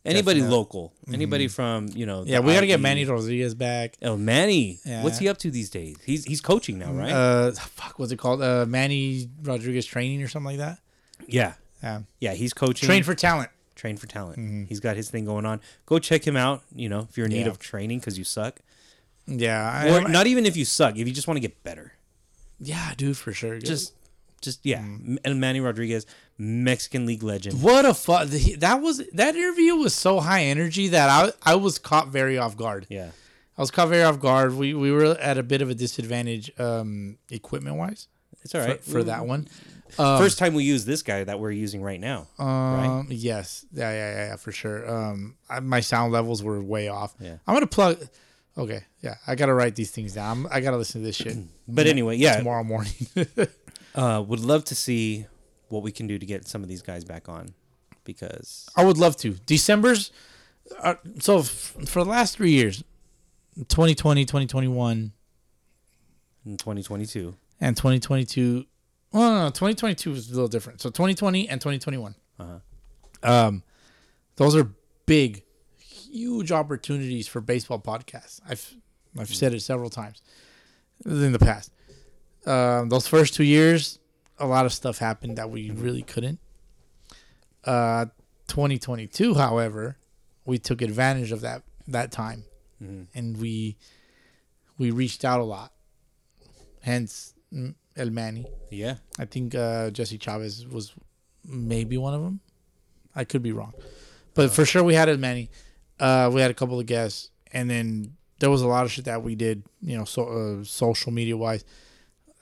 C: Anybody
A: Definitely. Mm-hmm.
C: local, anybody from you know.
A: yeah.
C: the
A: We got to get
C: IE.
A: Manny Rodriguez back.
C: Oh, Manny,
A: Yeah.
C: what's he up to these days? He's he's coaching now, right?
A: Uh, fuck, what's it called? Uh, Manny Rodriguez training or something like that.
C: yeah,
A: Yeah,
C: yeah. He's coaching.
A: Uh, train for talent.
C: train for talent. He's got his thing going on. Go check him out. You know, if you're in need
A: Yeah.
C: of training because you suck,
A: Yeah, I,
C: or
A: I'm-
C: not even if you suck, if you just want to get better.
A: yeah, dude, for sure.
C: just just yeah
A: Mm.
C: M- and manny rodriguez mexican league legend
A: What a fu- the- That was that interview was so high energy that I I was caught very off guard.
C: yeah
A: I was caught very off guard. We we were at a bit of a disadvantage, um, equipment wise,
C: it's all right
A: for, for that one.
C: first time we use this guy that we're using right now right
A: Um, yes, yeah, yeah, yeah, yeah, for sure. Um, I, my sound levels were way off.
C: Yeah.
A: I'm gonna plug. Okay, yeah, I gotta write these things down. I'm, I gotta listen to this shit
C: but anyway yeah
A: tomorrow morning.
C: uh, would love to see what we can do to get some of these guys back on because
A: I would love to. December's uh, so f- for the last three years, 2020, 2021,
C: in 2022
A: and 2022. Well, no, no, 2022 was a little different. So 2020 and 2021. Um, those are big, huge opportunities for baseball podcasts. I've I've said it several times in the past. Um, those first two years, a lot of stuff happened that we really couldn't. Uh, 2022, however, we took advantage of that that time, and we we reached out a lot. Hence, mm, El Manny.
C: yeah
A: I think uh, Jesse Chavez was maybe one of them. I could be wrong, but for sure we had as many. Uh, we had a couple of guests, and then there was a lot of shit that we did. You know, so uh, social media wise,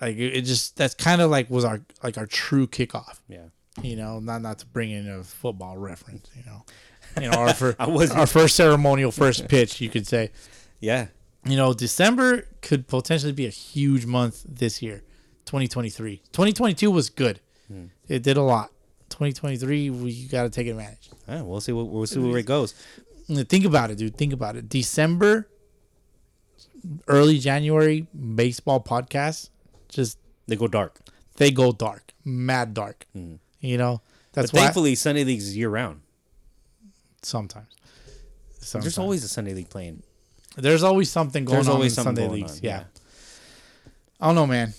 A: like it, it just that's kind of like was our like our true kickoff.
C: yeah
A: You know, not not to bring in a football reference. You know, you know our first
C: I wasn't-
A: our first ceremonial first pitch. You could say
C: yeah
A: you know, December could potentially be a huge month this year, 2023. 2022 was good.
C: Hmm.
A: It did a lot. 2023, we got to take advantage.
C: All right, we'll see what we'll see where it goes
A: Think about it, dude. Think about it. December, early January, baseball podcasts, just
C: they go dark
A: they go dark, mad dark. You know, that's
C: Hmm. but
A: why
C: thankfully sunday league's year round
A: sometimes. sometimes.
C: there's always a sunday league playing
A: there's always something going
C: There's
A: on
C: always
A: in
C: something
A: Sunday
C: going
A: leagues.
C: on,
A: yeah.
C: yeah.
A: I don't know, man.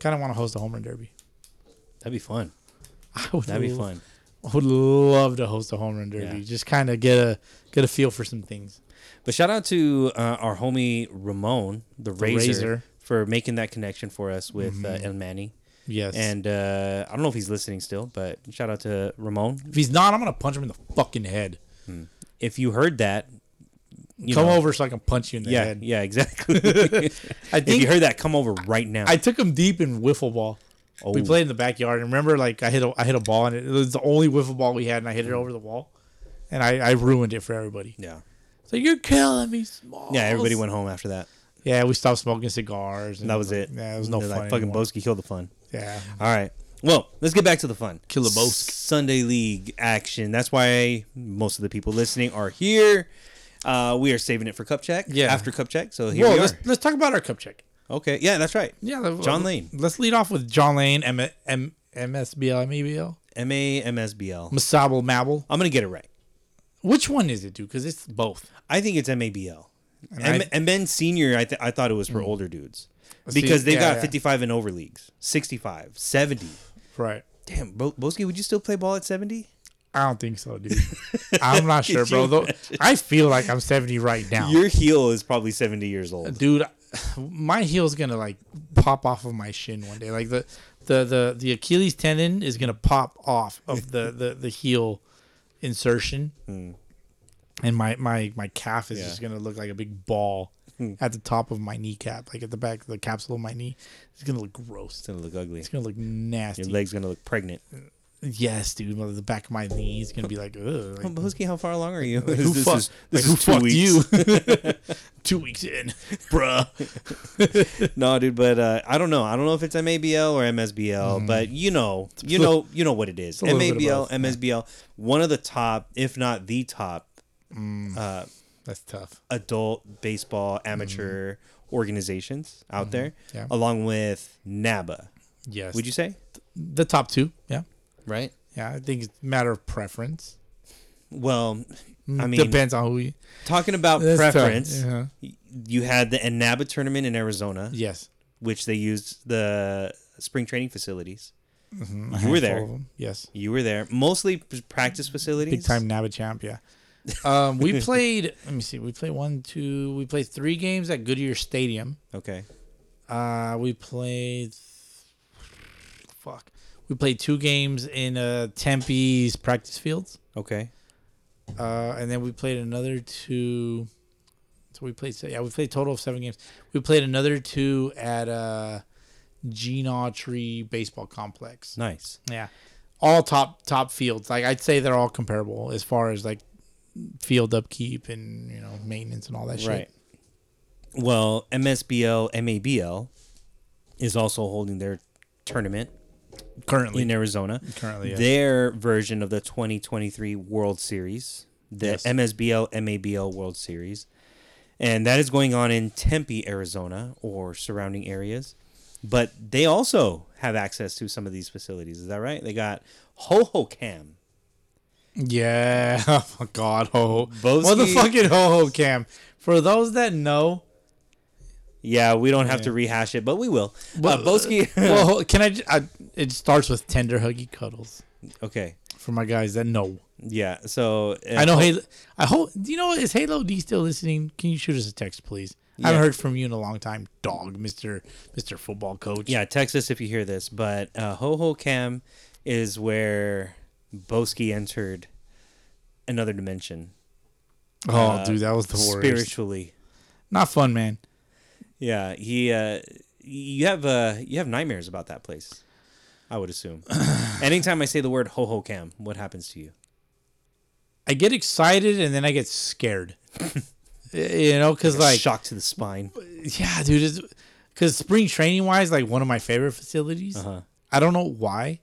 A: Kind of want to host a home run derby.
C: that'd be fun
A: I would
C: that'd be
A: lo-
C: fun
A: would love to host a home run derby.
C: Yeah.
A: Just kind of get a get a feel for some things.
C: But shout out to uh, our homie Ramon, the, Razor,
A: Razor. Mm-hmm.
C: for making that connection for us with uh, El Manny.
A: Yes. And
C: And uh, I don't know if he's listening still, but shout out to Ramon.
A: if he's not, I'm gonna punch him in the fucking head.
C: If you heard that, you
A: Come
C: know-
A: over so I can punch you in the
C: Yeah,
A: head.
C: yeah, exactly. I think if you heard that, come over right now.
A: I took him deep in wiffle ball. We
C: Oh.
A: played in the backyard, and remember, like I hit a I hit a ball, and it was the only wiffle ball we had, and I hit it over the wall, and I, I ruined it for everybody.
C: yeah,
A: So you're killing me, small.
C: yeah. Everybody went home after that.
A: Yeah, we stopped smoking cigars. And
C: That was it.
A: Yeah, it was no
C: They're
A: fun.
C: Like, fucking
A: anymore.
C: Boski killed the fun.
A: Yeah,
C: All right. Well, let's get back to the fun.
A: Kill a Bosk.
C: Sunday League action. That's why most of the people listening are here. Uh, we are saving it for cup check.
A: Yeah.
C: After cup check. So here
A: Well,
C: we are.
A: let's, let's talk about our cup check.
C: Okay. Yeah, that's right.
A: Yeah, let-
C: John Lane.
A: Let's lead off with John Lane, M- M- MSBL, MEBL,
C: M A M S B L.
A: Masabel Mabel.
C: I'm gonna get it right.
A: Which one is it, dude? Because it's both.
C: I think it's MABL. And, Mm.
A: I-
C: and then senior, I, th- I thought it was for older dudes because they
A: yeah,
C: got
A: yeah.
C: 55 and over leagues, 65, 70.
A: Right.
C: Damn, Bo- Boski, would you still play ball at 70?
A: I don't think so, dude. I'm not sure,
C: Could
A: bro.
C: you
A: Though I feel like I'm 70 right now,
C: Your heel is probably 70 years old.
A: dude. My heel's gonna like pop off of my shin one day. Like the the the, the Achilles tendon is gonna pop off of the the, the heel insertion, and my my my calf is
C: Hmm. Yeah. Hmm.
A: just gonna look like a big ball at the top of my kneecap, like at the back of the capsule of my knee. It's gonna look gross.
C: It's gonna look ugly.
A: It's gonna look nasty.
C: Your leg's gonna look pregnant.
A: yes, dude. The back of my knee is gonna be like, ugh. like-
C: Boski, how far along are you?
A: who
C: this
A: fuck-
C: is,
A: like,
C: this is
A: who
C: two weeks.
A: fucked you? two weeks in, bruh.
C: No, dude, but uh, I don't know. I don't know if it's MABL or MSBL,
A: Mm-hmm.
C: but you know, you know, you know what it is.
A: a little bit of
C: MABL,
A: both, yeah.
C: MSBL, one of the top, if not the top, uh,
A: That's tough.
C: adult baseball amateur organizations out there,
A: Mm-hmm. Yeah.
C: along with NABA.
A: Yes.
C: Would you say
A: the top two? Yeah.
C: right?
A: Yeah, I think it's a matter of preference.
C: Well, I mean,
A: Depends on who you.
C: talking about
A: Mm, That's tough,
C: preference,
A: yeah.
C: y- you had the NABA tournament in Arizona,
A: Yes.
C: which they used the spring training facilities. You were
A: All
C: there.
A: Mm-hmm. of them. Yes.
C: You were there. Mostly p- practice facilities.
A: Big time NABA champ. Yeah. Um, we played. let me see. We played one, two. We played three games at Goodyear Stadium.
C: Okay.
A: Uh, we played. Fuck. We played two games in uh, Tempe's practice fields.
C: Okay.
A: uh, and then we played another two. So we played, yeah, we played a total of seven games. We played another two at uh, Gene Autry Baseball Complex.
C: Nice.
A: Yeah, all top top fields. Like I'd say they're all comparable as far as like field upkeep and you know maintenance and all that
C: Right.
A: shit.
C: Well, MSBL, MABL is also holding their tournament
A: Currently,
C: in Arizona.
A: Currently, yes.
C: Their version of the 2023 World Series, the
A: Yes.
C: MSBL, MABL World Series. And that is going on in Tempe, Arizona, or surrounding areas. But they also have access to some of these facilities. Is that right? They got HoHoCam.
A: yeah. Oh my God, ho ho,
C: Boski-
A: motherfucking ho ho cam. For those that know,
C: Yeah, we don't have to rehash it, but we will.
A: Well,
C: uh, Boski.
A: well, can I, j- I? It starts with tender huggy cuddles
C: okay.
A: for my guys that know.
C: Yeah. So uh,
A: I know Halo. I hope you know. Is Halo D still listening? Can you shoot us a text, please? I
C: Yeah.
A: haven't heard from you in a long time, dog, Mister Mister Football Coach.
C: Yeah, text us if you hear this. But uh, Ho Ho Cam is where Boski entered another dimension
A: Oh, dude, that was the worst.
C: spiritually.
A: Not fun, man.
C: Yeah, he. Uh, you have uh, you have nightmares about that place. I would assume. Anytime I say the word Ho Ho Cam, what happens to you?
A: I get excited and then I get scared. you know, because like,
C: shock to the spine.
A: yeah, dude, because spring training wise, like one of my favorite facilities.
C: Uh-huh.
A: I don't know why.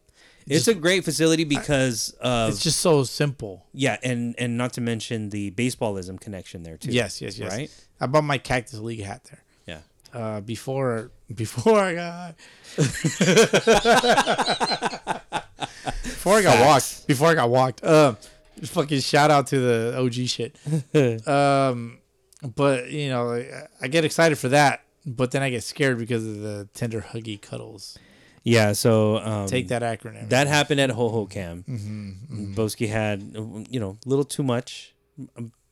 C: It's a great facility because of
A: It's just so simple.
C: yeah, and and not to mention the baseballism connection there too.
A: Yes, yes, yes.
C: Right?
A: I bought my Cactus League hat there.
C: Yeah.
A: uh, before before I got before I got walked before I got walked. Um, fucking shout out to the OG shit. um, but you know, I- I get excited for that, but then I get scared because of the tender huggy cuddles.
C: Yeah. So um,
A: Take that acronym.
C: That happened at Ho Ho Cam.
A: Mm-hmm,
C: Boski had, you know, a little too much.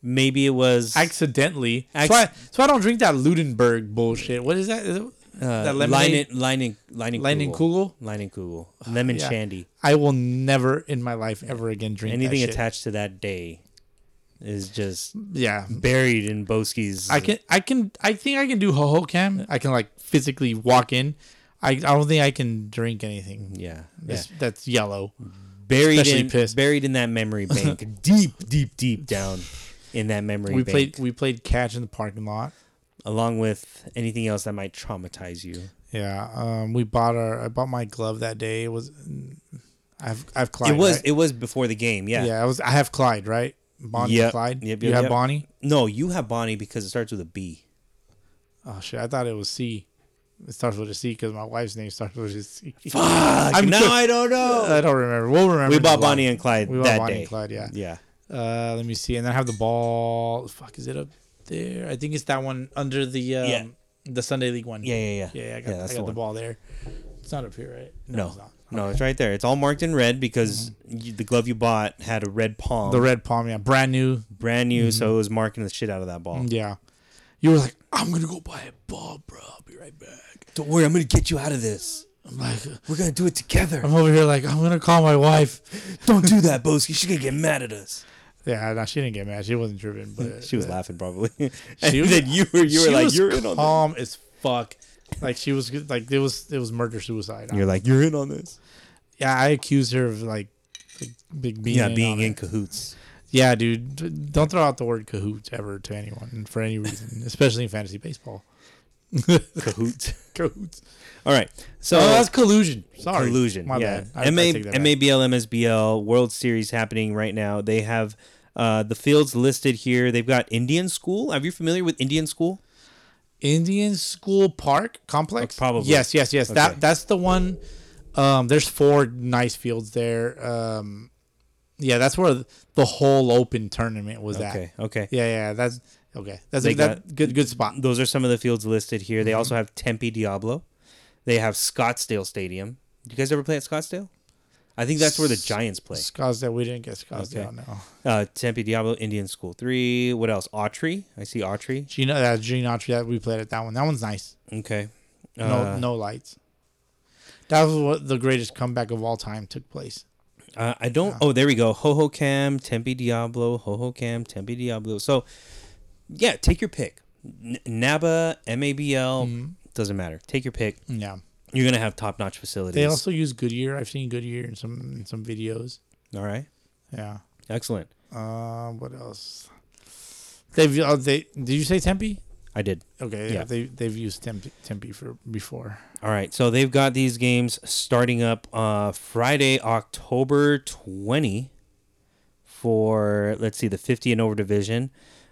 C: Maybe it was
A: accidentally.
C: Acc-
A: so, I, so I don't drink that Ludenberg bullshit. What is that? Is it- that lemonade.
C: line uh, and line and
A: Lemon Kugel? Ah,
C: line and Kugel, lemon
A: Yeah.
C: shandy.
A: I will never in my life ever again drink
C: Anything
A: that shit.
C: attached to that day is just
A: Yeah,
C: buried in Boski's.
A: I can, I can, I think I can do ho ho cam. I can like physically walk in. I, I don't think I can drink anything
C: yeah, yeah.
A: that's, that's yellow.
C: buried
A: especially
C: in
A: pissed.
C: buried in that memory bank, deep, deep, deep down in that memory
A: We
C: bank,
A: played, we played catch in the parking lot.
C: along with anything else that might traumatize you.
A: Yeah, um, we bought our, I bought my glove that day. It was, I've, I've Clyde.
C: It was
A: right?
C: it was before the game. Yeah,
A: yeah, I was, I have Clyde, right? Bonnie and
C: Yep,
A: Clyde.
C: yep,
A: you
C: yep,
A: have
C: yep.
A: Bonnie.
C: No, you have Bonnie because it starts with a B.
A: Oh shit, I thought it was C. It starts with a C because my wife's name starts with a C.
C: Fuck.
A: I'm
C: now
A: sure-
C: I don't know. Uh,
A: I don't remember. We'll remember.
C: we
A: in
C: bought
A: July.
C: Bonnie and Clyde
A: We bought
C: that
A: Bonnie
C: day.
A: and Clyde. Yeah.
C: Yeah.
A: Uh, let me see. And then I have the ball. Fuck, is it up there? I think it's that one under the um,
C: Yeah.
A: the Sunday League one.
C: Yeah, yeah, yeah.
A: Yeah, I got,
C: Yeah, that's
A: I got
C: the
A: the,
C: one.
A: ball there. It's not up here, right?
C: No,
A: it's not.
C: no, it's right there. It's all marked in red because you, the glove you bought had a Mm-hmm. red Mm-hmm. palm,
A: The red palm, yeah, brand new.
C: brand new, so it was marking the shit out of that ball.
A: Yeah. You were like, I'm gonna go buy a ball, bro. I'll be right back.
C: Don't worry, I'm gonna get you out of this.
A: I'm like,
C: We're gonna do it together.
A: I'm over here like, I'm gonna call my wife.
C: Don't do that, Boski. She's gonna get mad at us.
A: Yeah, no, she didn't get mad. She wasn't driven, but
C: She was laughing probably. and
A: was-
C: then you were you were
A: she
C: like
A: was
C: you're in on this.
A: calm as fuck. Like she was good- like it was it was murder suicide.
C: You're like you're in on this.
A: yeah, I accused her of like, like big being
C: Yeah,
A: in
C: being
A: on
C: in
A: it.
C: cahoots.
A: Yeah, dude, d- don't throw out the word cahoots ever to anyone for any reason, especially in fantasy baseball.
C: Cahoots.
A: Cahoots.
C: All right. So
A: Oh, that's collusion. Sorry,
C: collusion.
A: My
C: yeah.
A: bad. I,
C: MA,
A: I take that back.
C: MABL, MSBL, World Series happening right now. They have uh, the fields listed here. They've got Indian School. Are you familiar with Indian School?
A: Indian School Park complex.
C: Oh, probably.
A: Yes, yes, yes. That
C: Okay.
A: that's the one. Um, there's four nice fields there. Um, yeah, that's where the whole open tournament was at.
C: Okay. Okay.
A: Yeah, yeah. That's okay. That's
C: They
A: a that,
C: got-
A: good good spot.
C: Those are some of the fields listed here.
A: Mm-hmm.
C: They also have Tempe Diablo. They have Scottsdale Stadium. Do you guys ever play at Scottsdale? I think that's where the Giants play.
A: Scottsdale. We didn't get Scottsdale.
C: Okay.
A: No.
C: Uh, Tempe Diablo, Indian School 3. What else? Autry. I see Autry.
A: Gina, that's Gene Autry. uh, That we played at that one. That one's nice.
C: Okay.
A: No,
C: Uh,
A: no lights. That was what the greatest comeback of all time took place.
C: Uh, I don't. Oh, there we go. Ho Ho Cam, Tempe Diablo, Ho Ho Cam, Tempe Diablo. So, yeah, take your pick. N- Naba, MABL,
A: Mm-hmm.
C: doesn't matter. Take your pick.
A: Yeah.
C: You're gonna have top notch facilities.
A: They also use Goodyear. I've seen Goodyear in some in some videos.
C: All right.
A: Yeah.
C: Excellent.
A: Uh, what else? They've uh, they did you say Tempe?
C: I did.
A: Okay, yeah.
C: Yeah.
A: They they've used Tempe Tempe for before.
C: All right. So they've got these games starting up uh, Friday, October 20 for, let's see, the 50 and over division.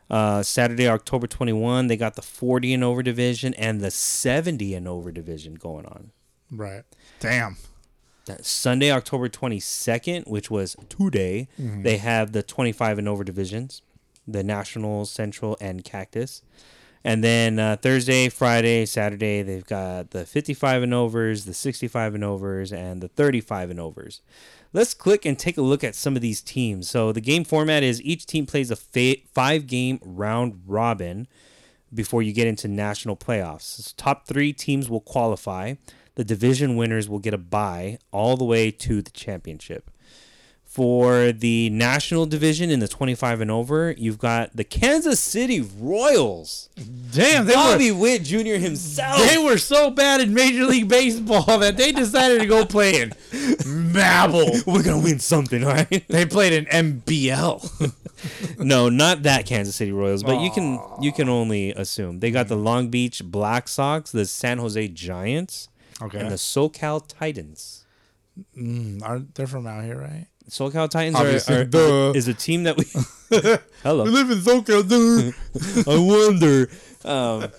C: Uh, Saturday, October 21, they got the 40 and over division and the 70 and over division going on.
A: Right. Damn.
C: That Sunday, October 22nd, which was today, they have the 25 and over divisions, the National, Central, and Cactus. And then uh, Thursday, Friday, Saturday, they've got the 55 and overs, the 65 and overs, and the 35 and overs. Let's click and take a look at some of these teams. So the game format is each team plays a fa- five game round robin before you get into national playoffs. So top three teams will qualify. The division winners will get a bye all the way to the championship. For the national division in the 25 and over, you've got the Kansas City Royals.
A: Damn. They
C: Bobby Witt Jr. himself.
A: were they were so bad in Major League Baseball that they decided to go play in Mabel.
C: we're going to win something, all right?
A: They played in MBL.
C: no, not that Kansas City Royals, but you can you can only assume. They got the Long Beach Black Sox, the San Jose Giants,
A: Okay.
C: and the SoCal Titans.
A: Aren't they from out here, right?
C: SoCal Titans
A: Obviously,
C: are, are-
A: duh.
C: is a team that we Hello.
A: live in SoCal, dude.
C: I wonder. Um,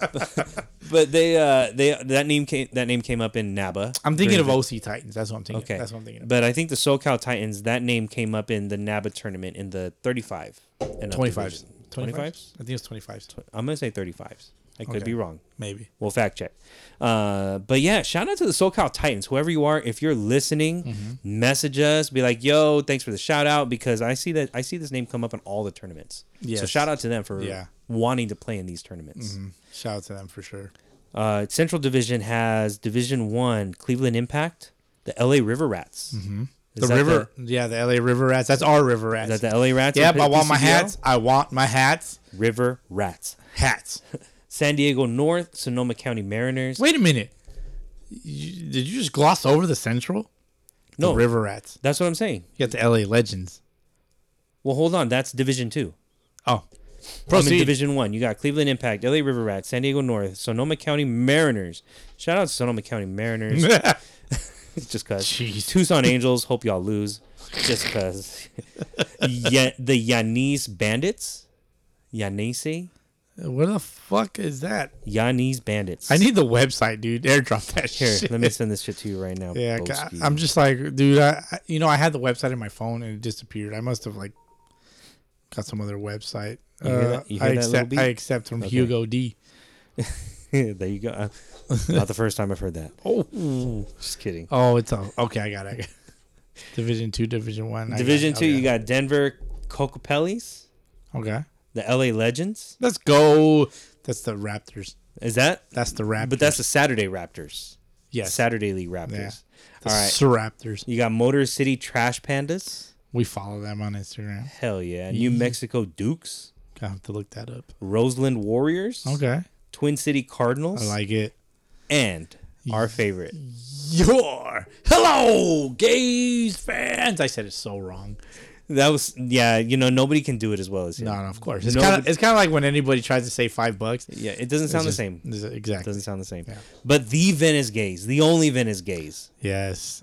C: but they uh, they that name came that name came up in NABA.
A: I'm thinking of
C: During
A: OC Titans. That's what I'm
C: the-
A: thinking.
C: okay,
A: That's what I'm thinking. Of.
C: But I think the SoCal Titans that name came up in the NABA tournament in the 35 and up
A: 25s.
C: division.
A: 25s? I think it's 25s.
C: I'm gonna say 35s. I could
A: Okay.
C: be wrong.
A: Maybe.
C: We'll fact check. Uh, but yeah, shout out to the SoCal Titans. Whoever you are, if you're listening,
A: Mm-hmm.
C: message us. Be like, yo, thanks for the shout out because I see that I see this name come up in all the tournaments. So
A: Yes.
C: shout out to them for
A: Yeah. Mm-hmm.
C: wanting to play in these tournaments.
A: Shout out to them for sure.
C: Uh, Central Division has Division One, Cleveland Impact, the LA River Rats. Mm-hmm.
A: The river, yeah, the LA River Rats. That's our River Rats.
C: The, is that the LA Rats?
A: Yep,
C: in
A: I want my
C: PCBL?
A: hats. I want my hats.
C: River Rats.
A: Hats.
C: San Diego North, Sonoma County Mariners.
A: Wait a minute. You, did you just gloss over the Central?
C: no,
A: The River Rats.
C: That's what I'm saying.
A: You got the LA Legends.
C: Well, hold on. That's Division Two.
A: Oh.
C: I'm in
A: Proceed.
C: Division One. You got Cleveland Impact, LA River Rats, San Diego North, Sonoma County Mariners. Shout out to Sonoma County Mariners. just cause.
A: Jeez.
C: Tucson Angels. Hope y'all lose. Just cause. yeah, the Yanis Bandits. Yanese.
A: Where the fuck is that?
C: Yanis Bandits.
A: I need the website, dude. Airdrop that
C: Here,
A: shit.
C: let me send this shit to you right now.
A: yeah, I,
C: Boski.
A: I'm just like, dude. I, I- you know, I had the website in my phone and it disappeared. I must have like got some other website.
C: You hear
A: Uh,
C: that- you
A: I
C: hear that little
A: accept.
C: beep?
A: I accept from Hugo D.
C: there you go. Uh, Not the first time I've heard that.
A: Oh,
C: Just kidding.
A: oh, it's all okay. I got it. Division two, Division one. I
C: Division
A: got it,
C: two,
A: okay.
C: you got Denver Cocopellis,
A: Okay,
C: the LA Legends.
A: let's go. That's the Raptors.
C: Is that?
A: That's the Raptors.
C: But that's the Saturday Raptors.
A: yes.
C: Saturday League Raptors.
A: the
C: All right.
A: Raptors.
C: You got Motor City Trash Pandas.
A: We follow them on Instagram.
C: Hell yeah. New
A: Yeah.
C: Mexico Dukes.
A: I have to look that up.
C: Roseland Warriors.
A: Okay,
C: Twin City Cardinals.
A: I like it.
C: and our favorite.
A: Your hello, gays fans. I said it so wrong.
C: That was yeah, you know, nobody can do it as well as you.
A: No, no, of course. It's
C: No,
A: kind of
C: but-
A: it's kind of like when anybody tries to say five bucks.
C: Yeah, it doesn't sound the same.
A: Exactly.
C: Doesn't sound the same. But the Venice gays, the only Venice gays.
A: Yes,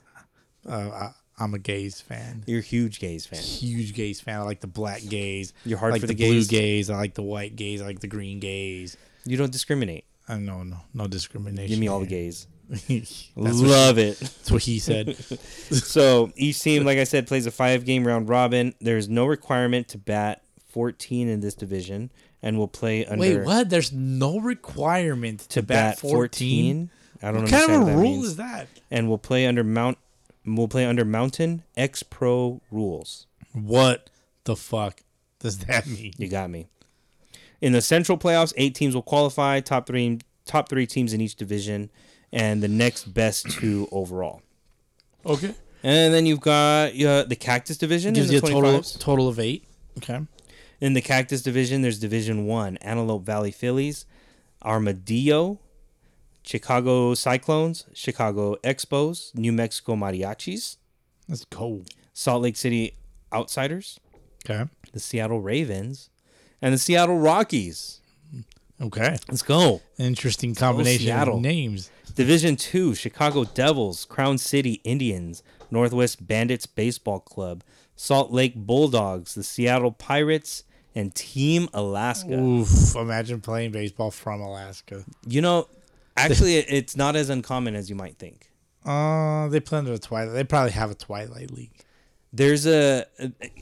A: uh, I, I'm a gays fan.
C: You're a huge gays fan.
A: Huge gays fan. I like the black gays.
C: You're hard
A: I like
C: for
A: the,
C: the
A: blue
C: gays.
A: gays. I like the white gays. I like the green gays.
C: You don't discriminate.
A: Uh, no, no, no discrimination.
C: Give me all the gays.
A: gays. that's, what,
C: Love it.
A: that's what he said.
C: So each team, like I said, plays a five game round robin. There's no requirement to bat 14 in this division and will play under
A: Wait, what? There's no requirement to,
C: to
A: bat, 14.
C: 14. I don't
A: What
C: understand
A: kind of
C: what
A: a
C: that
A: rule
C: means.
A: is that?
C: and will play under Mount will play under Mountain X Pro rules.
A: What the fuck does that mean?
C: You got me. In the Central playoffs, eight teams will qualify. Top three, top three teams in each division, and the next best two overall.
A: Okay.
C: And then you've got uh, the Cactus Division.
A: Gives
C: in
A: you a
C: the
A: total
C: 25s.
A: total of eight. Okay.
C: In the Cactus Division, there's Division One: Antelope Valley Phillies, Armadillo, Chicago Cyclones, Chicago Expos, New Mexico Mariachis,
A: That's cool.
C: Salt Lake City Outsiders,
A: Okay.
C: the Seattle Ravens, and the Seattle Rockies.
A: Okay.
C: Let's go.
A: Interesting combination
C: Seattle.
A: of names.
C: Division Two: Chicago Devils, Crown City Indians, Northwest Bandits Baseball Club, Salt Lake Bulldogs, the Seattle Pirates, and Team Alaska.
A: Oof. Imagine playing baseball from Alaska.
C: You know, actually, it- it's not as uncommon as you might think.
A: Uh, they play under a twilight. They probably have a twilight league.
C: There's a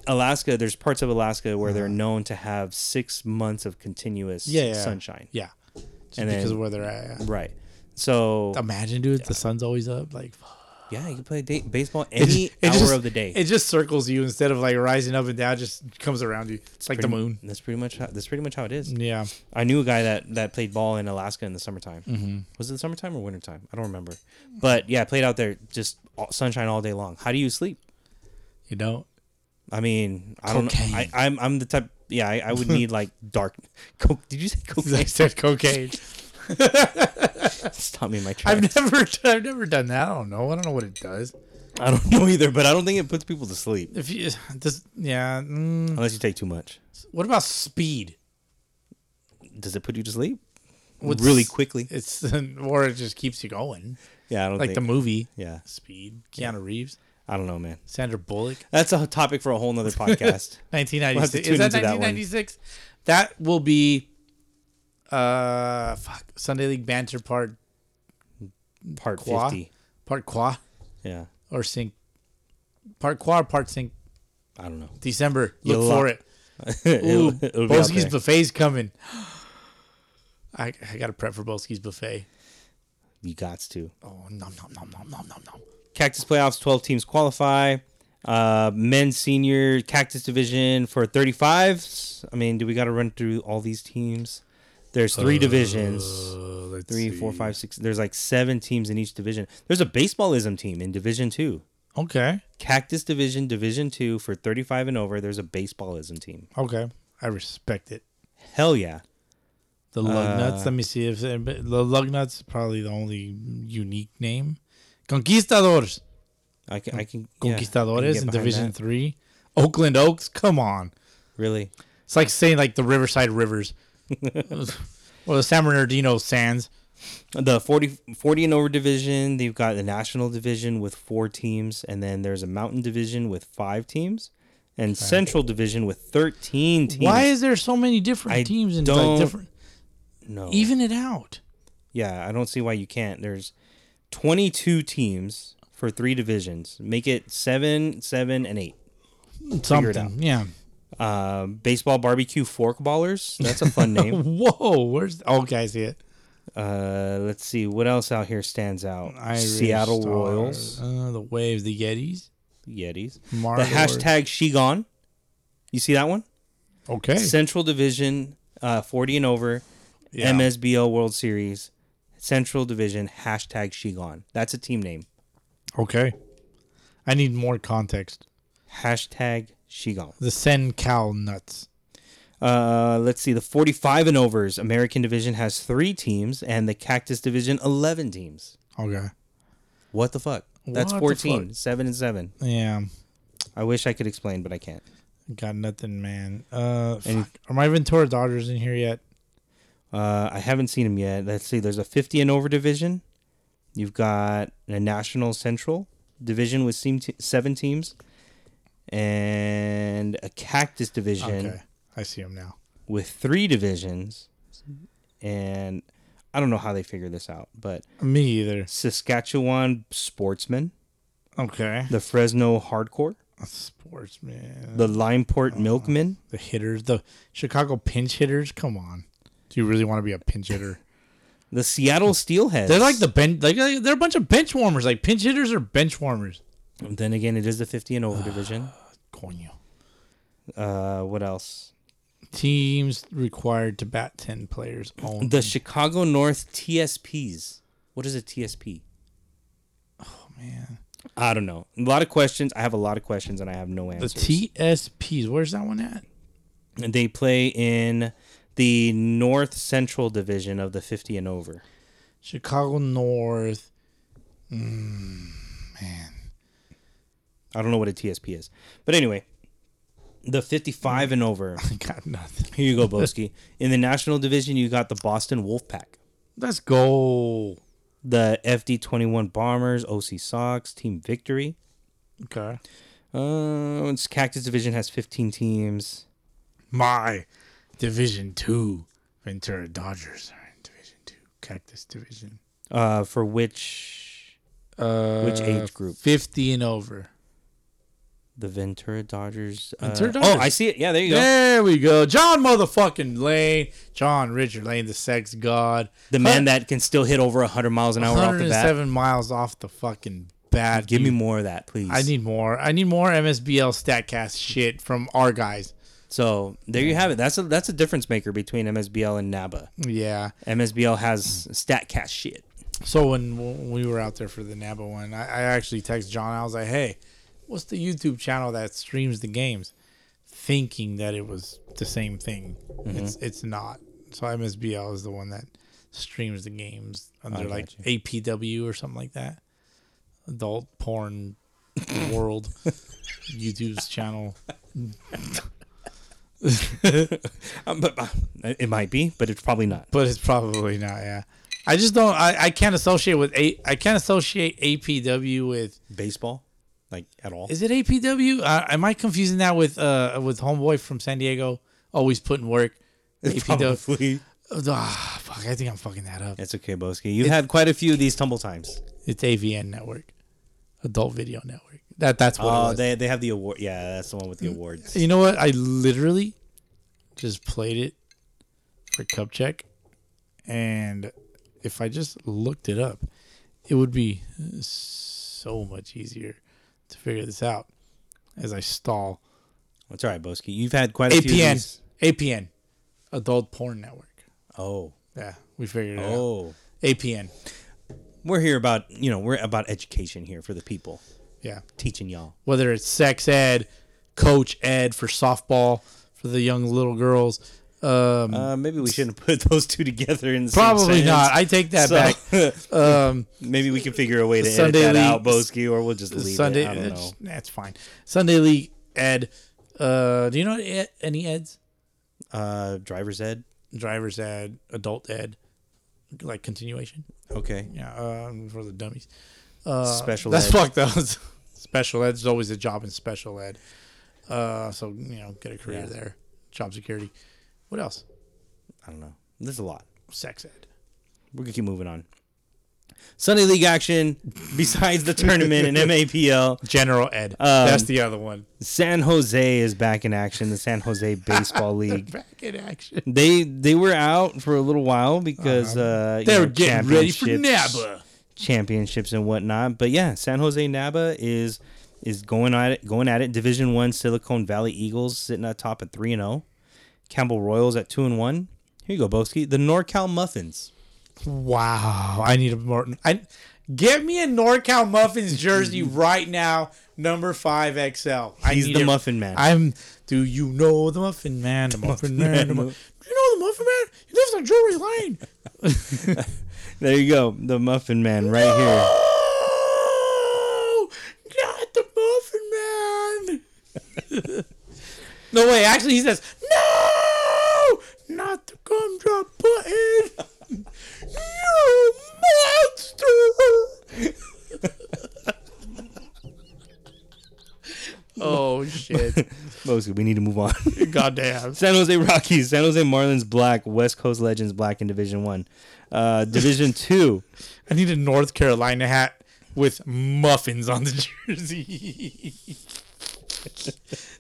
C: Alaska. There's parts of Alaska where they're known to have six months of continuous
A: Uh-huh. Yeah. yeah.
C: sunshine.
A: Yeah. Just
C: And
A: because
C: then-
A: of where they're at. yeah.
C: Right. So
A: Imagine, dude. The sun's always up. Like, fuck.
C: yeah, you can play da- baseball any
A: It
C: hour
A: just-
C: of the day.
A: It just circles you instead of like rising up and down. it Just comes around you. It's like the
C: Pretty-
A: moon. Mm.
C: That's pretty much how, that's pretty much how it is.
A: Yeah.
C: I knew a guy that that played ball in Alaska in the summertime.
A: Mm-hmm.
C: Was it the summertime or wintertime? I don't remember. But yeah, I played out there just all, sunshine all day long. How do you sleep?
A: You know.
C: I mean, I don't.
A: Cocaine.
C: know. I, I'm I'm the type. Yeah, I, I would need like dark. Co- Did you say
A: I
C: cocaine?
A: said cocaine.
C: Stop me in my
A: I've
C: tracks.
A: never, I've never done that. I don't know. I don't know what it does.
C: I don't know either, but I don't think it puts people to sleep
A: If you does, yeah. Mm,
C: unless you take too much.
A: what about speed?
C: Does it put you to sleep?
A: What's-
C: really quickly.
A: It's or it just keeps you going,
C: Yeah, I don't
A: like
C: think.
A: the movie.
C: yeah,
A: Speed. Keanu Reeves,
C: I don't know, man.
A: Sandra Bullock,
C: That's a topic for a whole nother podcast.
A: 1996.
C: tune
A: Is that
C: into that one.
A: 1996? That, will be, uh, fuck Sunday League banter part
C: Part
A: qua,
C: fifty.
A: part qua
C: Yeah,
A: or sync, part qua or part sync.
C: I don't know.
A: December.
C: You'll
A: Look
C: lo-
A: for it.
C: It'll-
A: Ooh,
C: it'll be out
A: Bolsky's
C: there.
A: buffet's coming. I, I got to prep for Bolsky's buffet.
C: You got to.
A: Oh, nom nom nom nom nom nom nom.
C: Cactus playoffs. Twelve teams qualify. Uh, men's senior Cactus division for thirty-five. I mean, do we got to run through all these teams? There's three divisions.
A: Uh, let's
C: Three, four, five, six. There's like seven teams in each division. There's a baseballism team in Division Two.
A: Okay,
C: Cactus Division, Division Two for 35 and over. There's a baseballism team.
A: okay. I respect it.
C: Hell yeah.
A: The
C: Uh,
A: lug nuts. Let me see if anybody- the lug nuts is probably the only unique name. Conquistadors,
C: I can, I can yeah, I can
A: Conquistadores
C: get
A: in
C: behind
A: Division
C: that.
A: Three. Oakland Oaks. Come on,
C: Really?
A: it's like saying like the Riverside Rivers, or the San Bernardino Sands.
C: The 40, 40 and over division. They've got the National Division with four teams, and then there's a Mountain Division with five teams, and Central Division with 13 teams.
A: Why is there so many different
C: I
A: teams and
C: don't-
A: like different?
C: no?
A: Even it out.
C: yeah, I don't see why you can't. There's 22 teams for three divisions. Make it seven, seven, and eight.
A: Something.
C: it out.
A: Yeah.
C: Um, baseball barbecue fork ballers. That's a fun name.
A: Whoa, where's oh, okay? I see it.
C: Uh, let's see what else out here stands out.
A: Irish
C: Seattle
A: Stars,
C: Royals,
A: uh, the Waves, the Yetis,
C: Yetis.
A: Mars.
C: The hashtag she gone. You see that one?
A: Okay,
C: Central Division, uh, forty and over,
A: Yeah.
C: MSBL World Series, Central Division hashtag she gone. That's a team name.
A: okay. I need more context.
C: Hashtag she gone.
A: The Sen Cal nuts.
C: Uh, let's see. The 45 and overs American Division has three teams, and the Cactus Division 11 teams.
A: Okay,
C: What the fuck? That's
A: What the
C: 14,
A: fuck?
C: seven and seven.
A: yeah,
C: I wish I could explain, but I can't.
A: got nothing, man. Uh, fuck. are my Ventura Dodgers in here yet?
C: Uh, I haven't seen them yet. Let's see. There's a 50 and over division. You've got a National Central division with seem- t- seven teams, and a Cactus division
A: Okay, I see them now.
C: with three divisions. And I don't know how they figure this out, but
A: Me either.
C: Saskatchewan Sportsman,
A: Okay,
C: the Fresno Hardcore,
A: sportsman.
C: the Limeport
A: Oh,
C: Milkmen,
A: the hitters, the Chicago pinch hitters. Come on, do you really want to be a pinch hitter?
C: the Seattle Steelheads.
A: They're like the bench. Like like, they're a bunch of bench warmers. Like pinch hitters are bench warmers.
C: Then again, it is the 50 and over division.
A: Coño.
C: Uh, what else?
A: Teams required to bat ten players only.
C: The Chicago North TSPs. What is a TSP?
A: Oh, man.
C: I don't know. A lot of questions. I have a lot of questions, and I have no
A: The
C: answers.
A: TSPs. Where's that one at?
C: they play in the North Central division of the 50 and over.
A: Chicago North.
C: I don't know what a TSP is, but anyway, the 55 and over.
A: Got nothing.
C: Here you go, Boski. In the National Division, you got the Boston Wolfpack,
A: Let's go.
C: the FD21 Bombers, OC Sox, Team Victory.
A: Okay.
C: Uh, it's Cactus Division has 15 teams.
A: My Division Two Ventura Dodgers are in Division Two Cactus Division.
C: Uh, for which
A: Uh,
C: Which age group?
A: Fifty and over.
C: the Ventura Dodgers. uh,
A: Ventura Dodgers.
C: Oh, I see it. Yeah, there you go.
A: There we go. John motherfucking Lane. John Richard Lane, the sex god.
C: The man that can still hit over 100 miles an hour off the bat.
A: 107 miles off the fucking bat.
C: Give me
A: dude.
C: more of that, please.
A: I need more. I need more MSBL Statcast shit from our guys.
C: so there you have it. That's a that's a difference maker between MSBL and NABA.
A: Yeah.
C: MSBL has Statcast shit.
A: So when when we were out there for the NABA one, I, I actually texted John. I was like, "Hey, what's the YouTube channel that streams the games?" Thinking that it was the same thing. It's it's not. So MSBL is the one that streams the games under like
C: gotcha.
A: APW or something like that. Adult porn world YouTube's channel.
C: Um, but uh, it might be, but it's probably not.
A: but it's probably not. Yeah, I just don't. I, I can't associate with a. I can't associate APW with.
C: Baseball, like at all.
A: Is it APW? Uh, am I confusing that with uh with homeboy from San Diego? Always putting work. APW.
C: Probably.
A: Ah, fuck. I think I'm fucking that up.
C: It's okay, Boski. You had quite a few of these tumble times.
A: It's AVN Network, Adult Video Network. That that's what. it
C: Oh,
A: was.
C: they they have the award. Yeah, that's the one with the awards.
A: you know what? I literally just played it for cup check, and if I just looked it up, it would be so much easier to figure this out. As I stall,
C: That's all right, Boski. You've had quite a few. of
A: APN,
C: these.
A: APN, Adult Porn Network.
C: Oh,
A: Yeah, we figured it out.
C: oh.
A: APN.
C: We're here about you know we're about education here for the people,
A: Yeah,
C: teaching y'all.
A: whether it's sex ed, coach ed for softball for the young little girls. Um,
C: Uh, maybe we shouldn't put those two together in the same
A: probably
C: sentence.
A: not. I take that back.
C: back.
A: Um,
C: maybe we can figure a way to
A: Sunday
C: edit that
A: league-
C: out, Boski, or we'll just leave
A: Sunday.
C: it. I don't know.
A: that's- That's fine. Sunday league ed. Uh, do you know e- any eds?
C: Uh, driver's ed.
A: Driver's ed, adult ed, like continuation.
C: Okay. Uh,
A: Yeah, um, for the dummies.
C: Special
A: That's
C: ed.
A: fucked up. special ed is always a job in special ed. Uh, so you know, get a career
C: Yeah.
A: there. Job security. What else?
C: I don't know. There's a lot.
A: Sex ed.
C: We're gonna keep moving on. Sunday league action besides the tournament and MAPL.
A: General Ed.
C: Um,
A: That's the other one.
C: San Jose is back in action, the San Jose Baseball League.
A: Back in action.
C: They they were out for a little while because uh, you
A: Uh-huh. They were
C: know,
A: getting ready for
C: championships-
A: NABA.
C: championships and whatnot. But yeah, San Jose Naba is is going at it, going at it. Division one Silicon Valley Eagles sitting atop at three and zero. Campbell Royals at two and one. Here you go, Boski. The NorCal Muffins.
A: Wow. I need a Morton. I get me a NorCal Muffins jersey right now, number five XL. I
C: Mm-hmm. He's
A: need
C: the
A: it.
C: muffin man.
A: I'm do you know the muffin man? The muffin man. the mu- Do you know the muffin man? He lives on Drury Lane.
C: There you go, the Muffin Man right here.
A: Oh, not the muffin man. no way. Actually, he says no, not the gumdrop button. you monster. oh shit!
C: Boski, we need to move on.
A: Goddamn.
C: San Jose Rockies, San Jose Marlins Black, West Coast Legends Black in Division One. Uh, Division Two.
A: I need a North Carolina hat with muffins on the jersey.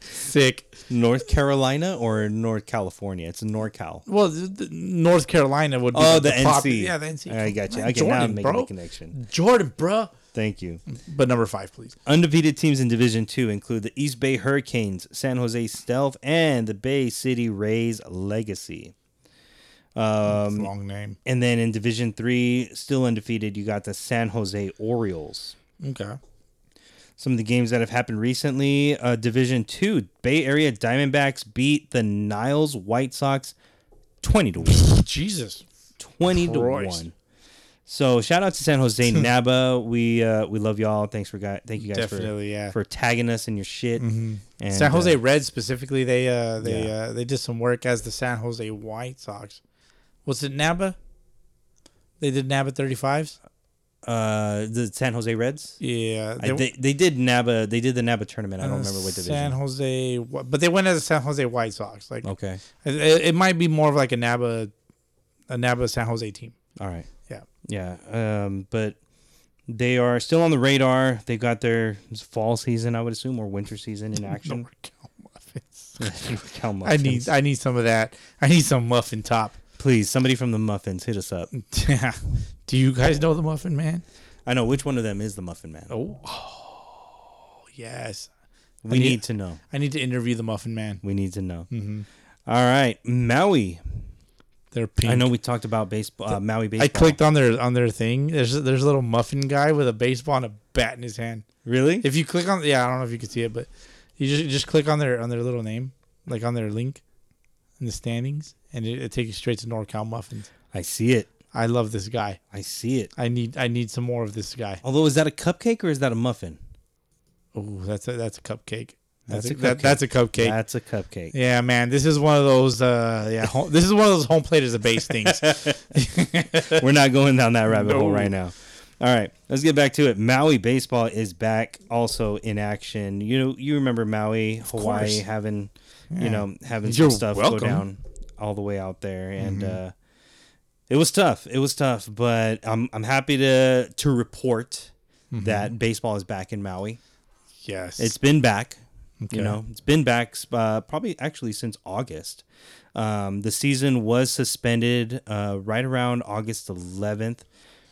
A: Sick.
C: North Carolina or North California? It's NorCal.
A: Well, the, the North Carolina would be
C: Oh, the,
A: pop-
C: NC.
A: yeah, the NC.
C: I got you.
A: Man,
C: Okay, now I'm
A: Jordan,
C: making
A: bro.
C: the connection.
A: Jordan, bro.
C: Thank you.
A: But number five, please.
C: Undefeated teams in Division Two include the East Bay Hurricanes, San Jose Stealth, and the Bay City Rays Legacy.
A: It's
C: Um,
A: a long name.
C: And then in Division Three, still undefeated, you got the San Jose Orioles.
A: Okay.
C: Some of the games that have happened recently: uh, Division Two, Bay Area Diamondbacks beat the Niles White Sox twenty to one.
A: Jesus.
C: 20
A: Christ.
C: to 1. So shout out to San Jose Naba. We uh, we love y'all. Thanks for guy. Thank you guys for
A: Definitely, yeah. Mm-hmm.
C: for tagging us in your shit. And,
A: San Jose
C: uh,
A: Reds specifically, they uh they
C: Yeah.
A: uh they did some work as the San Jose White Sox. Was it Naba? They did Naba thirty fives.
C: uh, the San Jose Reds.
A: Yeah, uh,
C: I, they, they did Naba. They did the Naba tournament. I don't remember what division.
A: San Jose, Wh- but they went as the San Jose White Sox. Like
C: okay.
A: it, it- it might be more of like a Naba, a Naba San Jose team.
C: All right.
A: Yeah.
C: Yeah. Um, but they are still on the radar. They've got their fall season, I would assume, or winter season in action.
A: NorCal muffins.
C: Cal
A: I
C: Muffins.
A: need I need some of that. I need some muffin top.
C: Please, somebody from the Muffins, hit us up.
A: Mm. Yeah. Do you guys know the Muffin Man?
C: I know which one of them is the Muffin Man.
A: Oh, yes.
C: we
A: need-
C: need to know.
A: I need to interview the Muffin Man.
C: We need to know.
A: Mm-hmm.
C: All right, Maui.
A: They're pink.
C: I know we talked about baseball, uh, Maui baseball.
A: I clicked on their on their thing. There's there's a little muffin guy with a baseball and a bat in his hand.
C: Really?
A: If you click on yeah, I don't know if you can see it, but you just just click on their on their little name, like on their link, in the standings, and it, it takes you straight to NorCal Muffins.
C: I see it.
A: I love this guy.
C: I see it.
A: I need I need some more of this guy.
C: Although, is that a cupcake or is that a muffin?
A: Oh, that's a that's a cupcake. That's,
C: That's
A: a,
C: a
A: That,
C: cupcake.
A: that's a cupcake.
C: That's a cupcake.
A: yeah, man, this is one of those. Uh, yeah, home, this is one of those home plate is a base things.
C: We're not going down that rabbit hole
A: No.
C: right now. All right, let's get back to it. Maui baseball is back, also in action. You know, you remember Maui, Hawaii
A: course.
C: having, you know, having
A: You're
C: some stuff go
A: welcome. Mm-hmm.
C: down all the way out there, and uh, it was tough. It was tough, but I'm I'm happy to to report
A: Mm-hmm.
C: that baseball is back in Maui.
A: yes,
C: It's been back. You
A: Okay.
C: know, it's been back uh, probably actually since August. Um, the season was suspended uh, right around August 11th.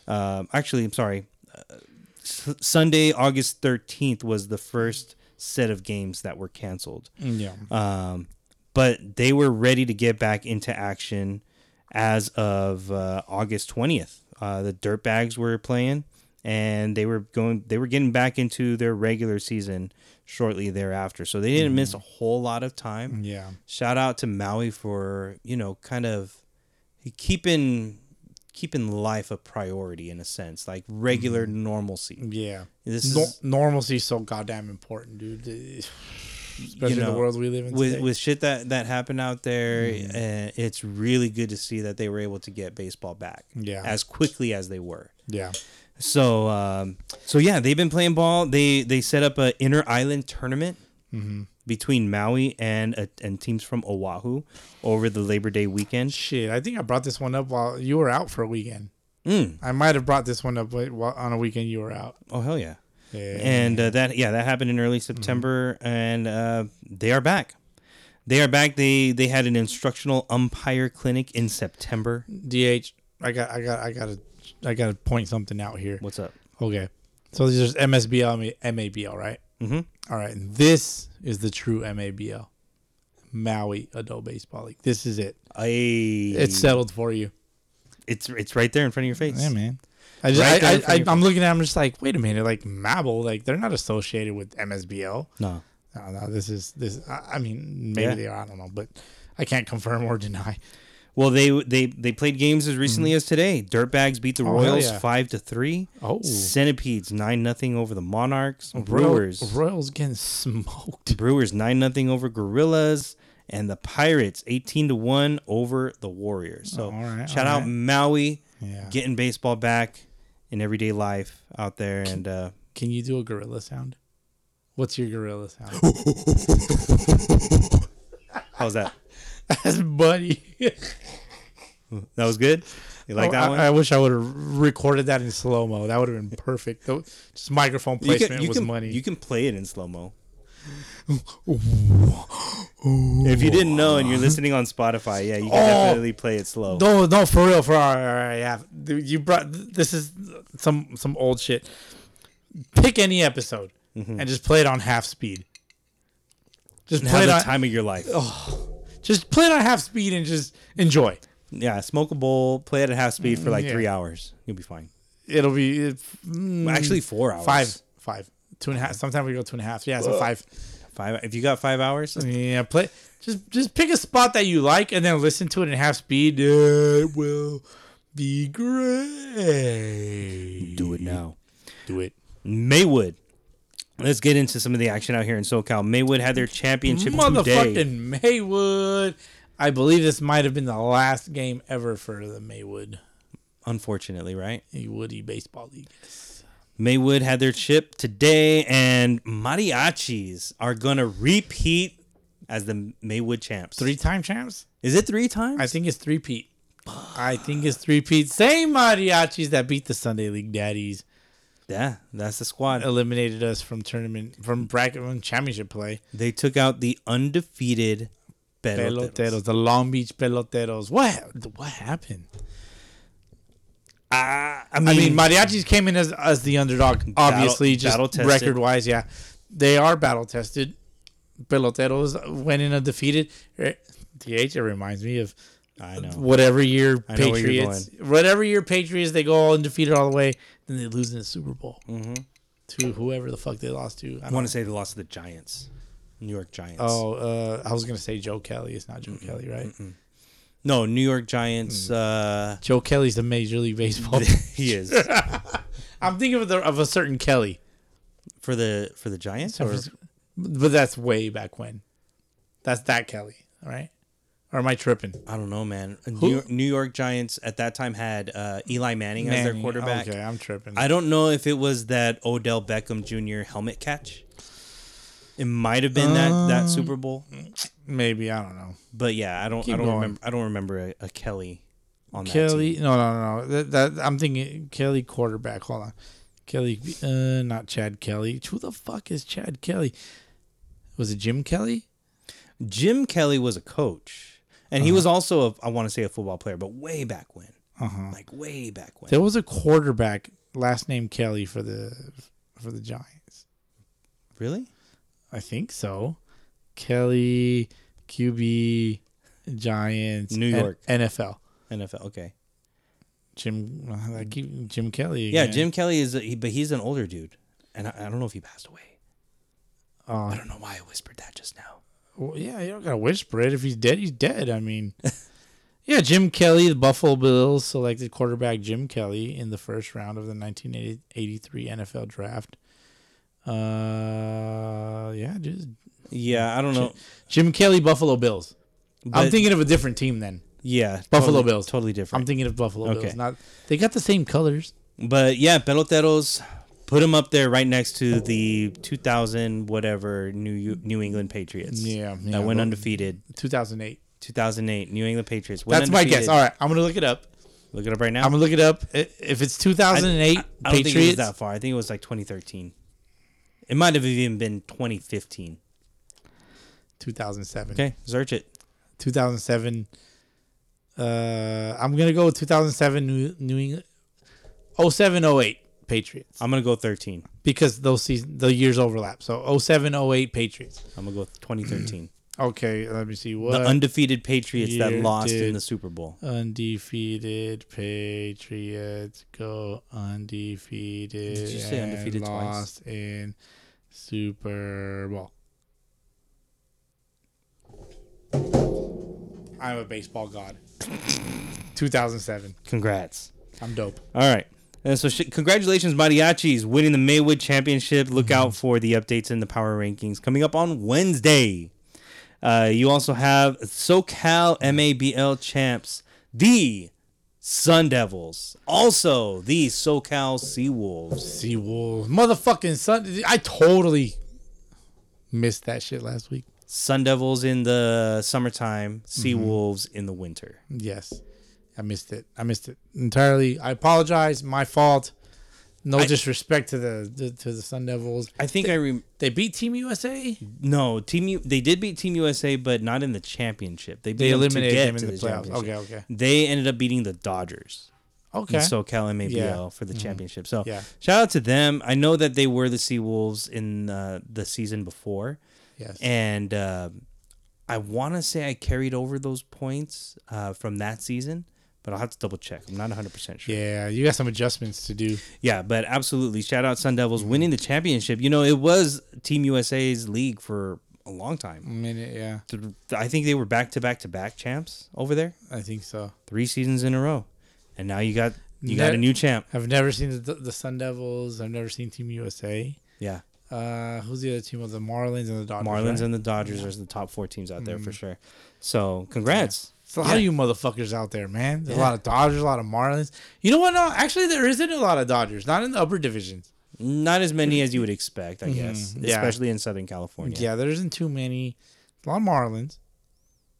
C: Um actually, I'm sorry. Uh, S- Sunday, August 13th was the first set of games that were canceled.
A: yeah.
C: Um, but they were ready to get back into action as of uh, August 20th. Uh, the Dirtbags were playing, and they were going. They were getting back into their regular season shortly thereafter. So they didn't miss a whole lot of time.
A: Mm-hmm. yeah.
C: Shout out to Maui for you know kind of keeping keeping life a priority in a sense, like regular normalcy.
A: Mm-hmm. Yeah.
C: This
A: Nor-
C: is
A: normalcy is so goddamn important, dude. The- Especially
C: know,
A: the world we live in
C: with
A: today.
C: with shit that that happened out there uh, it's really good to see that they were able to get baseball back
A: Yeah.
C: as quickly as they were
A: yeah.
C: so um so yeah they've been playing ball they they set up a inter island tournament between maui and uh, and teams from oahu over the labor day weekend
A: Shit, I think I brought this one up while you were out for a weekend. I might have brought this one up but wa- on a weekend you were out.
C: Mm. Oh hell yeah!
A: Yeah.
C: And uh, that yeah, that happened in early September, and uh, they are back. They are back. They they had an instructional umpire clinic in September.
A: DH, I got, I got, I got to, I got to point something out here.
C: What's up?
A: Okay, so there's MSBL, and MABL, right? Mm-hmm. right, and this is the true MABL, Maui Adult Baseball League. This is it.
C: I
A: It's
C: it's
A: settled for you.
C: it's it's right there in front of your face.
A: Yeah, man. I just,
C: Right there
A: I,
C: in
A: I,
C: front
A: I,
C: of
A: I'm looking at. it, I'm just like, wait a minute, like Mabel, like they're not associated with MSBL.
C: No,
A: No, no, this is this. I, I mean, maybe
C: Yeah.
A: they are. I don't know, but I can't confirm or deny.
C: Well, they they they played games as recently as today. Dirtbags beat the
A: hell
C: Royals
A: yeah.
C: five to three.
A: Oh.
C: Centipedes nine nothing over the Monarchs. Brewers
A: Royal, Royals getting smoked.
C: Brewers nine nothing over Gorillas, and the Pirates eighteen to one over the Warriors. So
A: All right,
C: shout
A: all
C: out
A: right.
C: Maui,
A: Yeah.
C: getting baseball back in everyday life out there, and uh,
A: Can you do a gorilla sound? What's your gorilla sound?
C: how's that?
A: That's buddy.
C: That was good. You like that
A: Oh, I,
C: one?
A: I wish I would have recorded that in slow mo. That would have been perfect. Though, Just microphone
C: you
A: placement
C: can, you,
A: was
C: can,
A: money.
C: you can play it in slow mo. if you didn't know and you're listening on Spotify, yeah, you can
A: Oh.
C: definitely play it slow.
A: no, no, for real, for all right, yeah. Dude, You brought this is some some old shit. Pick any episode
C: Mm-hmm.
A: and just play it on half speed. Just
C: Have
A: play it
C: the
A: on Oh.
C: time of your life.
A: just play it on half speed and just enjoy.
C: Yeah, smoke a bowl, play it at half speed for like
A: Yeah.
C: three hours. You'll be fine.
A: It'll be it, mm,
C: Well, Actually, four hours.
A: five, five, two and a half. Sometimes we go two and a half. Yeah, so five.
C: Five. If you got five hours,
A: Yeah, play. Just just pick a spot that you like and then listen to it in half speed. It will be great.
C: do it now.
A: Do it.
C: Maywood. Let's get into some of the action out here in SoCal. Maywood had their championship today.
A: Motherfucking Maywood. I believe this might have been the last game ever for the Maywood
C: Unfortunately, right?
A: Woody Baseball League.
C: Maywood had their chip today, and mariachis are gonna repeat as the Maywood champs.
A: Three time champs?
C: Is it three times?
A: I think it's three Pete. I think it's three Pete. Same mariachis that beat the Sunday League Daddies
C: yeah, that's the squad.
A: eliminated us from tournament from bracket from championship play.
C: They took out the undefeated Peloteros.
A: Peloteros, the Long Beach Peloteros. What what happened?
C: Ah, I mean,
A: I mean, mariachis came in as as the underdog, obviously, just
C: battle-tested.
A: record wise. Yeah, they are battle tested. Peloteros went in undefeated. Eh, DH. It reminds me of
C: I know.
A: whatever year
C: know where you're
A: Patriots, whatever year Patriots, they go all undefeated all the way, then they lose in the Super Bowl
C: Mm-hmm.
A: to whoever the fuck they lost to. I
C: I
A: don't
C: want to say they lost to the Giants, New York Giants.
A: Oh, uh, I was gonna say Joe Kelly. It's not Joe
C: Mm-hmm.
A: Kelly, right?
C: no, New York Giants.
A: Hmm.
C: Uh,
A: Joe Kelly's the Major League Baseball.
C: he is
A: I'm thinking of, the, of a certain Kelly,
C: for the for the Giants. Or,
A: but that's way back when. That's that Kelly, all right? Or am I tripping?
C: I don't know, man. New York, New York Giants at that time had uh, Eli Manning, as their
A: Manning.
C: quarterback.
A: Okay, I'm tripping.
C: I don't know if it was that Odell Beckham Jr. helmet catch. It might have been that
A: Um,
C: that Super Bowl,
A: Maybe I don't know.
C: but yeah, I don't I don't
A: going.
C: remember I don't remember a, a Kelly on that
A: Kelly, no, no, no, no. That, that I'm thinking Kelly quarterback. Hold on, Kelly, uh, not Chad Kelly. Who the fuck is Chad Kelly? Was it Jim Kelly?
C: team. Jim Kelly was a coach, and
A: Uh-huh.
C: he was also a I want to say a football player, but way back when, like way back when.
A: There was a quarterback last name Kelly for the for the Giants.
C: really?
A: I think so. Kelly, QB, Giants,
C: New
A: N-
C: York.
A: NFL.
C: NFL. Okay.
A: Jim, I keep- Jim Kelly.
C: Yeah,
A: again.
C: Jim Kelly is, a, he, but he's an older dude, and I, I don't know if he passed away.
A: Oh.
C: I don't know why I whispered that just now.
A: Well, yeah, you don't gotta whisper it. If he's dead, he's dead. I mean, yeah, Jim Kelly, the Buffalo Bills selected quarterback Jim Kelly in the first round of the 1983 NFL Draft. Uh, yeah, just
C: Yeah, I don't know.
A: Jim Kelly, Buffalo Bills. I'm
C: But-
A: thinking of a different team then.
C: Yeah,
A: Buffalo
C: totally-
A: Bills.
C: totally different.
A: I'm thinking of Buffalo
C: Okay.
A: Bills. Not they got the same colors.
C: But yeah, Peloteros put him up there right next to the 2000 whatever New New England Patriots.
A: Yeah, yeah,
C: that went
A: but-
C: undefeated.
A: 2008.
C: 2008 New England Patriots. went
A: That's my guess.
C: undefeated.
A: All right, I'm gonna look it up.
C: Look it up right now.
A: I'm gonna look it up. I- If it's 2008
C: I, I don't think it was
A: Patriots,
C: that far. I think it was like 2013. It might have even been 2015.
A: 2007.
C: Okay, search it.
A: 2007. Uh, I'm gonna go with 2007 New, New England. 07 08 Patriots
C: I'm gonna go 13.
A: because those season the years overlap. So 07 08 Patriots.
C: I'm gonna go with 2013.
A: Okay, let me see
C: the
A: what
C: undefeated Patriots that
A: year
C: lost in
A: did-
C: the Super Bowl.
A: undefeated Patriots go undefeated.
C: Did you say
A: and
C: undefeated twice?
A: Lost in Super Bowl. I'm a baseball god. 2007.
C: Congrats.
A: I'm dope.
C: All right. And so, sh- congratulations, Mariachis, winning the Maywood Championship. Look
A: Mm-hmm.
C: out for the updates in the power rankings coming up on Wednesday. Uh, you also have SoCal MABL champs, the Sun Devils, also the SoCal Sea Wolves.
A: Sea Wolves. Motherfucking Sun. I totally missed that shit last week.
C: Sun Devils in the summertime, Sea
A: Mm-hmm.
C: Wolves in the winter.
A: Yes. I missed it. I missed it entirely. I apologize. My fault. No disrespect to the, the to the Sun Devils.
C: I think I rem-
A: They beat Team USA.
C: no team. U- they did beat Team USA, but not in the championship. They, beat
A: They
C: them to
A: eliminated
C: get
A: them in
C: to
A: the playoffs.
C: championship.
A: Okay, okay,
C: They ended up beating the Dodgers.
A: okay.
C: in SoCal MABL
A: Yeah. Mm-hmm.
C: for the championship. So
A: Yeah.
C: shout out to them. I know that they were the Sea Wolves in uh, the season before,
A: yes.
C: and uh, I want to say I carried over those points uh, from that season, but I'll have to double check. I'm not 100 percent sure. Yeah.
A: yeah, you got some adjustments to do.
C: but absolutely shout out Sun Devils
A: Mm-hmm.
C: winning the championship. You know, it was Team USA's league for a long
A: I
C: time.
A: mean, it- yeah,
C: Th- I think they were back to back to back champs over there,
A: I think so.
C: three seasons in a row, and now you got you got
A: Ne-
C: a new champ.
A: I've never seen the, the Sun Devils. I've never seen Team USA.
C: Yeah.
A: Uh, who's the other team? Was the Marlins and the Dodgers?
C: Marlins
A: right?
C: and the Dodgers are the top four teams out there for
A: Mm-hmm.
C: sure. So congrats.
A: It's a lot of you motherfuckers out there, man. There's a lot of Dodgers, a lot of Marlins. You know what? No, actually, there isn't a lot of Dodgers. Not in the upper divisions.
C: Not as many as you would expect, I guess,
A: Mm-hmm. Yeah.
C: especially in Southern California. Yeah,
A: Yeah, there isn't too many. A lot of Marlins.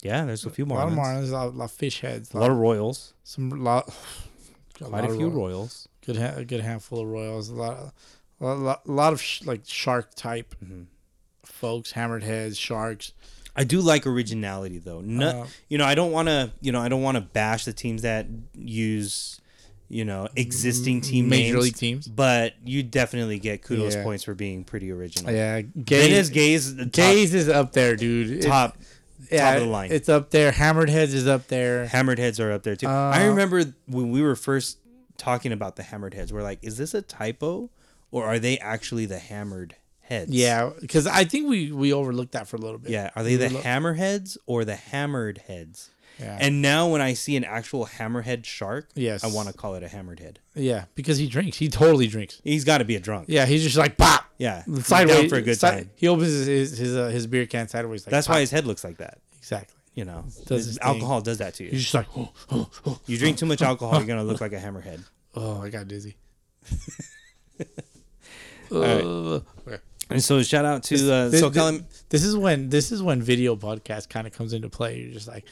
C: there's a few
A: A
C: Marlins,
A: lot of Marlins. A lot, a lot of fish heads. A
C: a
A: lot,
C: lot of Royals,
A: some lot.
C: quite a
A: lot of
C: few
A: Royals.
C: Royals.
A: good ha- a good handful of royals a lot of, a lot, a lot of sh- like shark type
C: Mm-hmm.
A: folks hammered heads sharks
C: I do like originality though. No,
A: Uh,
C: you know, I don't want to, you know, I don't want to bash the teams that use, you know, existing team
A: Major
C: names,
A: league teams.
C: but you definitely get kudos
A: Yeah.
C: points for being pretty original.
A: yeah gays
C: Gaze, Gaze, the top,
A: gays is up there dude It's-
C: top
A: yeah,
C: of the line.
A: it's up there hammered heads is up there
C: Hammered heads are up there too. I
A: Uh,
C: remember when we were first talking about the hammered heads, we're like, is this a typo or are they actually the hammered heads?
A: yeah because i think we we overlooked that for a little bit
C: Yeah. Are they the hammerheads or the hammered heads?
A: Yeah.
C: And now when I see an actual hammerhead shark,
A: Yes.
C: I want to call it a hammered head.
A: yeah because he drinks he totally drinks
C: He's got to be a drunk.
A: yeah he's just like pop
C: Yeah. He's
A: sideways
C: down for a good
A: si-
C: time.
A: he opens his his his, uh, his beer can sideways like,
C: That's
A: pop.
C: why his head looks like that.
A: exactly
C: You know,
A: does his
C: alcohol does that to you.
A: he's just like oh, oh, oh.
C: You drink too much alcohol, you're gonna look like a hammerhead.
A: oh i got dizzy Uh, okay.
C: And so shout out to uh,
A: this,
C: so
A: this, this is when this is when video podcast kind of comes into play. You're just like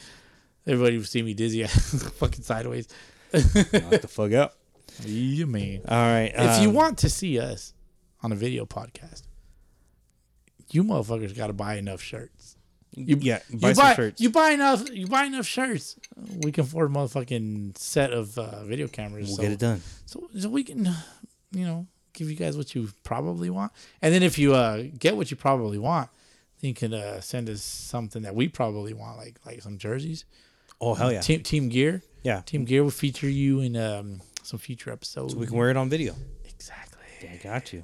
A: everybody would see me dizzy, fucking sideways.
C: knock the fuck up.
A: You mean
C: All right.
A: if you
C: um,
A: want to see us on a video podcast, you motherfuckers got to buy enough shirts. You,
C: yeah,
A: you
C: buy some shirts.
A: You buy enough. You buy enough shirts. We can afford a motherfucking set of uh, video cameras.
C: we'll
A: so,
C: get it done.
A: So, so we can, you know, give you guys what you probably want. And then if you uh, get what you probably want, then you can uh, send us something that we probably want, like like some jerseys,
C: Oh hell yeah.
A: team team gear.
C: Yeah.
A: team gear will feature you in um, some future episodes.
C: We can wear it on video.
A: exactly
C: I got you.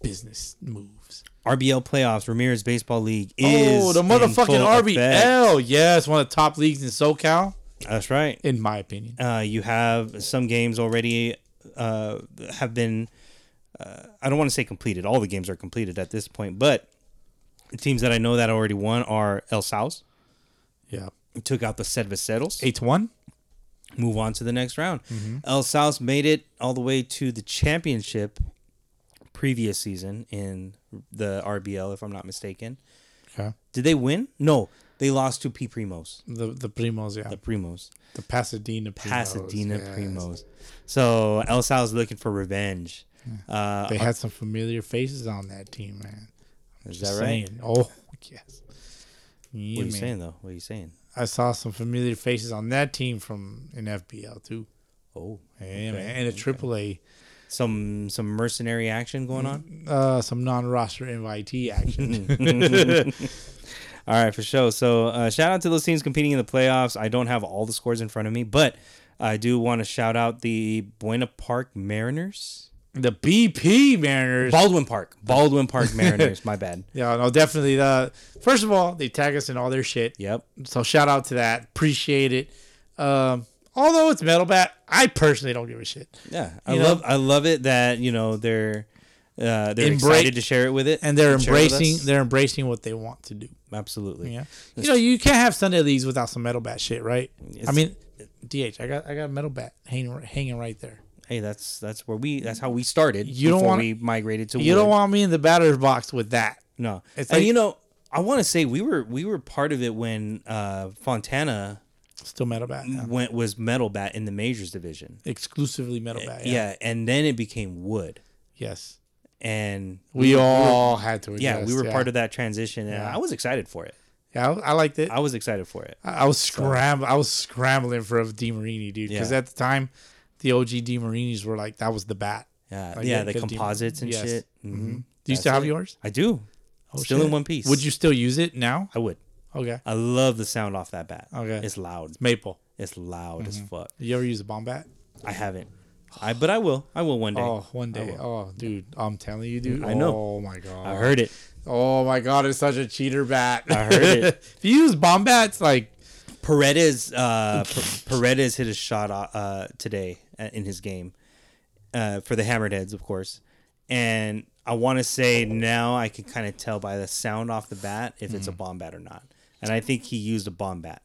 A: business moves.
C: RBL playoffs, Ramirez Baseball League is
A: Oh, the
C: in
A: motherfucking
C: full effect.
A: RBL. Yes, one of the top leagues in SoCal,
C: That's right.
A: in my opinion.
C: Uh, you have some games already uh, have been. Uh, I don't want to say completed. All the games are completed at this point, but the teams that I know that already won are El Saus.
A: Yeah,
C: Took out the Sedveceros.
A: eight to one.
C: move on to the next round. El Saus made it all the way to the championship previous season in the RBL, if I'm not mistaken.
A: Okay.
C: Did they win? No, They lost to P Primos,
A: The the primos, yeah, the,
C: the Primos,
A: Pasadena primos,
C: Pasadena
A: yes.
C: Primos. So El Sal's looking for revenge. Uh,
A: They had some familiar faces on that team, man. I'm
C: Is
A: just
C: that right?
A: saying. Oh yes. Yeah,
C: what are
A: man.
C: you saying though? What are you saying?
A: I saw some familiar faces on that team from in FBL too.
C: Oh,
A: Yeah, man, and a triple A,
C: some some mercenary action going on.
A: uh, some non-roster invitee action.
C: All right, for sure. So uh, shout out to those teams competing in the playoffs. I don't have all the scores in front of me, but I do want to shout out the Buena Park Mariners,
A: the BP Mariners.
C: Baldwin Park, Baldwin Park Mariners. my bad.
A: yeah, no, definitely. The first of all, they tag us in all their shit.
C: Yep.
A: So shout out to that. Appreciate it. Um, although it's metal bat, I personally don't give a shit.
C: Yeah, I
A: You know?
C: love I love it that you know they're uh, they're
A: Embra-
C: excited to share it with it,
A: And they're
C: to share it with
A: embracing
C: us.
A: they're embracing what they want to do.
C: Absolutely.
A: Yeah. You know, you can't have Sunday leagues without some metal bat shit, right? I
C: It's-
A: mean, DH, I got I got a metal bat hanging hanging right there.
C: Hey, that's that's where we that's how we started.
A: You don't
C: before
A: wanna-
C: we migrated to
A: You don't
C: wood.
A: want me in the batter's box with that.
C: No.
A: It's
C: and
A: like-
C: you know, I want to say we were we were part of it when uh Fontana
A: Still metal bat. yeah.
C: went was metal bat in the majors division.
A: Exclusively metal bat.
C: Yeah.
A: Yeah.
C: and then it became wood.
A: Yes.
C: And
A: We all had to.
C: yeah, we were part of
A: that.
C: that transition and I was excited for it.
A: Yeah, I, I liked it.
C: I was excited for it.
A: I I was scramb I was scrambling for a DeMarini, dude, because
C: Yeah.
A: at the time, the OG DeMarinis were like that was the bat.
C: Yeah,
A: Like,
C: yeah,
A: the-
C: the,
A: the demon-
C: composites and
A: yes. Mm-hmm.
C: shit. hmm
A: Do you still have yours?
C: I do. Still
A: Oh, shit.
C: in one piece.
A: Would you still use it now?
C: I would.
A: Okay,
C: I love the sound off that bat.
A: Okay. Mm-hmm.
C: It's loud.
A: maple.
C: It's loud as fuck.
A: You ever use a bomb bat?
C: I haven't. I but I will. I will one day.
A: Oh, one day.
C: will.
A: Oh, dude, I'm telling you, dude.
C: I know.
A: Oh my god.
C: I heard it.
A: Oh my god, it's such a cheater bat. I
C: heard it.
A: if you use bomb bats, like
C: Paredes uh, P- Paredes hit a shot uh, today uh, in his game uh, for the Hammerheads, of course. And I want to say now I can kind of tell by the sound off the bat if it's a
A: Mm-hmm.
C: bomb bat or not. And I think he used a bomb bat.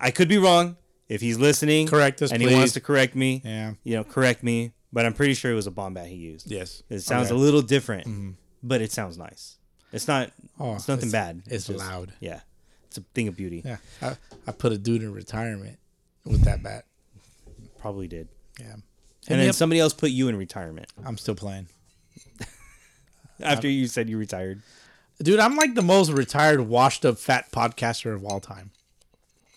C: I could be wrong. If he's listening,
A: Mm-hmm. Correct us,
C: and
A: please.
C: he wants to correct me.
A: Yeah.
C: you know, correct me. But I'm pretty sure it was a bomb bat he used.
A: Yes.
C: it sounds
A: Okay. Mm-hmm.
C: a little different, but it sounds nice. It's not.
A: Oh,
C: it's nothing
A: it's-
C: bad.
A: it's loud.
C: Yeah, it's a thing of beauty.
A: yeah, I, I put a dude in retirement with that bat.
C: Probably did.
A: Yeah,
C: And
A: me
C: then
A: up.
C: somebody else put you in retirement
A: I'm still playing.
C: after you said you retired.
A: Dude, I'm like the most retired, washed up, fat podcaster of all time.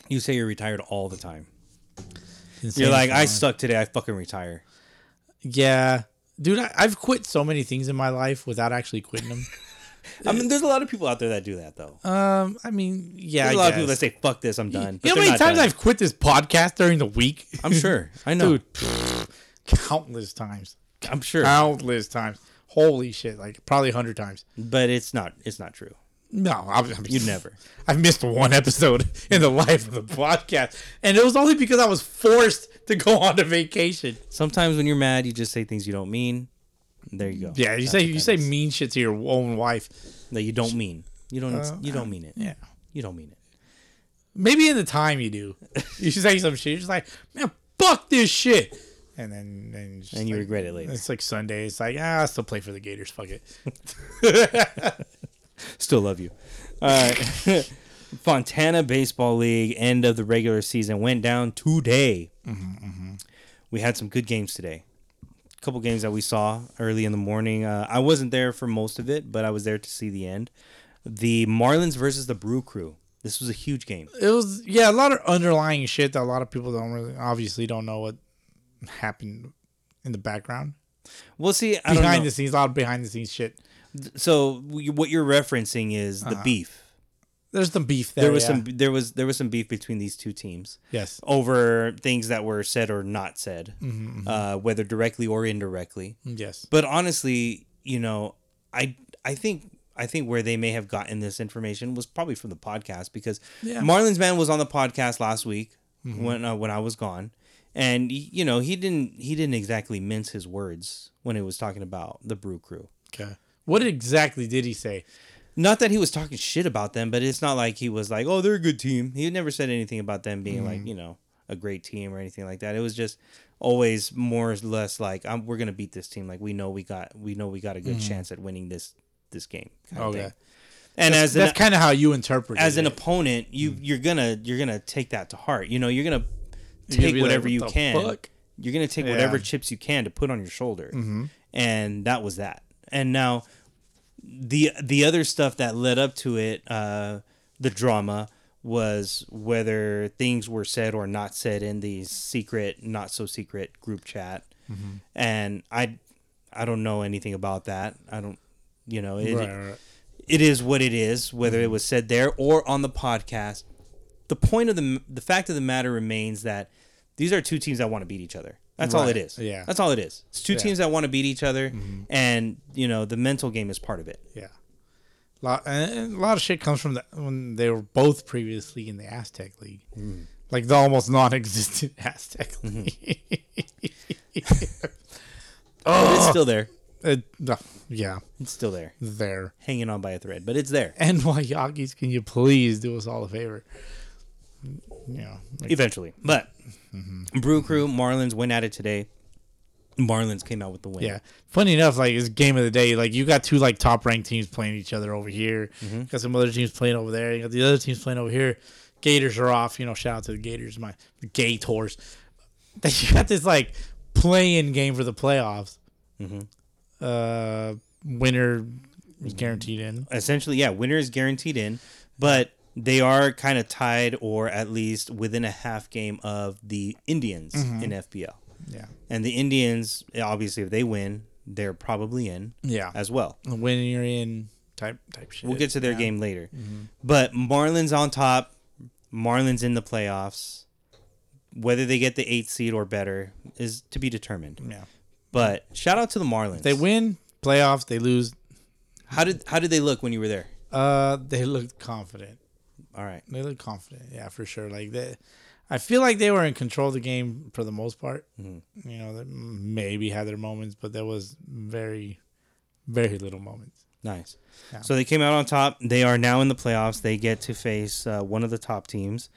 C: You say you're retired all the time. You're like, I suck today. I fucking retire.
A: yeah, dude, I, I've quit so many things in my life without actually quitting them.
C: I mean, there's a lot of people out there that do that though.
A: um, I mean, yeah,
C: there's Uh, a
A: I guess.
C: lot of people that say, "Fuck this, I'm done."
A: You know how many times I've quit this podcast during the week?
C: I'm sure. I know.
A: Dude, countless times,
C: I'm sure.
A: countless times. Holy shit, like probably a hundred times.
C: But it's not. It's not true.
A: No, I, I mean,
C: You'd never.
A: I've missed one episode in the life of the podcast, and it was only because I was forced to go on a vacation.
C: Sometimes when you're mad, you just say things you don't mean. There you go.
A: Yeah, you
C: That's
A: say
C: what
A: you
C: that
A: say
C: is.
A: mean shit to your own wife.
C: that you don't mean. You don't. you don't mean it.
A: Yeah.
C: You don't mean it.
A: Maybe in the time you do. You should say some shit. You're just like, man, fuck this shit. And then, then it's just
C: And you
A: like-
C: regret it later.
A: It's like Sunday. It's like, ah, I still play for the Gators. Fuck it.
C: Still love you. All right. Fontana Baseball League end of the regular season went down today.
A: Mm-hmm,
C: We had some good games today. A couple games that we saw early in the morning. Uh, I wasn't there for most of it, but I was there to see the end. The Marlins versus the Brew Crew. This was a huge game.
A: It was, yeah, a lot of underlying shit that a lot of people don't really, obviously, don't know what happened in the background.
C: We'll see. I don't
A: Behind
C: know.
A: the scenes, a lot of behind the scenes shit.
C: So we- what you're referencing is the beef.
A: There's some beef there.
C: There was
A: Uh-huh. yeah.
C: some. There was there was some beef between these two teams.
A: Yes.
C: over things that were said or not said, uh, whether directly or indirectly.
A: Yes.
C: But honestly, you know, I I think I think where they may have gotten this information was probably from the podcast because
A: Yeah.
C: Marlins man was on the podcast last week when uh, when I was gone, and y- you know he didn't he didn't exactly mince his words when it was talking about the Brew Crew.
A: Okay. What exactly did he say?
C: Not that he was talking shit about them, but it's not like he was like, "Oh, they're a good team." He never said anything about them being
A: Mm-hmm.
C: like, you know, a great team or anything like that. It was just always more or less like, i "We're gonna
A: Mm-hmm.
C: beat this team. Like we know we got we know we got a good chance at winning this this game." Kind
A: Okay.
C: Of thing. And as
A: Oh, that's
C: an,
A: kind of how you interpret
C: as
A: it. Mm-hmm.
C: an opponent, you you're gonna you're gonna take that to heart. You know, you're gonna
A: You're gonna
C: take
A: be like,
C: whatever
A: "What
C: you
A: the
C: can.
A: fuck?"
C: You're gonna take
A: Yeah. Mm-hmm.
C: whatever chips you can to put on your shoulder, and that was that. And now, the the other stuff that led up to it, uh, the drama was whether things were said or not said in the secret, not so secret group chat.
A: Mm-hmm.
C: And I, I don't know anything about that. I don't, you know, it,
A: Right, right, right.
C: it is what it is, whether
A: Mm-hmm.
C: it was said there or on the podcast. The point of the the fact of the matter remains that these are two teams that want to beat each other. That's all
A: Right.
C: it is.
A: Yeah. Mm-hmm.
C: that's all it is. It's two teams that want to beat each other, and you know the mental game is part of it.
A: Yeah. Lot, and and a lot of shit comes from the, when they were both previously in the Aztec League. Like the almost non existent Aztec League.
C: But it's still there.
A: Uh, no, yeah,
C: It's still there,
A: there.
C: hanging on by a thread, but it's there
A: And why Yagis, can you please do us all a favor? Yeah. Like,
C: eventually. But
A: Mm-hmm.
C: Brew Crew Marlins went at it today. Marlins came out with the win.
A: yeah. Funny enough, like it's game of the day. Like you got two like top ranked teams playing each other over here.
C: Mm-hmm.
A: You Got some other teams playing over there. You got the other teams playing over here. Gators are off. You know, shout out to the Gators, my the Gators. You got this like playing game for the playoffs.
C: Mm-hmm.
A: Uh, winner is guaranteed in.
C: essentially, yeah, winner is guaranteed in, but they are kind of tied or at least within a half game of the Indians in FPL.
A: Yeah.
C: And the Indians, obviously, if they win, they're probably in
A: Yeah.
C: as well.
A: When you're in type type shit.
C: We'll get to their game later. But Marlins on top, Marlins in the playoffs. Whether they get the eighth seed or better is to be determined.
A: Yeah.
C: But shout out to the Marlins.
A: They win playoffs. They lose.
C: How did how did they look when you were there?
A: Uh, they looked confident.
C: All right.
A: They look confident, yeah, for sure. Like they, I feel like they were in control of the game for the most part.
C: Mm-hmm.
A: You know, they maybe had their moments, but there was very, very little moments.
C: Nice. So they came out on top. They are now in the playoffs. They get to face uh, one of the top teams.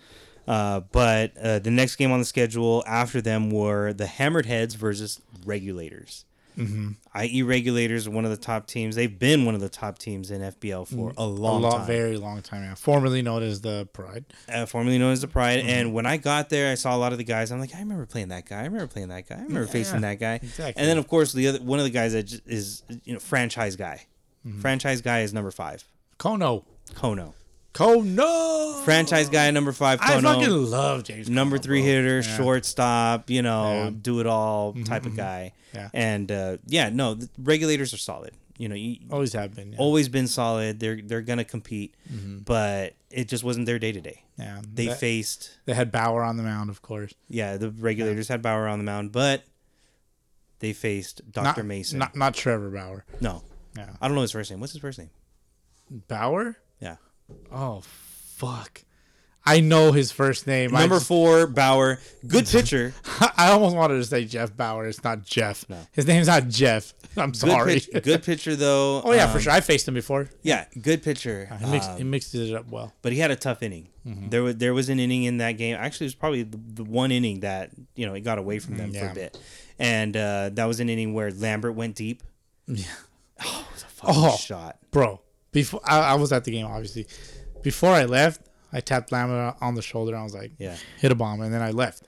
C: Uh, but uh, the next game on the schedule after them were the Hammered Heads versus Regulators. Mm-hmm. IE Regulators are one of the top teams. They've been one of the top teams in FBL for a long
A: Mm-hmm. a lot,
C: time,
A: very long time. Yeah. Formerly known as the Pride.
C: uh, formerly known as the Pride.
A: Mm-hmm.
C: And when I got there, I saw a lot of the guys. I'm like, I remember playing that guy. I remember playing that guy. I remember facing that guy.
A: exactly.
C: And then of course the other one of the guys that j- is you know franchise guy.
A: Mm-hmm.
C: Franchise guy is number five,
A: Kono.
C: Kono.
A: Kono.
C: franchise guy number five
A: I fucking
C: Kono,
A: love James.
C: number
A: Kono,
C: three
A: bro.
C: hitter, shortstop, you know,
A: Yeah. Mm-hmm,
C: do it all type of guy.
A: Yeah.
C: And uh, yeah, no, the regulators are solid. You know, you,
A: Always have been. Oh, Yeah. Mm-hmm.
C: always been solid. They're they're gonna compete, but it just wasn't their day to day.
A: yeah.
C: They
A: They, they,
C: faced
A: had Bauer on the mound, of course.
C: yeah, the regulators had Bauer on the mound, but they faced Dr.
A: Not-
C: Mason.
A: Not not Trevor Bauer.
C: no.
A: Yeah.
C: I don't know his first name. What's his first name?
A: Bauer?
C: Yeah.
A: Oh fuck. I know his first name. I
C: Number
A: just-
C: four, Bauer. Good pitcher.
A: I almost wanted to say Jeff Bauer. It's not Jeff.
C: No.
A: His name's not Jeff. I'm
C: Good,
A: sorry.
C: pitch, good pitcher though.
A: oh yeah, for
C: Um,
A: sure. I faced him before.
C: Yeah, good pitcher. Uh,
A: He mixed, he mixed it up well.
C: but he had a tough inning. There was there was an inning in that game. Actually, it was probably the, the one inning that you know it got away from them for
A: Yeah.
C: a bit, and uh, that was an inning where Lambert went deep. Yeah, oh, it was a fucking
A: Oh.
C: shot.
A: Bro, before I, I was at the game, obviously. Before I left, I tapped Lambert on the shoulder. I was like,
C: Yeah.
A: hit a bomb," and then I left.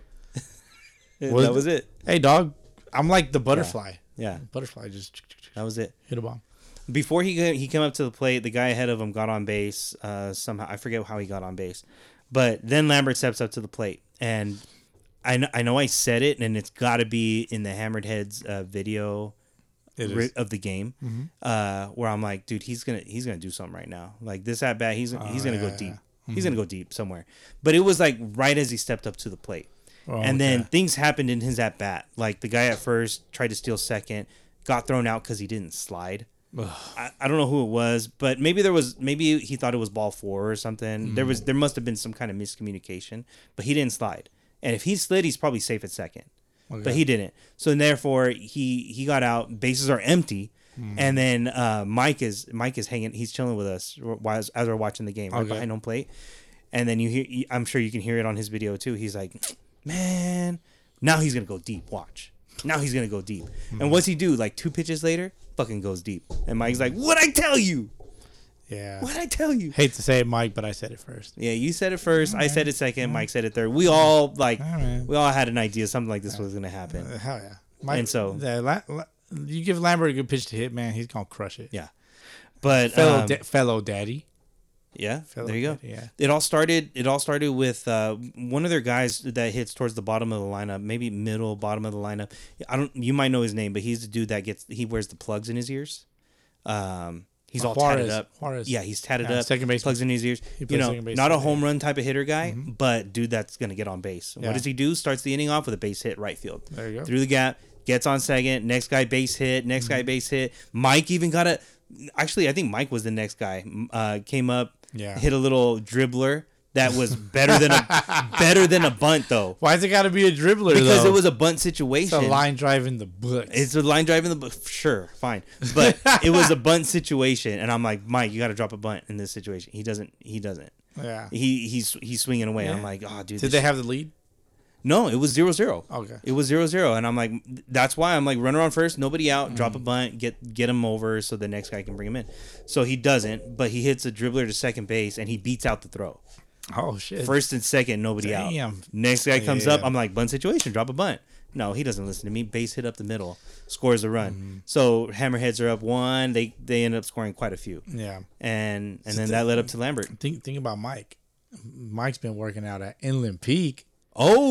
C: Yeah, that was it.
A: Hey, dog, I'm like the butterfly.
C: Yeah,
A: Butterfly just
C: that was it.
A: hit a bomb.
C: Before he ca- he came up to the plate, the guy ahead of him got on base. Uh, somehow I forget how he got on base, but then Lambert steps up to the plate, and I know I know I said it, and it's got to be in the Hammered Heads uh, video
A: It
C: ri-
A: is. Mm-hmm.
C: of the game, uh, where I'm like, dude, he's gonna he's gonna do something right now. Like this at bat, he's he's gonna go
A: Oh, yeah, Mm-hmm.
C: deep. He's gonna go deep somewhere. But it was like right as he stepped up to the plate,
A: Oh,
C: and then things happened in his at bat. Like the guy at first tried to steal second, got thrown out because he didn't slide. I, I don't know who it was, but maybe there was maybe he thought it was ball four or something. There was there must have been some kind of miscommunication, but he didn't slide. And if he slid, he's probably safe at second. But he didn't. So therefore he he got out, bases are empty. And then uh, Mike is Mike is hanging. He's chilling with us while, as we're watching the game, right
A: Okay.
C: behind home plate. And then you hear. you- I'm sure you can hear it on his video too. He's like, "Man, now he's gonna go deep. Watch. Now he's gonna go deep." And what's he do? Like two pitches later, fucking goes deep. And Mike's like, "What I tell you?"
A: Yeah.
C: What I tell you?
A: Hate to say it, Mike, but I said it first.
C: Yeah, you said it first. I said it second. Mike said it third. We all like,
A: right.
C: we all had an idea something like this was gonna happen.
A: Hell yeah. Mike,
C: And so-
A: the La- La- you give Lambert a good pitch to hit, man. He's gonna crush it.
C: Yeah, but
A: Fellow,
C: um,
A: da- fellow daddy.
C: Yeah,
A: Fellow
C: there you go.
A: kid, yeah.
C: it all started. It all started with uh, one of their guys that hits towards the bottom of the lineup, maybe middle bottom of the lineup. I don't. You might know his name, but he's the dude that gets. He wears the plugs in his ears. Um, he's all tatted
A: Juarez,
C: up.
A: Juarez.
C: Yeah, he's tatted
A: Yeah,
C: up.
A: second baseman.
C: plugs in his ears. You
A: plays
C: know,
A: second
C: not a
A: baseman, Mm-hmm.
C: home run type of hitter guy, but dude that's gonna get on base.
A: Yeah.
C: What does he do? Starts the inning off with a base hit right field.
A: There you go.
C: Through the gap, gets on second. Next guy base hit. Next guy
A: Mm-hmm.
C: base hit. Mike even got a. Actually, I think Mike was the next guy. M- Uh, came up,
A: Yeah.
C: hit a little dribbler that was better than a better than a bunt though,
A: Why's it gotta be a dribbler
C: because
A: though?
C: it was a bunt situation.
A: a line drive in the books.
C: It's a line drive in the bu- sure, fine, but it was a bunt situation, and I'm like, Mike, you got to drop a bunt in this situation. He doesn't. He doesn't.
A: yeah.
C: He he's he's swinging away. I'm like, oh,
A: Did
C: dude. this
A: they have the lead?
C: no, it was zero zero.
A: Okay.
C: It was zero zero, and I'm like, that's why I'm like, run around first, nobody out, drop
A: Mm-hmm.
C: a bunt, get get him over, so the next guy can bring him in. So he doesn't, but he hits a dribbler to second base, and he beats out the throw.
A: Oh shit.
C: First and second, nobody out.
A: Damn.
C: Next guy comes up,
A: Yeah.
C: I'm like, bunt situation, drop a bunt. No, he doesn't listen to me. Base hit up the middle, scores a run.
A: Mm-hmm.
C: So Hammerheads are up one. They they end up scoring quite a few,
A: Yeah.
C: and and then that led up to Lambert.
A: Think think about Mike. Mike's been working out at Inland Peak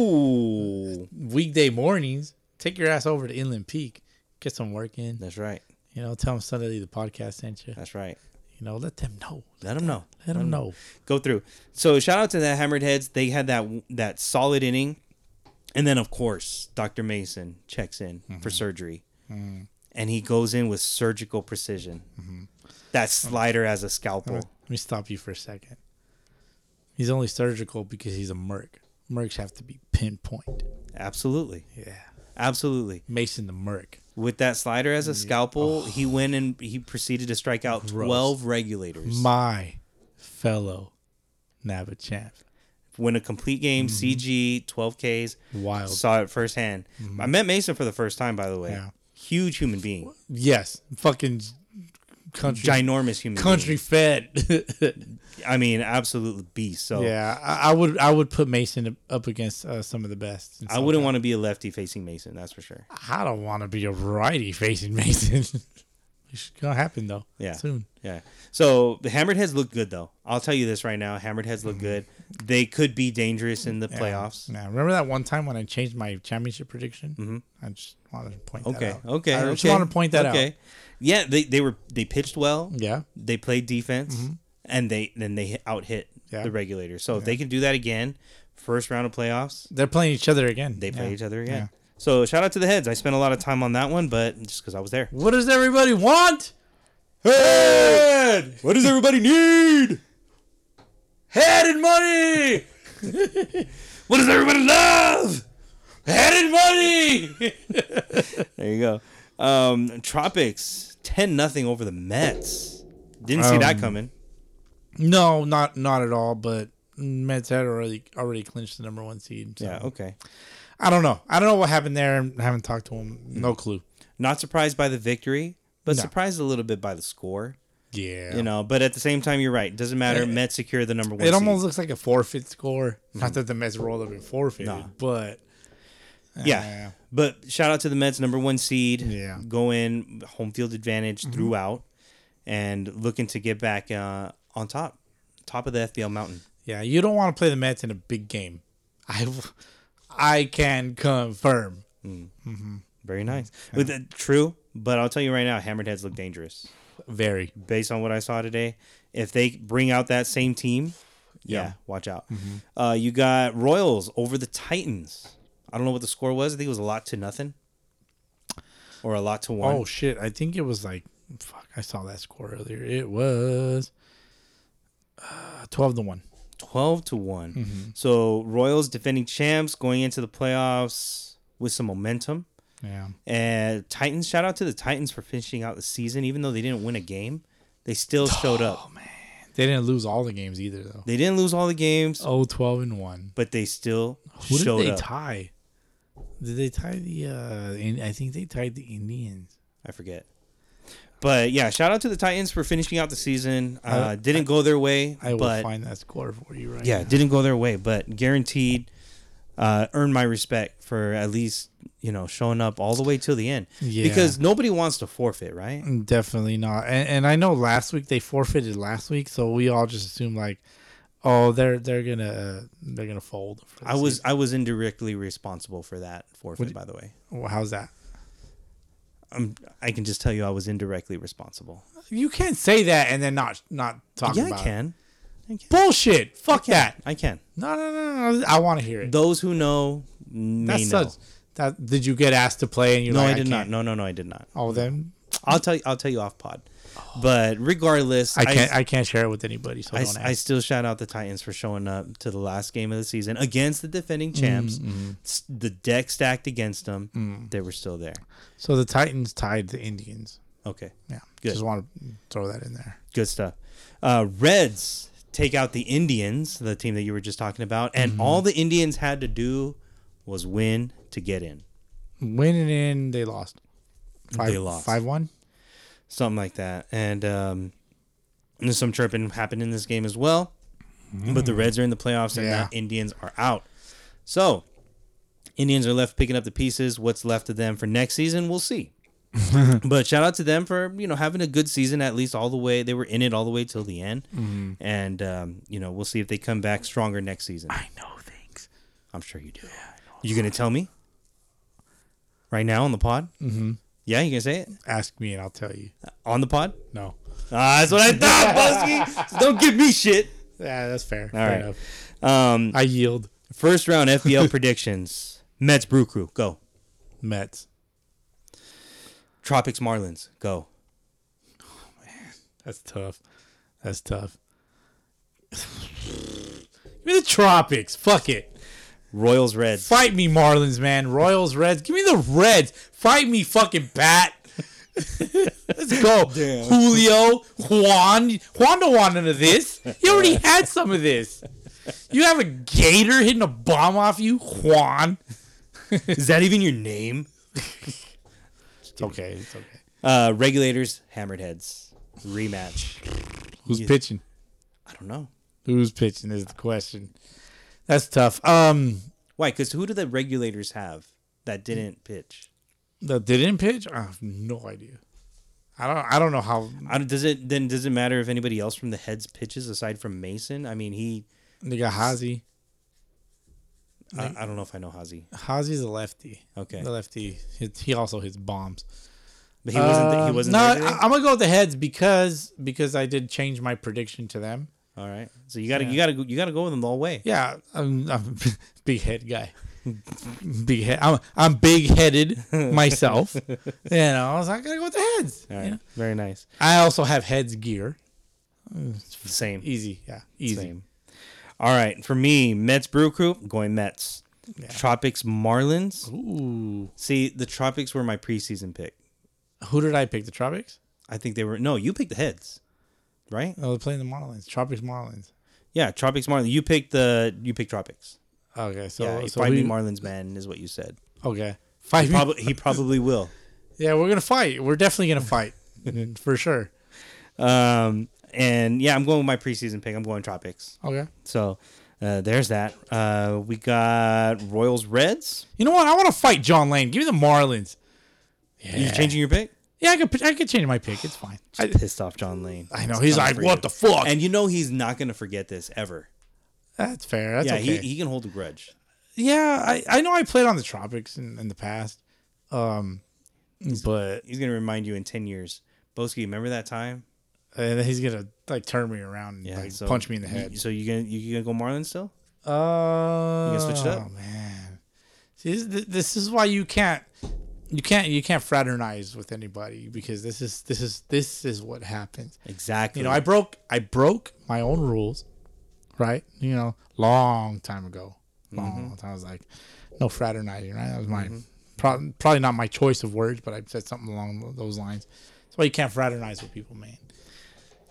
C: Oh,
A: weekday mornings. Take your ass over to Inland Peak. Get some work in.
C: that's right,
A: You know, tell them Sunday League the podcast sent you.
C: that's right.
A: You know, let them know.
C: Let him know.
A: Let them know.
C: go through. So shout out to the Hammered Heads. They had that that solid inning, and then of course Dr. Mason checks in
A: Mm-hmm.
C: for surgery, and he goes in with surgical precision.
A: Mm-hmm.
C: That slider as a scalpel.
A: Let me stop you for a second. He's only surgical because he's a merc. Mercs have to be pinpoint.
C: Absolutely,
A: Yeah.
C: absolutely.
A: Mason the merc.
C: With that slider as a scalpel, he went and he proceeded to strike out twelve regulators.
A: My fellow Nava champ.
C: Win a complete game, CG, twelve Ks.
A: Mm-hmm. Wild. Mm-hmm.
C: Saw it firsthand. I met Mason for the first time, by the way.
A: Yeah.
C: Huge human being,
A: Yes. Fucking country.
C: ginormous human. being.
A: Country fed.
C: I mean, absolute beast. So
A: Yeah, I, I would I would put Mason up against uh, some of the best.
C: I wouldn't want to be a lefty facing Mason. That's for sure.
A: I don't want to be a righty facing Mason. it's gonna happen though.
C: Yeah.
A: soon.
C: Yeah. So the hammered heads look good though. I'll tell you this right now. Hammered heads look
A: Mm-hmm.
C: good. They could be dangerous in the playoffs.
A: Now, remember that one time when I changed my championship prediction? Mm-hmm. I just wanted to point
C: Okay.
A: that out.
C: Okay.
A: I
C: okay.
A: just want to point that out.
C: Yeah, they, they were they pitched well.
A: Yeah. Mm-hmm.
C: They played defense and they then they hit- out hit
A: Yeah.
C: the regulators. So if they can do that again, first round of playoffs,
A: They're playing each other again.
C: they play each other again.
A: Yeah.
C: So shout out to the heads. I spent a lot of time on that one, but just because I was there.
A: What does everybody want?
C: What does everybody need? Head and money. what does everybody love? Head and money. there you go. Um, Tropics ten nothing over the Mets. Didn't see that coming.
A: No, not not at all. But Mets had already already clinched the number one seed. So.
C: Yeah. Okay.
A: I don't know. I don't know what happened there. I haven't talked to him. No
C: Mm.
A: clue.
C: Not surprised by the victory, but
A: No.
C: surprised a little bit by the score.
A: Yeah.
C: You know, but at the same time, you're right. Doesn't matter. Mets secure the number one.
A: It
C: seed. Mm-hmm.
A: almost looks like a forfeit score. Not that the Mets rolled up and forfeited, but
C: Yeah. But shout out to the Mets, number one seed.
A: Yeah.
C: Go in, home field advantage throughout, and looking to get back uh, on top, top of the FBL mountain.
A: yeah, you don't want to play the Mets in a big game. I, I can confirm.
C: Very nice. With that, true, but I'll tell you right now, hammered heads look dangerous.
A: Very.
C: Based on what I saw today, if they bring out that same team, yeah,
A: Yeah.
C: watch out. Uh, you got Royals over the Titans. I don't know what the score was. I think it was a lot to nothing, or a lot to one.
A: Oh shit! I think it was like, fuck. I saw that score earlier. It was uh, twelve to one.
C: 12 to one
A: Mm-hmm.
C: So Royals defending champs going into the playoffs with some momentum.
A: Yeah.
C: And Titans, shout out to the Titans for finishing out the season, even though they didn't win a game, they still
A: Oh,
C: showed up.
A: They didn't lose all the games either though.
C: They didn't lose all the games,
A: Oh, 12 and one.
C: but they still
A: Who did
C: showed
A: they
C: up.
A: tie? Did they tie the? uh in- I think they tied the Indians.
C: I forget. But yeah, shout out to the Titans for finishing out the season. Uh, didn't go their way,
A: I will
C: but
A: find that score for you right
C: yeah,
A: now.
C: didn't go their way, but guaranteed uh, earned my respect for at least you know showing up all the way till the end.
A: Yeah. Mm,
C: Because nobody wants to forfeit, right?
A: Definitely not. And, and I know last week they forfeited last week, so we all just assume like, oh, they're they're gonna uh, they're gonna fold. for
C: I
A: this
C: was I was indirectly responsible for that forfeit,
A: Would-
C: by the way.
A: season. Well, how's that?
C: Um, I can just tell you I was indirectly responsible.
A: You can't say that and then not not talk
C: yeah,
A: about
C: I
A: it.
C: can.
A: Bullshit. Fuck that.
C: I can.
A: No, no, no, no. I want to hear it.
C: Those who know may
A: That's
C: know.
A: such. That did you get asked to play and you?
C: no,
A: like,
C: I did not.
A: can't."
C: No, no, no, I did not.
A: Oh, then
C: I'll tell you. I'll tell you off pod. But regardless,
A: I can't. I, can't share it with anybody. So
C: I,
A: don't
C: I
A: ask.
C: still shout out the Titans for showing up to the last game of the season against the defending champs. S- The deck stacked against them. They were still there.
A: so the Titans tied the Indians.
C: Okay.
A: Yeah,
C: Good.
A: just want to throw that in there.
C: Good stuff. Uh, Reds take out the Indians, the team that you were just talking about. And all the Indians had to do was win to get in.
A: Winning in, they lost. Five,
C: They lost.
A: five one.
C: something like that. And um, and some chirping happened in this game as well. But the Reds are in the playoffs, and
A: Mm. Yeah.
C: the Indians are out. So Indians are left picking up the pieces. What's left of them for next season, we'll see. but shout out to them for you know having a good season at least all the way. They were in it all the way till the end,
A: Mm-hmm.
C: and um, you know we'll see if they come back stronger next season.
A: I know things.
C: I'm sure you do. you gonna tell me right now on the pod? Mm-hmm. Yeah, you gonna say it
A: Ask me and I'll tell you.
C: on the pod?
A: No.
C: Ah, that's what I thought, Busky. Don't give me shit.
A: Yeah, that's fair.
C: All
A: fair
C: right.
A: enough.
C: Um,
A: I yield.
C: first round FBL predictions: Mets Brew Crew go,
A: Mets.
C: Tropics Marlins go,
A: That's tough. That's tough. Give me the tropics. Fuck it.
C: Royals Reds,
A: Fight me, Marlins, man. Royals, Reds. Give me the Reds. Fight me, fucking bat. Let's go. Julio, Juan. Juan don't want none of this. He already had some of this. You have a gator hitting a bomb off you, Juan.
C: Is that even your name?
A: It's okay. It's okay.
C: Uh, regulators Hammered Heads rematch.
A: Who's pitching?
C: I don't know
A: Who's pitching is the question. That's tough. Um,
C: why. Because who do the regulators have that didn't pitch?
A: that didn't pitch. I have no idea. I don't. I don't know how
C: I don't, does it then? Does it matter if anybody else from the heads pitches aside from Mason? I mean, he.
A: they got Hazy.
C: I, I don't know if I know Hazy,
A: Hazy's a lefty.
C: Okay.
A: the lefty. He, he also hits bombs.
C: but he wasn't. He
A: Um,
C: wasn't.
A: No,
C: there
A: I,
C: today?
A: am gonna go with the heads because because I did change my prediction to them.
C: All right. So you gotta, you gotta, go- you gotta go with them the whole way.
A: Yeah, I'm, I'm a big head guy. big head. I'm I'm big headed myself. you know, so I gotta go with the heads.
C: All right.
A: you know?
C: Very nice.
A: I also have heads gear.
C: Same.
A: Easy. Yeah. Easy.
C: Same. All right, for me, Mets Brew Crew going Mets. Tropics Marlins.
A: Ooh.
C: See, the Tropics were my preseason pick.
A: Who did I pick? The Tropics?
C: I think they were no. You picked the Heads, right?
A: No, they're playing the Marlins. Tropics Marlins.
C: Yeah, Tropics Marlins. You picked the you picked Tropics.
A: Okay, so,
C: yeah,
A: so
C: fight
A: we,
C: me Marlins man is what you said.
A: okay. Fight me.
C: Probably he probably will.
A: Yeah, we're gonna fight. We're definitely gonna fight for sure.
C: Um, and yeah, I'm going with my preseason pick. I'm going Tropics.
A: Okay.
C: So uh, there's that. Uh, we got Royals Reds.
A: You know what? I want to fight John Lane. Give me the Marlins.
C: You changing your pick?
A: Yeah, I could I could change my pick. It's fine. I,
C: Pissed off John Lane.
A: I know he's like, what the fuck?
C: And you know he's not going to forget this ever.
A: That's fair. That's
C: yeah,
A: okay.
C: he, he can hold a grudge.
A: yeah, I, I know I played on the tropics in, in the past, um, but
C: He's going to remind you in 10 years. Boski, remember that time?
A: and then he's gonna like turn me around and like
C: so-
A: punch me in the head.
C: You, so you going to you gonna go Marlins still?
A: Oh,
C: switch it up?
A: Oh man, See, this, th- this is why you can't, you can't, you can't fraternize with anybody because this is this is this is what happens.
C: Exactly.
A: You know, I broke I broke my own rules, right? You know, long time ago.
C: Mm-hmm.
A: Long time. I was like, no fraternizing, right? That was my pro- probably not my choice of words, but I said something along tho- those lines. That's why you can't fraternize with people, man.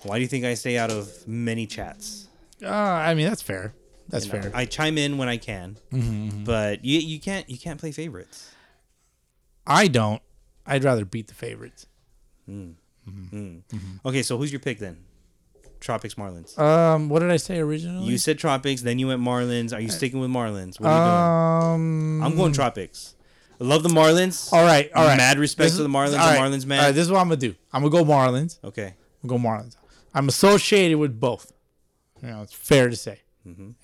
C: Why do you think I stay out of many chats?
A: Uh, I mean, that's fair. That's
C: You know,
A: fair. Mm-hmm,
C: I chime in when I can, but you, you can't you can't play favorites.
A: I don't. I'd rather beat the favorites.
C: Okay, so who's your pick then? Tropics Marlins.
A: Um, what did I say originally?
C: You said Tropics, then you went Marlins. Are you sticking with Marlins? What are
A: um, uh,
C: you doing? I'm going Tropics. I love the Marlins.
A: all right, all right.
C: Mad respect
A: This
C: to the
A: is-
C: Marlins. The
A: all right,
C: Marlins, man.
A: All right, this is what I'm gonna do. I'm gonna go Marlins.
C: okay.
A: I'm gonna go Marlins. I'm associated with both. You know, it's fair to say.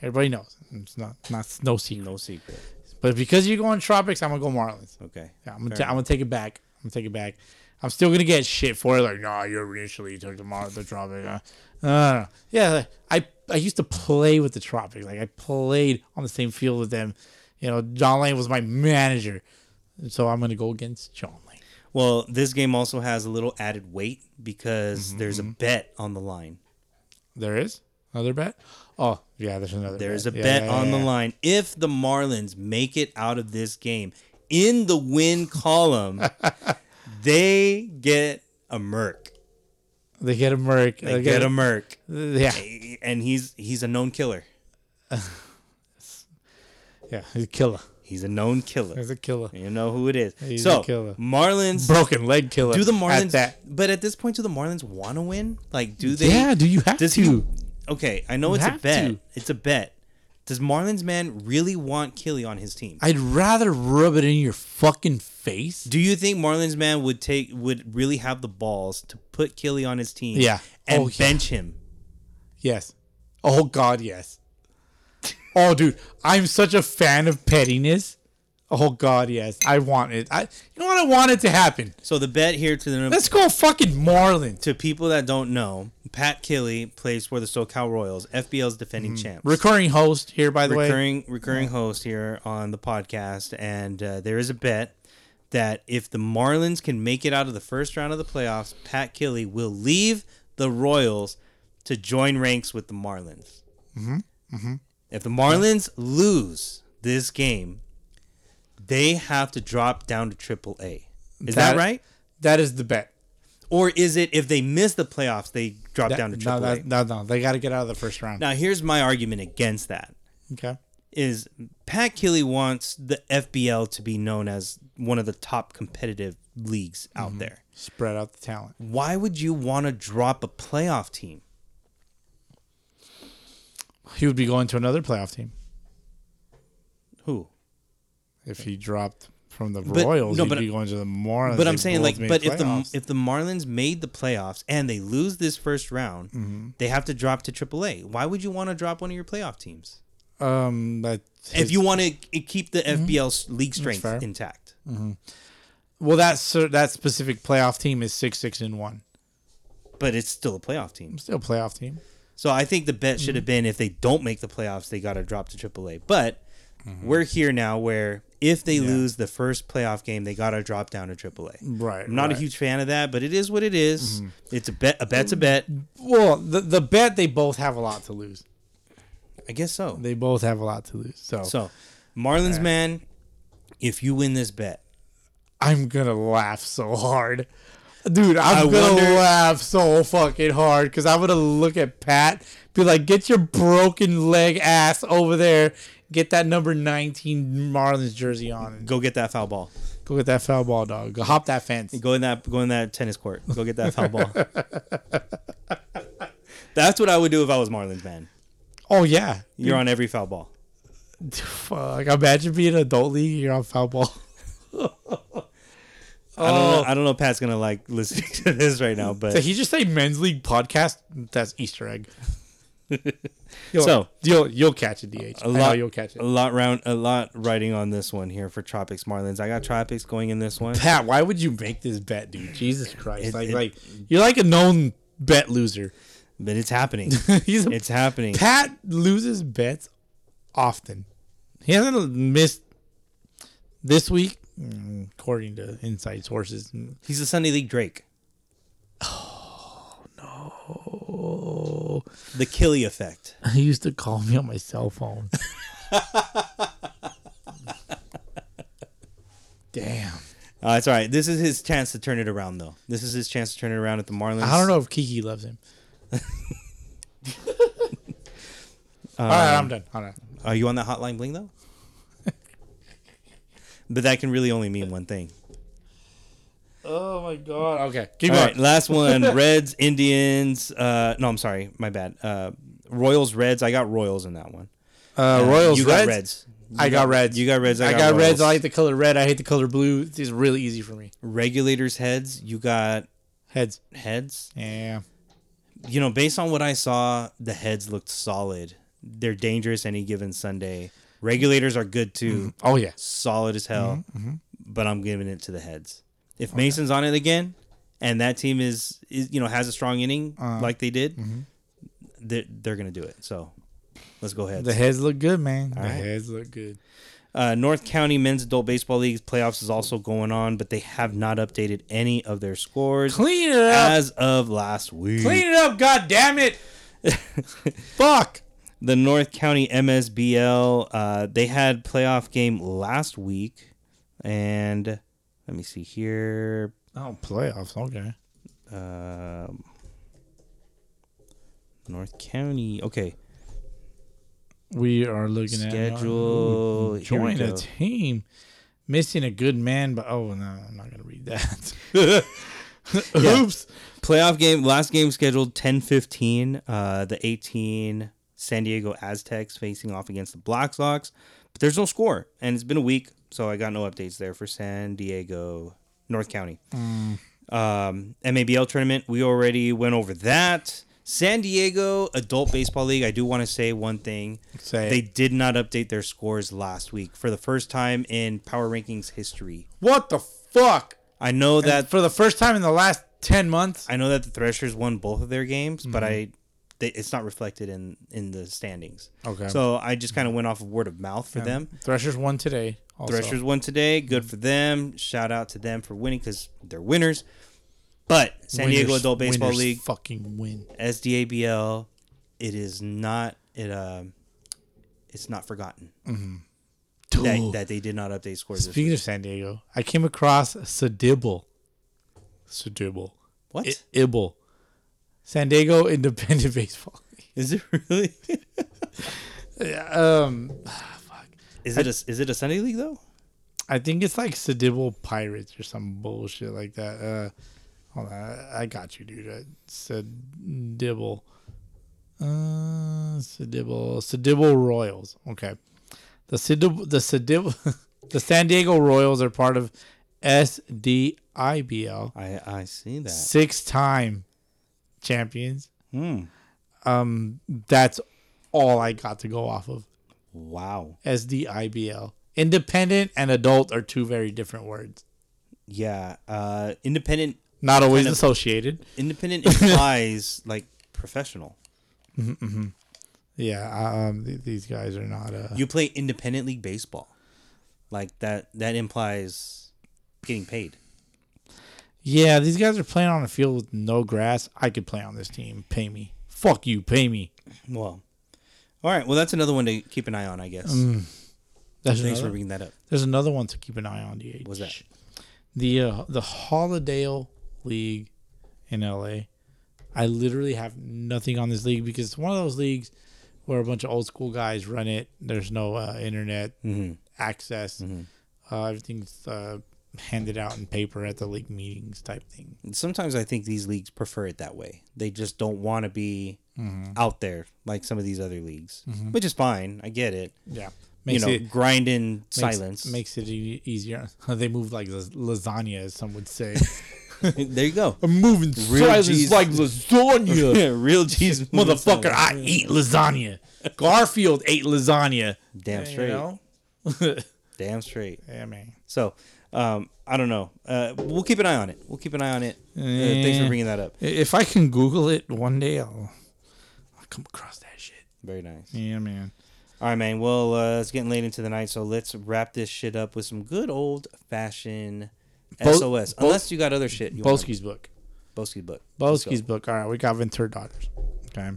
A: Everybody knows. It's not not no secret.
C: Mm-hmm. No secret.
A: But because you're going Tropics, I'm gonna go Marlins.
C: Okay.
A: Yeah, I'm gonna,
C: Fair
A: ta- I'm gonna take it back. I'm gonna take it back. I'm still gonna get shit for it. Like, nah, you're initially you took the Mar- the tropic. Uh, no, no, no. Yeah, like, I I used to play with the tropic. Like I played on the same field with them. You know, John Lane was my manager, And so I'm gonna go against John Lane.
C: Well, this game also has a little added weight because
A: Mm-hmm,
C: there's a bet on the line.
A: There is another bet. Oh yeah, there's another.
C: There's a
A: bet. Yeah,
C: bet
A: yeah,
C: on
A: yeah,
C: the
A: yeah.
C: line. If the Marlins make it out of this game in the win column, they get a Merc.
A: They get a Merc.
C: They get a Merc.
A: Yeah,
C: And he's he's a known killer.
A: yeah. He's a killer.
C: He's a known killer.
A: He's a killer.
C: You know who it is.
A: He's
C: so
A: a killer.
C: Marlins
A: Broken leg killer.
C: do the
A: at
C: Marlins
A: that.
C: but at this point do the Marlins want to win? Like do they
A: yeah. Do you have
C: Does
A: to?
C: he? Okay, I know it's a
A: have
C: bet.
A: to.
C: It's a bet. Does Marlins man really want Killy on his team?
A: I'd rather rub it in your fucking face.
C: Do you think Marlins man would take would really have the balls to put Killy on his team?
A: Yeah.
C: and
A: Oh, yeah.
C: bench him.
A: Yes. Oh God, yes. oh, dude, I'm such a fan of pettiness. Oh God, yes. I want it. I, you know what? I want it to happen.
C: So the bet here to the
A: Let's go, fucking Marlins.
C: to people that don't know, Pat Killy plays for the SoCal Royals, FBL's defending
A: Mm-hmm.
C: champs.
A: Recurring host here, by the way.
C: recurring recurring host here on the podcast, and uh, there is a bet that if the Marlins can make it out of the first round of the playoffs, Pat Killy will leave the Royals to join ranks with the Marlins. Mm-hmm. Mm-hmm. If the Marlins lose this game, they have to drop down to Triple A. Is that,
A: That-
C: right?
A: That is the bet.
C: Or is it if they miss the playoffs, they drop
A: That-
C: down to
A: no,
C: Triple A?
A: that, no, no, they got to get out of the first round.
C: Now, here's my argument against that.
A: Okay.
C: is Pat Killy wants the FBL to be known as one of the top competitive leagues out
A: Mm-hmm.
C: there.
A: Spread out the talent.
C: Why would you want to drop a playoff team?
A: He would be going to another playoff team
C: Who?
A: if he dropped from the
C: But-
A: Royals.
C: no,
A: he'd
C: but-
A: be going to the Marlins.
C: But
A: They
C: I'm saying
A: both
C: like
A: made
C: but if the
A: playoffs.
C: if the Marlins made the playoffs and they lose this first round,
A: Mm-hmm.
C: they have to drop to AAA. Why would you want to drop one of your playoff teams?
A: um, that
C: If you want to keep the FBL's league strength
A: fair.
C: intact.
A: well, that cer- that specific playoff team is six six and one.
C: But it's still a playoff team.
A: Still a playoff team.
C: So I think the bet
A: Mm-hmm.
C: should have been if they don't make the playoffs, they got to drop to AAA. But
A: Mm-hmm.
C: we're here now where if they lose the first playoff game, they got to drop down to AAA.
A: Right,
C: I'm not a
A: right. Mm-hmm.
C: huge fan of that, but it is what it is. It's a bet. A bet's a bet.
A: Well, the the bet they both have a lot to lose.
C: I guess so.
A: They both have a lot to lose. So,
C: So, Marlins man, if you win this bet,
A: I'm gonna laugh so hard, dude. I'm
C: I
A: gonna
C: wonder-
A: laugh so fucking hard because I'm gonna look at Pat, be like, "Get your broken leg ass over there. Get that number 19 Marlins jersey on. And
C: go get that foul ball.
A: go get that foul ball, dog. Go hop that fence."
C: Go in that. Go in that tennis court. Go get that foul ball. That's what I would do if I was Marlins man.
A: Oh yeah,
C: You're on every foul ball.
A: fuck. Imagine being an adult league. You're on foul ball.
C: I
A: Oh.
C: don't know. I don't know. if Pat's gonna like listening to this right now, but
A: Did he just say men's league podcast? That's Easter egg. You'll-
C: So-
A: you'll you'll catch it, DH. I
C: a
A: know
C: lot
A: you'll catch
C: A
A: it.
C: lot round. A lot writing on this one here for Tropics Marlins. I got Tropics going in this one.
A: Pat, why would you make this bet, dude? Jesus Christ!
C: It-
A: like,
C: it-
A: like you're like a known bet loser.
C: But it's happening.
A: He's a,
C: it's happening.
A: Pat loses bets often. He hasn't missed this week, mm, according to inside sources.
C: He's a Sunday League Drake.
A: Oh,
C: The Killy effect.
A: he used to call me on my cell phone. Damn.
C: Uh, it's all right. This is his chance to turn it around, though. This is his chance to turn it around at the Marlins.
A: I don't know if Kiki loves him. All right, I'm done. All right.
C: Are you on that hotline bling though? but that can really only mean one thing.
A: Oh my god. Okay, keep
C: All
A: going.
C: right, last one. Reds, Indians. Uh, no, I'm sorry, my bad. Uh, Royals, Reds. I got Royals in that one.
A: Uh, Royals.
C: you got
A: Reds.
C: Reds.
A: I got Reds.
C: You got Reds. I
A: I
C: got,
A: got
C: Royals.
A: Reds. I like the color red. I hate the color blue. It's really easy for me.
C: Regulators heads. You got
A: Heads.
C: heads.
A: Yeah.
C: you know, based on what I saw, the heads looked solid. They're dangerous any given Sunday. Regulators are good too,
A: Oh yeah.
C: solid as hell.
A: Mm-hmm,
C: But I'm giving it to the heads. If Mason's on it again, and that team is, is you know has a strong inning
A: Uh-huh.
C: like they did,
A: Mm-hmm.
C: they're, they're gonna do it. So let's go heads.
A: The heads look good, man. the
C: right.
A: heads look good.
C: Uh, North County Men's Adult Baseball League's playoffs is also going on, but they have not updated any of their scores
A: Clean it up.
C: as of last week.
A: Clean it up. God damn it. Fuck.
C: the North County MSBL. Uh, they had playoff game last week, and let me see here.
A: Oh, playoffs. Okay.
C: Um, North County. Okay,
A: We are looking at
C: schedule. Here we
A: join a
C: go.
A: team. Missing a good man, but oh no, I'm not gonna read that. Oops.
C: Playoff game. Last game scheduled 10-15. Uh, the eighteen San Diego Aztecs facing off against the Black Sox, but there's no score, and it's been a week, so I got no updates there for San Diego North County.
A: Mm.
C: um, MABL tournament. We already went over that. San Diego Adult Baseball League. I do want to say one thing.
A: Say it.
C: they did not update their scores last week for the first time in Power Rankings history.
A: What the fuck?
C: I know that
A: That for the first time in the last ten months.
C: I know that the Threshers won both of their games, but
A: Mm-hmm.
C: I they, it's not reflected in in the standings.
A: Okay.
C: So I just kind of went off of word of mouth for them.
A: Threshers won today. Also.
C: Threshers won today. Good for them. Shout out to them for winning because they're winners. But San Diego
A: Winners-
C: Adult Baseball
A: winners
C: League
A: fucking win.
C: SDABL, it is not it um it's not forgotten that, that they did not update scores. This
A: Speaking
C: week.
A: of San Diego, I came across Sadibble. Sadibble.
C: What
A: I-
C: is
A: Ibble. San Diego Independent Baseball.
C: it really?
A: Um,
C: is it a is it a Sunday league though?
A: I think it's like Sadibble Pirates or some bullshit like that. Uh, hold on, I, I got you, dude. Uh, I, Sadibble. Uh, Sadibble, Sadibble Royals. Okay, the Sadibble, the Sadibble, the San Diego Royals are part of SDIBL.
C: I I see that.
A: six time champions. Um, that's all I got to go off of.
C: Wow.
A: SDIBL. Independent and adult are two very different words.
C: Yeah. Uh, independent
A: Not always
C: Kind of-
A: associated.
C: independent implies like professional.
A: Yeah, um, th- these guys are not. Uh,
C: You play independent league baseball, like that. That implies getting paid.
A: yeah, these guys are playing on a field with no grass. I could play on this team. Pay me. Fuck you. Pay me.
C: Well. All right. Well, that's another one to keep an eye on, I guess.
A: Mm-hmm. That's
C: Thanks for
A: another,
C: bringing that up.
A: there's another one to keep an eye on. DH.
C: What's that?
A: the uh, the Holiday League in LA. I literally have nothing on this league because it's one of those leagues where a bunch of old school guys run it. There's no uh, internet
C: Mm-hmm.
A: access. Uh, everything's uh, handed out in paper at the league meetings type thing.
C: sometimes I think these leagues prefer it that way. They just don't want to be
A: Mm-hmm.
C: out there like some of these other leagues, which is fine. I get it.
A: Yeah, Mm-hmm. makes
C: you know,
A: it makes-
C: grind in silence.
A: makes it e- easier. they move like las- lasagna, as some would say.
C: there you go.
A: I'm moving
C: Real
A: silence
C: G's.
A: like lasagna.
C: Yeah, Real cheese,
A: Motherfucker, I eat lasagna. Garfield ate lasagna.
C: Damn straight. Damn straight.
A: Yeah, man.
C: So, um, I don't know. Uh, we'll keep an eye on it. We'll keep an eye on it. Uh, thanks for
A: Eh.
C: bringing that up.
A: I- If I can Google it one day, I'll, I'll come across that shit.
C: Very nice.
A: Yeah, man.
C: All right, man. Well, uh, it's getting late into the night, so let's wrap this shit up with some good old fashioned
A: Bo-
C: SOS. Unless you got other shit. You wanna-
A: Bolsky's book.
C: Boski book. Let's go.
A: Bolsky's book. All right, we got Ventura Daughters. Okay.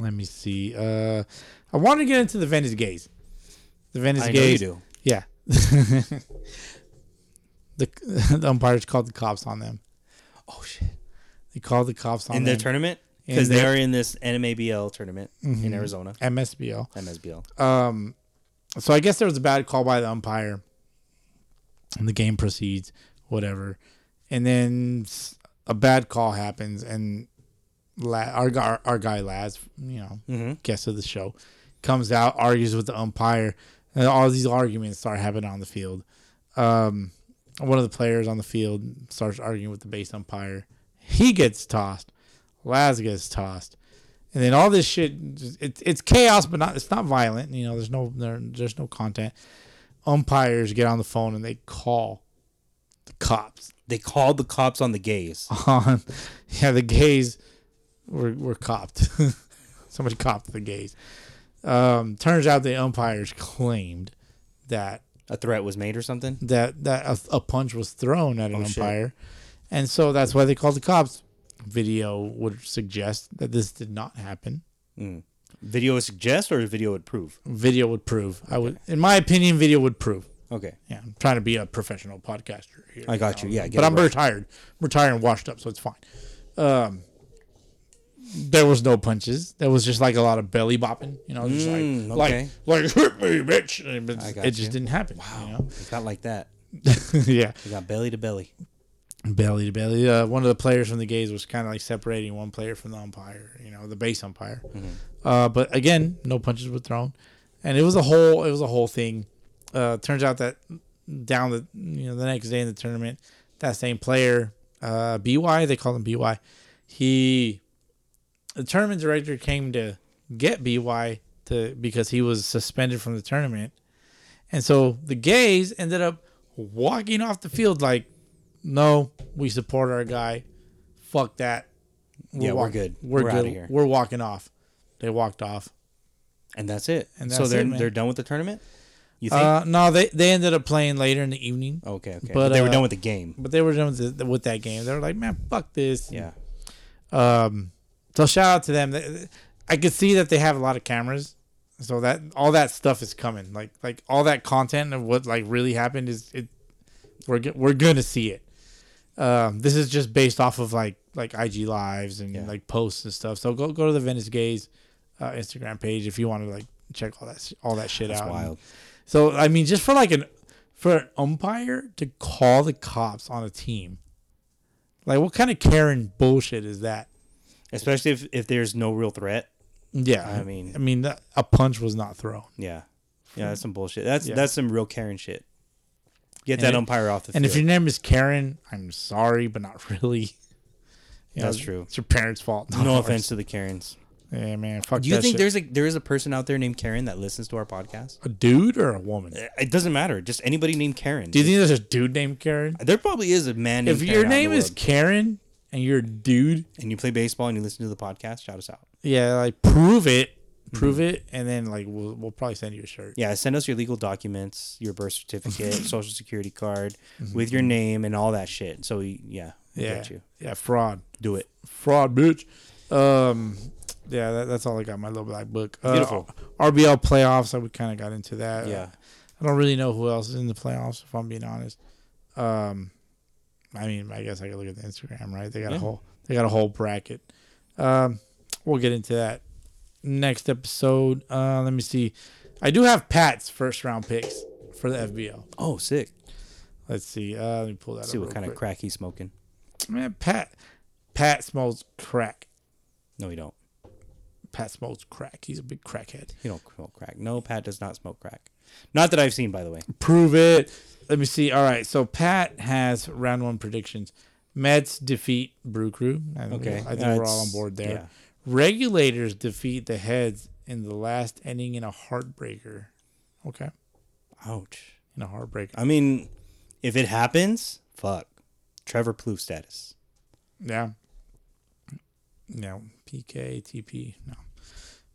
A: Let me see. Uh, I want to get into the Venice Gays. The Venice
C: I know you
A: Gays.
C: do.
A: Yeah. the, the umpires called the cops on them.
C: Oh shit.
A: They called the cops on
C: in
A: them.
C: their tournament
A: Oh, In
C: because they
A: their- Mm-hmm.
C: are in this NMABL tournament in Arizona,
A: MSBL.
C: MSBL.
A: So I guess there was a bad call by the umpire, and the game proceeds. whatever. And then s- a bad call happens, and La- our, gu- our our guy Laz, you know, guest of the show, comes out, argues with the umpire, and all these arguments start happening on the field. Um, one of the players on the field starts arguing with the base umpire. He gets tossed. Laz gets tossed. And then all this shit, just- it's it's chaos, but not it's not violent. You know, there's no there, there's no content. Umpires get on the phone and they call the cops
C: They called the cops on the gays.
A: on. Yeah, the gays were were copped. Somebody copped the gays. Um, turns out the umpires claimed that
C: A threat was made or something.
A: that that a, a punch was thrown at an
C: shit.
A: umpire, and so that's why they called the cops. Video would suggest that this did not happen.
C: Video would suggest or video would prove.
A: Video would prove. I would, in my opinion, video would prove.
C: Okay.
A: Yeah, I'm trying to be a professional podcaster here.
C: I got you. Yeah, I get
A: but
C: it,
A: I'm
C: bro.
A: retired, retired and washed up, so it's fine. Um, there was no punches. There was just like a lot of belly bopping. You know, just
C: Mm,
A: like
C: okay.
A: like like hit me, bitch. And
C: I
A: It,
C: got
A: it just
C: you.
A: didn't happen. Wow.
C: It got like that.
A: You know? yeah.
C: It got belly to belly.
A: belly to belly. Uh, one of the players from the gays was kind of like separating one player from the umpire, you know, the base umpire. Uh, but again, no punches were thrown, and it was a whole it was a whole thing. Uh, turns out that down the you know the next day in the tournament, that same player, uh, By they call him By, he the tournament director came to get By to because he was suspended from the tournament, and so the gays ended up walking off the field like no, we support our guy. Fuck that.
C: Yeah, we're
A: walk-
C: good.
A: We're,
C: We're
A: good.
C: outta here.
A: We're walking off. They walked off.
C: And that's it.
A: And
C: so
A: that's
C: they're
A: it, man.
C: they're done with the tournament? You think?
A: Uh, no, they they ended up playing later in the evening.
C: okay, okay. But,
A: but,
C: they were
A: uh,
C: done with the game.
A: But they were done with, the, with that game. They were like, man, fuck this.
C: Yeah.
A: So shout out to them. They- they- I could see that they have a lot of cameras. So that all that stuff is coming. Like like all that content of what like really happened is it. We're go- we're gonna see it. Um, this is just based off of like like IG lives and
C: Yeah.
A: like posts and stuff. So go go to the Venice Gays uh, Instagram page if you want to like check all that sh- all that shit
C: That's
A: out.
C: wild.
A: So I mean, just for like an for an umpire to call the cops on a team, like what kind of Karen bullshit is that?
C: Especially if, if there's no real threat.
A: Yeah,
C: I mean-
A: I mean, that, a punch was not thrown,
C: Yeah. Yeah, that's some bullshit. That's
A: Mm-hmm. Yeah.
C: that's some real Karen shit. Get that
A: it-
C: umpire off the
A: and
C: field.
A: if your name is Karen, I'm sorry, but not really. You
C: That's true.
A: It's your parents' fault. not
C: no
A: ours.
C: offense to the Karens.
A: Yeah, man. Fuck.
C: Do you think there's a there is a person out there named Karen that listens to our podcast?
A: a dude or a woman?
C: It doesn't matter. Just anybody named Karen.
A: Do you think there's a dude named Karen?
C: there probably is a man? Named
A: If your
C: Karen out in
A: name
C: the
A: is
C: world.
A: Karen and you're a dude,
C: and you play baseball and you listen to the podcast, shout us out.
A: yeah, like prove it, prove it, and then like we'll we'll probably send you a shirt.
C: Mm-hmm. Yeah, send us your legal documents, your birth certificate, social security card with your name and all that shit. So we, yeah, we
A: Mm-hmm. yeah,
C: get you.
A: yeah, fraud.
C: Do it.
A: fraud, bitch. Um, yeah, that, that's all I got. My little black book. Uh,
C: Beautiful.
A: RBL playoffs. I, we kind of got into that.
C: Yeah.
A: Uh, I don't really know who else is in the playoffs, if I'm being honest. Um, I mean, I guess I could look at the Instagram, right? They got a
C: Yeah.
A: whole, they got a whole bracket. Um, we'll get into that next episode. Uh, let me see. I do have Pat's first round picks for the FBL.
C: Oh, sick.
A: Let's see. Uh, let me pull that.
C: See
A: up
C: what
A: real
C: kind of
A: quick.
C: crack he's smoking.
A: Man, Pat, Pat smells crack.
C: No, you don't.
A: Pat smells crack. He's a big crackhead.
C: You don't smoke crack. No, Pat does not smoke crack. Not that I've seen, by the way.
A: Prove it. Let me see. All right. So Pat has round one predictions. Mets defeat Brew Crew. I think-
C: Okay,
A: I think we're all on
C: that's-
A: board there.
C: yeah.
A: Regulators defeat the Heads in the last inning in a heartbreaker. Okay.
C: Ouch.
A: In a heartbreaker.
C: I mean, if it happens, fuck. Trevor Plouffe status.
A: Yeah. No. PK, TP. No.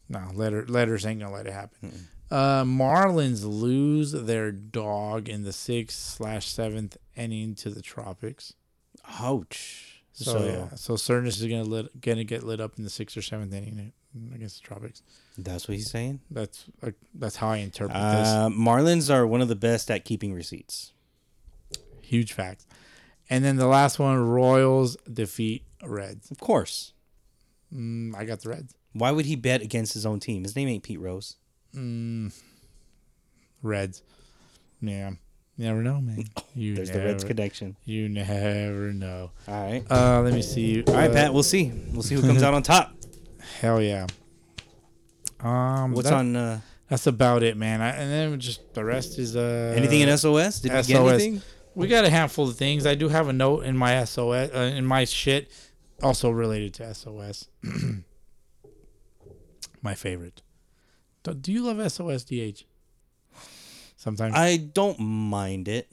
A: No. Letter, letters ain't going to let it happen. Uh, Marlins lose their dog in the sixth slash seventh inning to the Tropics.
C: Ouch.
A: So, yeah, so Cernus is gonna lit, gonna get lit up in the sixth or seventh inning against the Tropics.
C: that's what he's saying.
A: That's uh, that's how I interpret
C: Uh, Marlins are one of the best at keeping receipts.
A: this. Huge fact. And then the last one, Royals defeat Reds.
C: Of course.
A: Mm, I got the Reds.
C: Why would he bet against his own team? His name ain't Pete Rose.
A: Reds. Yeah, never know, man. You
C: There's
A: never,
C: the Reds connection.
A: You never know.
C: All right.
A: Uh, let me see.
C: All right,
A: Uh,
C: Pat. We'll see. We'll see who comes out on top.
A: Hell yeah. Um,
C: What's
A: that-
C: on uh,
A: That's about it, man. I, and then just the rest is uh
C: anything in SOS? Did we get
A: SOS.
C: anything?
A: We got a handful of things. I do have a note in my SOS uh, in my shit, also related to SOS. my favorite. Do, do you love SOS DH? Sometimes
C: I don't mind it.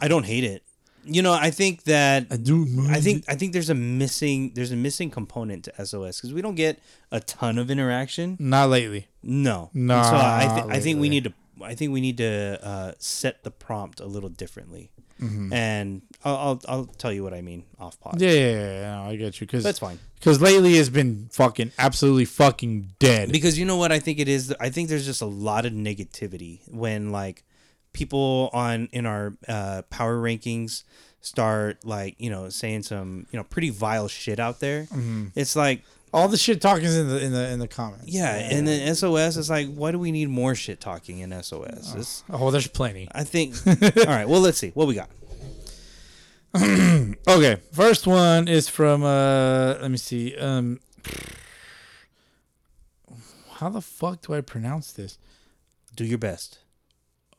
C: I don't hate it. You know, I think that
A: do.
C: I think I think there's a missing there's a missing component to SOS because we don't get a ton of interaction.
A: not lately.
C: No,
A: Nah,
C: So I th- I think
A: lately.
C: we need to I think we need to uh, set the prompt a little differently, and I'll, I'll I'll tell you what I mean off pod.
A: Mm-hmm. Yeah, yeah, yeah, yeah, no, I get you. Cause
C: That's fine.
A: Because lately it's been fucking absolutely fucking dead.
C: because you know what I think it is. I think there's just a lot of negativity when like people on in our uh, power rankings start like you know saying some you know pretty vile shit out there.
A: Mm-hmm.
C: It's like
A: All the shit talking is in the in the in the comments.
C: yeah, and then SOS is like, why do we need more shit talking in SOS? It's,
A: Oh, there's plenty.
C: I think. all right, well let's see what we got.
A: Okay, first one is from uh let me see. Um How the fuck do I pronounce this?
C: Do your best,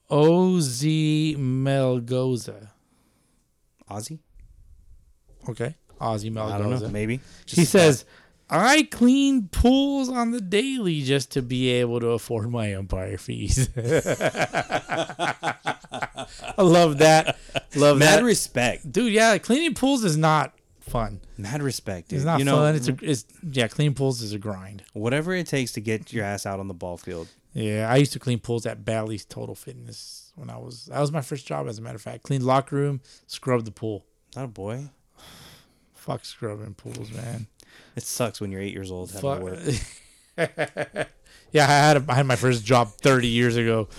A: OZ Melgoza.
C: Ozzy.
A: Okay. Ozzy
C: I don't know,
A: Melgoza.
C: maybe.
A: He says, "I clean pools on the daily just to be able to afford my umpire fees." I love that. Love
C: mad
A: that.
C: respect,
A: Dude, yeah, cleaning pools is not fun.
C: mad respect, dude.
A: It's not
C: you know,
A: fun. It's a, it's yeah, cleaning pools is a grind.
C: whatever it takes to get your ass out on the ball field.
A: Yeah, I used to clean pools at Bally's Total Fitness when I was that was my first job. As a matter of fact, cleaned locker room, scrubbed the pool.
C: Not a boy.
A: Fuck scrubbing pools, man.
C: It sucks when you're eight years old having to
A: Fuck.
C: work.
A: yeah, I had a, I had my first job 30 years ago.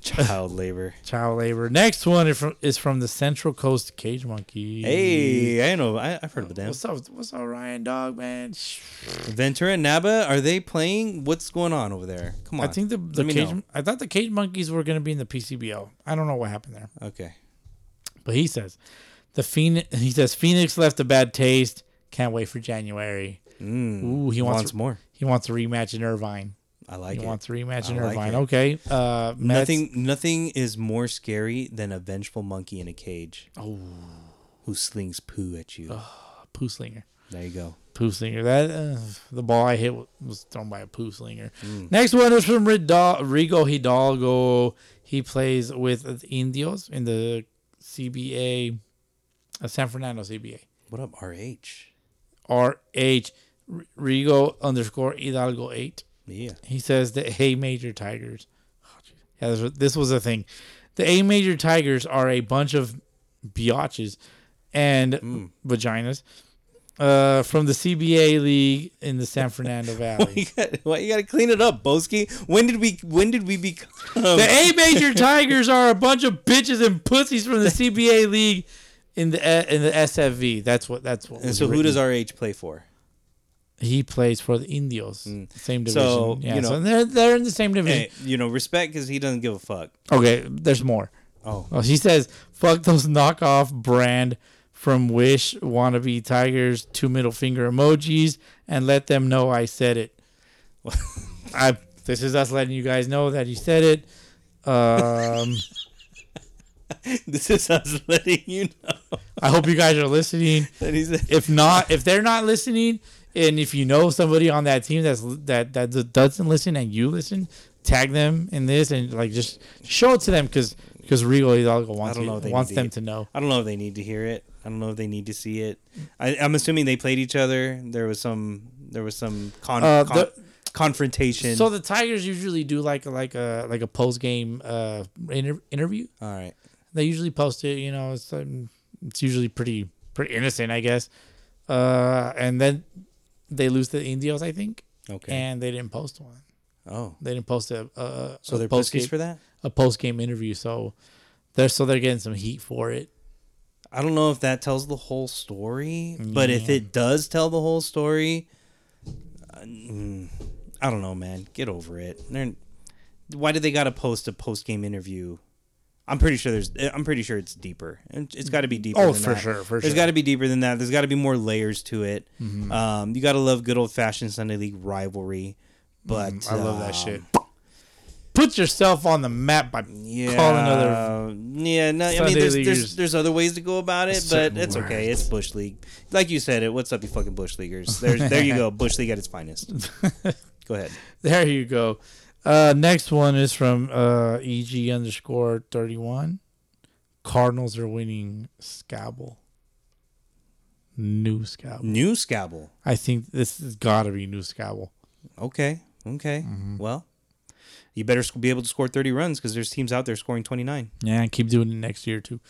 C: Child labor.
A: Child labor. Next one is from is from the Central Coast Cage Monkey.
C: Hey, I know. I, I've heard about them.
A: what's up? What's up, Ryan Dog man? Shh.
C: Ventura and Naba, are they playing? What's going on over there? Come
A: I
C: on.
A: think the, the
C: Let me
A: cage.
C: know.
A: I thought the Cage Monkeys were gonna be in the PCBL. I don't know what happened there.
C: Okay.
A: But he says, the Phoenix. He says Phoenix left a bad taste. Can't wait for January. Ooh, he wants,
C: Mm. Wants more.
A: He wants a rematch in Irvine.
C: I
A: He
C: like it.
A: wants a rematch in
C: I like
A: Irvine.
C: it.
A: Okay. Uh, Mets-
C: nothing. Nothing is more scary than a vengeful monkey in a cage. Oh. Who slings poo at you?
A: Poo slinger.
C: There you go.
A: Poo slinger. That uh, the ball I hit w- was thrown by a poo slinger.
C: Mm.
A: Next one is from Rido- Rigo Hidalgo. He plays with the Indios in the CBA, uh, San Fernando CBA.
C: What up, RH?
A: R H R- Rigo underscore Hidalgo eight.
C: Yeah.
A: He says the A major Tigers. Oh, geez. yeah, this was, this was a thing. The A major Tigers are a bunch of biatches and
C: Hmm.
A: vaginas uh, from the CBA league in the San Fernando Valley.
C: Why you gotta clean it up, Boski? When did we? When did we become?
A: the A major Tigers are a bunch of bitches and pussies from the CBA league in the uh, in the SFV. That's what that's what.
C: and
A: was
C: so, who
A: written.
C: does RH play for?
A: he plays for the Indios? Same division.
C: Hmm. So,
A: yeah,
C: you know-
A: so they're they're in the same division.
C: Hey, you know, respect because he doesn't give a fuck.
A: Okay, there's more.
C: Oh.
A: Well, she says, fuck those knockoff brand from Wish wannabe Tigers, two middle finger emojis, and let them know I said it. I This is us letting you guys know that you said it. Um,
C: This is us letting you know
A: I hope you guys are listening.
C: that he's.
A: If not, if they're not listening, and if you know somebody on that team that's that that doesn't listen and you listen, tag them in this and like just show it to them because because Rigo Hidalgo
C: I
A: wants
C: don't know. if
A: you,
C: They
A: wants
C: need to
A: them
C: hear-
A: to know.
C: I don't know if they need to hear it. I don't know if they need to see it. I, I'm assuming they played each other. There was some. There was some con,
A: Uh,
C: con-
A: the-
C: confrontation.
A: So the Tigers usually do like like a like a post game uh inter- interview.
C: All right.
A: They usually post it. You know, it's um, it's usually pretty pretty innocent, I guess. Uh, and then they lose to the Indios, I think,
C: Okay.
A: and they didn't post one.
C: oh.
A: They didn't post a, a
C: So
A: a
C: they're
A: post-game-
C: pussies for that.
A: a post game interview. So they're so they're getting some heat for it.
C: I don't know if that tells the whole story, but if it does tell the whole story, uh, mm, I don't know, man. Get over it. They're, why do they got to post a post game interview I'm pretty sure there's. I'm pretty sure it's deeper. It's, it's got to be deeper.
A: Oh,
C: than
A: for
C: that.
A: sure, for
C: There's
A: sure. Mm-hmm.
C: got to be deeper than that. There's got to be more layers to it. Um, you got to love good old fashioned Sunday League rivalry. But
A: Mm-hmm. I love that
C: um,
A: shit. Put yourself on the map by
C: Yeah,
A: calling other.
C: Yeah, no, I
A: Sunday
C: mean, there's,
A: leaguers.
C: there's there's other ways to go about it, but
A: certain
C: it's okay. It's bush league, like you said. It. What's up, you fucking bush leaguers? There's there you go, bush league at its finest. go ahead.
A: There you go. Uh, next one is from uh, EG underscore thirty one. Cardinals are winning Scabble. New Scabble.
C: New Scabble.
A: I think this has got to be New Scabble.
C: Okay, okay.
A: Mm-hmm.
C: Well, you better sc- be able to score thirty runs because there's teams out there scoring twenty nine.
A: Yeah, keep doing it next year too.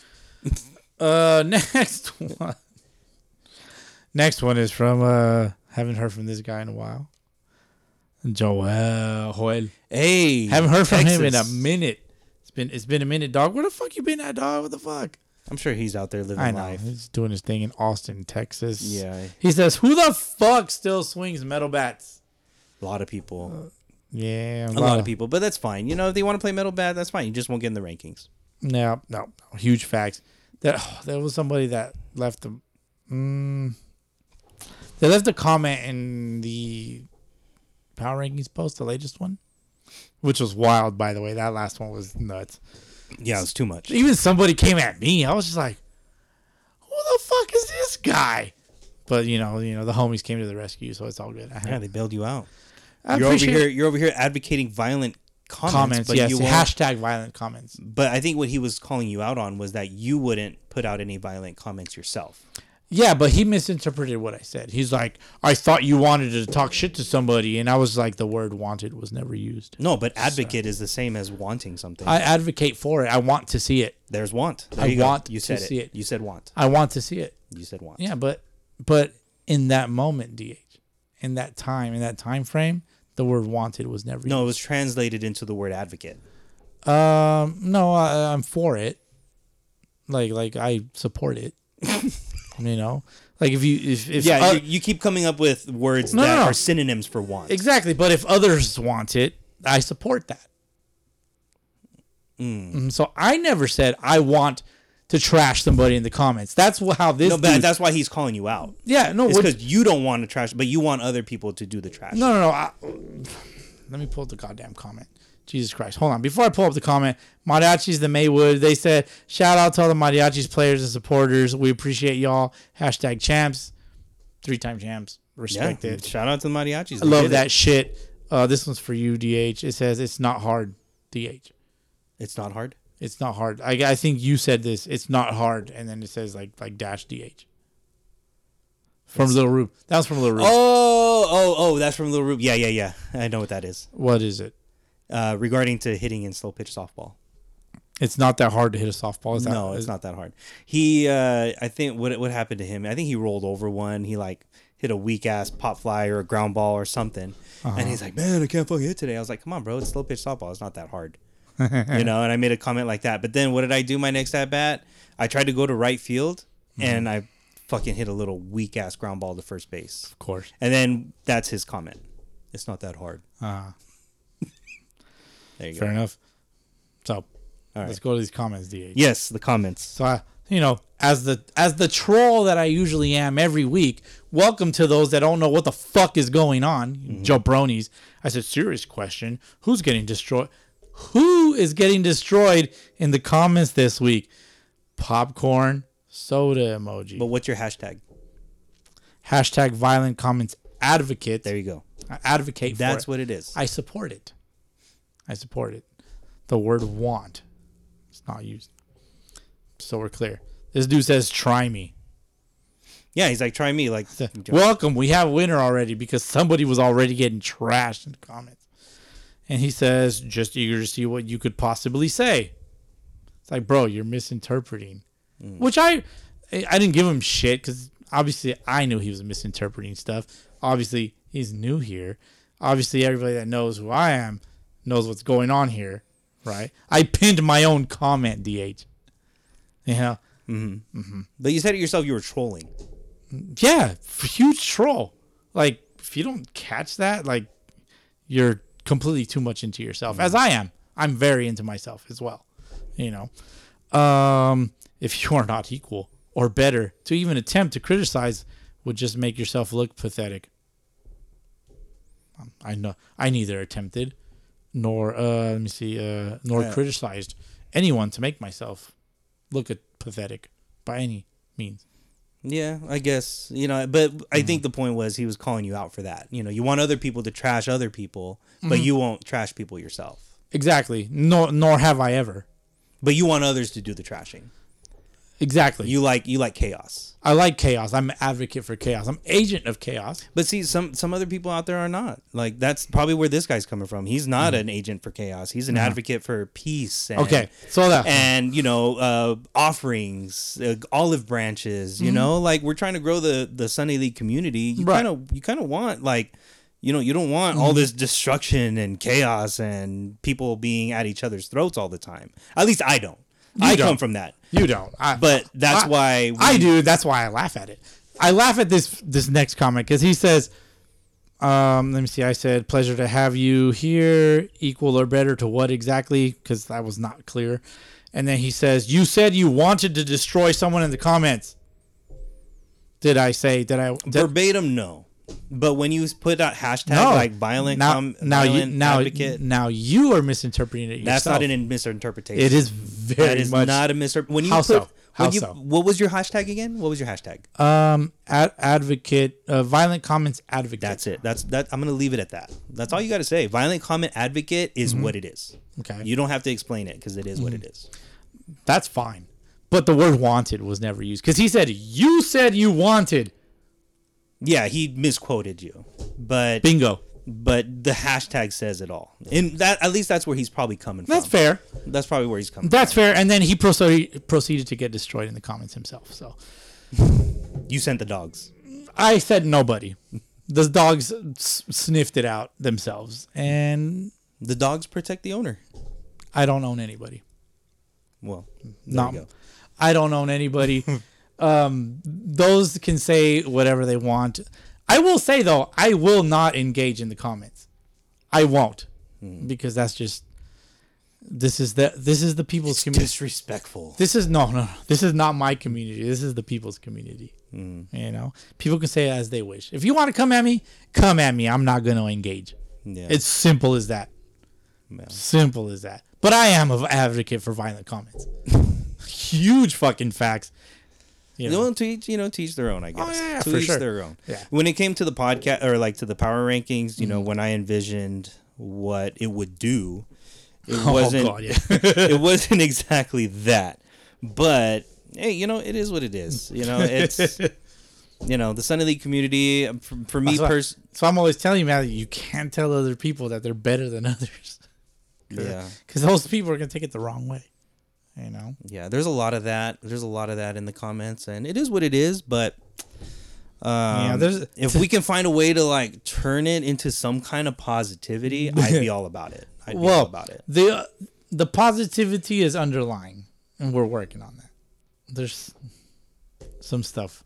A: uh, next one. Next one is from uh, haven't heard from this guy in a while. Joel Joel.
C: Hey,
A: Haven't heard from him in a
C: Texas.
A: minute. It's been it's been a minute, dog. Where the fuck you been at, dog? What the fuck?
C: I'm sure he's out there living
A: I know
C: life.
A: he's doing his thing in Austin, Texas.
C: Yeah.
A: He says, "Who the fuck still swings metal bats?"
C: A lot of people,
A: Uh, Yeah,
C: a lot of people, but that's fine. You know, if they want to play metal bat, that's fine. You just won't get in the rankings.
A: No, no, no. huge facts. That there was somebody that left the, mm, they left a comment in the power rankings post, the latest one, which was wild. By the way, that last one was nuts.
C: Yeah, it's too much.
A: Even somebody came at me. I was just like, "Who the fuck is this guy?" But you know, you know, the homies came to the rescue, so it's all good. I,
C: Yeah, they bailed you out.
A: I
C: you're over
A: appreciate
C: here. You're over here advocating violent comments,
A: comments.
C: but
A: yes,
C: you won't,
A: hashtag violent comments.
C: But I think what he was calling you out on was that you wouldn't put out any violent comments yourself.
A: Yeah, but he misinterpreted what I said. He's like, I thought you wanted to talk shit to somebody, and I was like, the word wanted was never used.
C: No, but advocate is the same as wanting something.
A: I advocate for it. I want to see it.
C: There's want. There
A: I
C: you go.
A: want
C: You
A: to
C: said it.
A: see it.
C: You said want.
A: I want to see it.
C: You said want.
A: Yeah, but but in that moment, DH, in that time, in that time frame, the word wanted was never
C: No, it
A: used.
C: was translated into the word advocate.
A: Um, no, I, I'm for it. Like like I support it. you know, like if you if, if
C: Yeah,
A: uh,
C: you, you keep coming up with words
A: No,
C: that
A: no, no.
C: are synonyms for want.
A: Exactly, but if others want it, I support that.
C: Hmm.
A: Mm, So I never said I want to trash somebody in the comments. That's wh- how this.
C: no, but
A: dude-
C: that's why he's calling you out.
A: yeah, no,
C: It's
A: what-
C: because you don't want to trash, but you want other people to do the trash.
A: no, no, no. I, let me pull up the goddamn comment. Jesus Christ! Hold on. Before I pull up the comment, Mariachi's the Maywood. They said, "Shout out to all the Mariachi's players and supporters. We appreciate y'all." Hashtag champs, three-time champs.
C: Yeah.
A: Respect it.
C: Shout out to the
A: I
C: mariachis. They
A: love
C: did it.
A: that shit. Uh, this one's for you, DH. It says it's not hard, DH.
C: It's not hard.
A: It's not hard. I, I think you said this. It's not hard, and then it says like like dash DH. From Little Rube. That was from Little Rube.
C: Oh, oh, oh, that's from Little Rube. Yeah, yeah, yeah. I know what that is.
A: What is it?
C: Uh, regarding to hitting in slow pitch softball.
A: It's not that hard to hit a softball. Is that,
C: No, it's
A: is-
C: not that hard. He, uh, I think what what happened to him? I think he rolled over one. He like hit a weak ass pop fly or a ground ball or something, and he's like, "Man, I can't fucking hit today." I was like, "Come on, bro, it's slow pitch softball. It's not that hard." you know, and I made a comment like that. But then what did I do? My next at bat, I tried to go to right field, and I fucking hit a little weak ass ground ball to first base.
A: Of course.
C: And then that's his comment. It's not that hard. Ah. there you
A: Uh-huh. Fair
C: go.
A: enough. So
C: right.
A: let's go to these comments, DH.
C: Yes, the comments.
A: So I, you know, as the as the troll that I usually am every week, welcome to those that don't know what the fuck is going on,
C: Mm-hmm.
A: jabronis. I said, serious question: Who's getting destroyed? Who is getting destroyed in the comments this week? Popcorn soda emoji.
C: But what's your hashtag?
A: Hashtag violent comments advocate.
C: There you go.
A: I advocate.
C: That's
A: for
C: what it is.
A: I support it. I support it. The word want. It's not used. So we're clear. This dude says try me.
C: yeah, he's like, try me. Like,
A: Welcome. We have a winner already because somebody was already getting trashed in the comments. And he says, just eager to see what you could possibly say. It's like, bro, you're misinterpreting. Which I I didn't give him shit because obviously I knew he was misinterpreting stuff. Obviously, he's new here. Obviously, everybody that knows who I am knows what's going on here, right? I pinned my own comment, DH. You know?
C: but you said it yourself. You were trolling.
A: yeah, f- huge troll. Like if you don't catch that, like you're completely too much into yourself, as I am. I'm very into myself as well. you know, um, if you are not equal or better, to even attempt to criticize would just make yourself look pathetic. Um, I know I neither attempted nor uh, let me see uh, nor
C: Yeah.
A: criticized anyone to make myself look at pathetic by any means.
C: Yeah, I guess you know, but
A: Mm-hmm.
C: I think the point was he was calling you out for that. You know, you want other people to trash other people, but
A: Mm-hmm.
C: you won't trash people yourself.
A: Exactly. Nor nor have I ever.
C: But you want others to do the trashing.
A: Exactly.
C: You like you like chaos.
A: I like chaos. I'm an advocate for chaos. I'm agent of chaos.
C: But see, some some other people out there are not. Like that's probably where this guy's coming from. He's not an agent for chaos. He's an advocate for peace. And,
A: Mm-hmm. Okay, so that-
C: and you know uh, offerings, uh, olive branches. You know, like we're trying to grow the the Sunday League community. You
A: Mm-hmm. Right. Mm-hmm.
C: kind of you kind of want like. You know, you don't want all this destruction and chaos and people being at each other's throats all the time. At least I don't. I
A: don't.
C: come from that.
A: You don't. I,
C: But that's
A: I-
C: why we-
A: I do. That's why I laugh at it. I laugh at this this next comment because he says, um, "Let me see." I said, "Pleasure to have you here. Equal or better to what exactly?" Because that was not clear. And then he says, "You said you wanted to destroy someone in the comments." Did I say? Did I? Did,
C: verbatim no but when you put out hashtag like violent
A: Now,
C: com-
A: now
C: violent
A: you now
C: advocate
A: now you are misinterpreting it.
C: that's
A: yourself.
C: not an misinterpretation
A: It is very
C: that is
A: much
C: not a misinterpretation when you
A: How
C: put
A: so? How
C: when you,
A: so?
C: what was your hashtag again what was your hashtag
A: um ad- advocate uh, violent comments advocate.
C: that's it that's that i'm gonna leave it at that that's all you gotta say violent comment advocate is
A: Mm-hmm.
C: what it is
A: Okay.
C: you don't have to explain it because it is
A: Mm-hmm.
C: what it is
A: That's fine. But the word wanted was never used because he said, You said you wanted.
C: yeah he misquoted you but
A: Bingo.
C: but the hashtag says it all and that at least that's where he's probably coming
A: That's
C: from
A: fair.
C: that's probably where he's coming
A: That's fair. And then he proceeded, proceeded to get destroyed in the comments himself. So
C: from you sent the dogs
A: I said nobody. The dogs s- sniffed it out themselves. And
C: the dogs protect the owner
A: I don't own anybody.
C: well
A: No,
C: you go.
A: I don't own anybody. um, those can say whatever they want. I will say though, I will not engage in the comments. I won't
C: Hmm.
A: because that's just this is the this is the people's community.
C: disrespectful.
A: This is no, no, no. This is not my community. This is the people's community.
C: Hmm.
A: You know, people can say it as they wish. If you want to come at me, come at me. I'm not going to engage.
C: Yeah.
A: It's simple as that. Simple as that. But I am an advocate for violent comments. Huge fucking facts. You know, Oh,
C: Well, to each, you know, teach their own, I guess.
A: yeah, yeah,
C: to
A: for
C: each
A: sure.
C: their own.
A: Yeah. Mm-hmm.
C: When it came to the podcast or like to the power rankings, you know, when I envisioned what it would do, it wasn't
A: Oh, God, yeah.
C: it wasn't exactly that. But hey, you know, it is what it is. You know, it's you know, the Sunday League community um, for, for me
A: so, I-
C: pers-
A: so I'm always telling you, man, you can't tell other people that they're better than others
C: yeah.
A: because those people are going to take it the wrong way. You know,
C: Yeah, there's a lot of that. There's a lot of that in the comments, and it is what it is. But um,
A: there's-
C: if we can find a way to like turn it into some kind of positivity, I'd be all about it. I'd be all about it.
A: The uh, the positivity is underlying, and we're working on that. There's some stuff.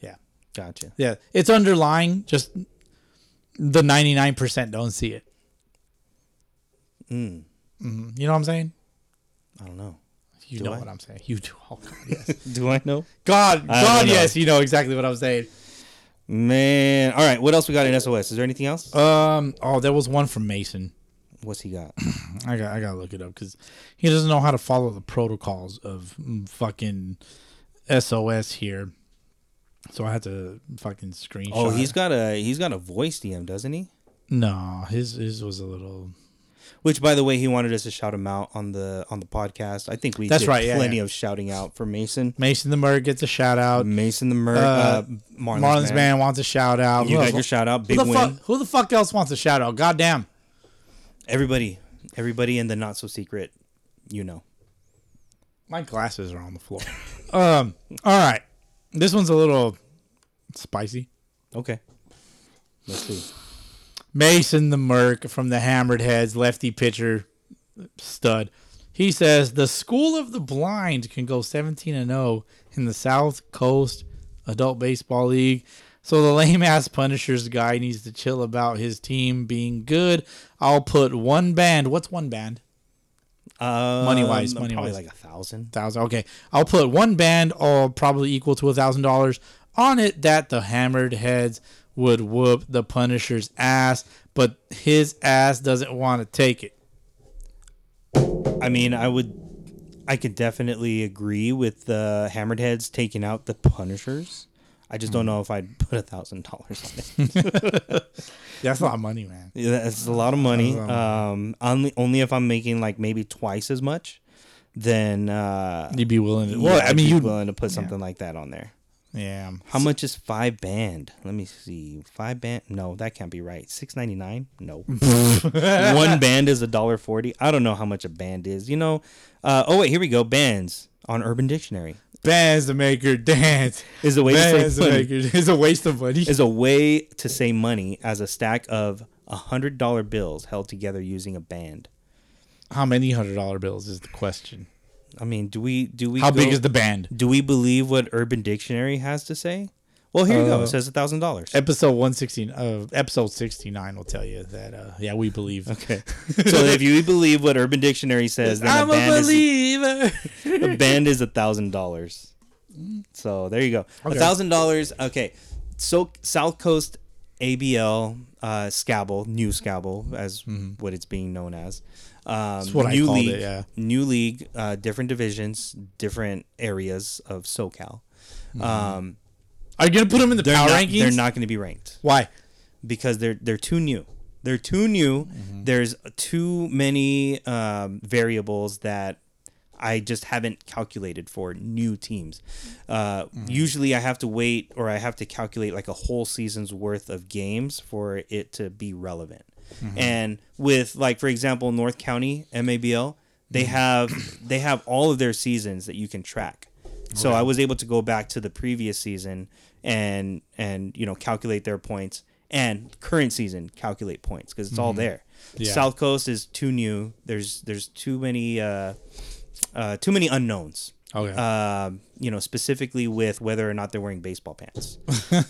A: Yeah,
C: Gotcha.
A: yeah, it's underlying. Just the ninety nine percent don't see it.
C: Hmm.
A: Mm. You know what I'm saying?
C: I don't know.
A: You know
C: I?
A: what I'm saying. You do. Oh God, yes.
C: Do I know?
A: God,
C: I
A: God,
C: don't know.
A: yes. You know exactly what I'm saying.
C: Man. All right. What else we got in SOS? Is there anything else?
A: Um. Oh, there was one from Mason.
C: What's he got?
A: I got I gotta look it up because he doesn't know how to follow the protocols of mm, fucking SOS here. So I had to fucking screenshot.
C: Oh, he's got a he's got a voice DM, doesn't he?
A: no. His his was a little.
C: Which, by the way, he wanted us to shout him out on the on the podcast. I think we
A: That's
C: did
A: right, yeah,
C: plenty
A: yeah.
C: of shouting out for Mason.
A: Mason the Murray gets a shout out.
C: Mason the Mer- uh,
A: Uh,
C: Marlins,
A: Marlins
C: man.
A: man. wants a shout out.
C: You
A: Who
C: got
A: else-
C: your shout out.
A: Who
C: Big
A: the
C: win.
A: fuck? Who the fuck else wants a shout out? Goddamn.
C: Everybody, everybody in the not so secret, you know.
A: My glasses are on the floor. um. All right. This one's a little spicy.
C: Okay. Let's see.
A: Mason the Merc from the Hammered Heads, lefty pitcher, stud. He says the School of the Blind can go 17 and 0 in the South Coast Adult Baseball League. So the lame ass Punishers guy needs to chill about his team being good. I'll put one band. What's one band?
C: Um,
A: Money-wise,
C: probably
A: money-wise.
C: like a thousand.
A: thousand. Okay, I'll put one band, all probably equal to a thousand dollars, on it that the Hammered Heads would whoop the Punisher's ass, but his ass doesn't want to take it.
C: I mean, I would. I could definitely agree with the hammered heads taking out the punishers. I just
A: Hmm.
C: don't know if I'd put a thousand dollars on it.
A: That's a lot of money, man.
C: Yeah, That's a lot of money. Um, only only if I'm making like maybe twice as much, then uh,
A: You'd be willing to?
C: yeah,
A: Well, I
C: I'd
A: mean,
C: be
A: you.
C: willing to put something like that on there.
A: Yeah.
C: How much is five band? Let me see. Five band? No, that can't be right. Six ninety nine? No. One band is a dollar forty. I don't know how much a band is. You know. Uh, oh wait, here we go. Bands on Urban Dictionary
A: Bands to make her dance.
C: is a way to
A: Bands
C: say
A: to
C: money.
A: make her. It's a waste of money.
C: Is a way to say money as a stack of hundred dollar bills held together using a band.
A: How many hundred dollar bills is the question?
C: I mean, do we do we
A: How big
C: go-
A: is the band?
C: Do we believe what Urban Dictionary has to say? Well, here you go.
A: Uh,
C: It says a thousand dollars.
A: Episode one sixteen. Uh, episode sixty nine will tell you that. Uh, yeah, we believe.
C: Okay. so if you believe what Urban Dictionary says, then
A: I'm
C: a band
A: a
C: is
A: believer.
C: a band is a thousand dollars. So there you go. A
A: Okay.
C: thousand dollars. Okay. So South Coast ABL uh, Scabble, new Scabble, as what it's being known as. Um,
A: Mm-hmm. what I
C: new
A: called it,
C: league,
A: yeah.
C: new league, uh, different divisions, different areas of SoCal. Um,
A: Are you gonna put them in the
C: they're,
A: power
C: not,
A: Mm-hmm. rankings?
C: they're not going to be ranked.
A: Why?
C: because they're they're too new. They're too new. There's too many um, variables that I just haven't calculated for new teams. Uh, Usually, I have to wait or I have to calculate like a whole season's worth of games for it to be relevant. And with like for example, North County MABL, they have they have all of their seasons that you can track. So I was able to go back to the previous season and and you know calculate their points and current season calculate points because it's all there.
A: Mm-hmm. Yeah.
C: South Coast is too new. There's there's too many uh, uh, too many unknowns.
A: Okay.
C: Um, you know specifically with whether or not they're wearing baseball pants.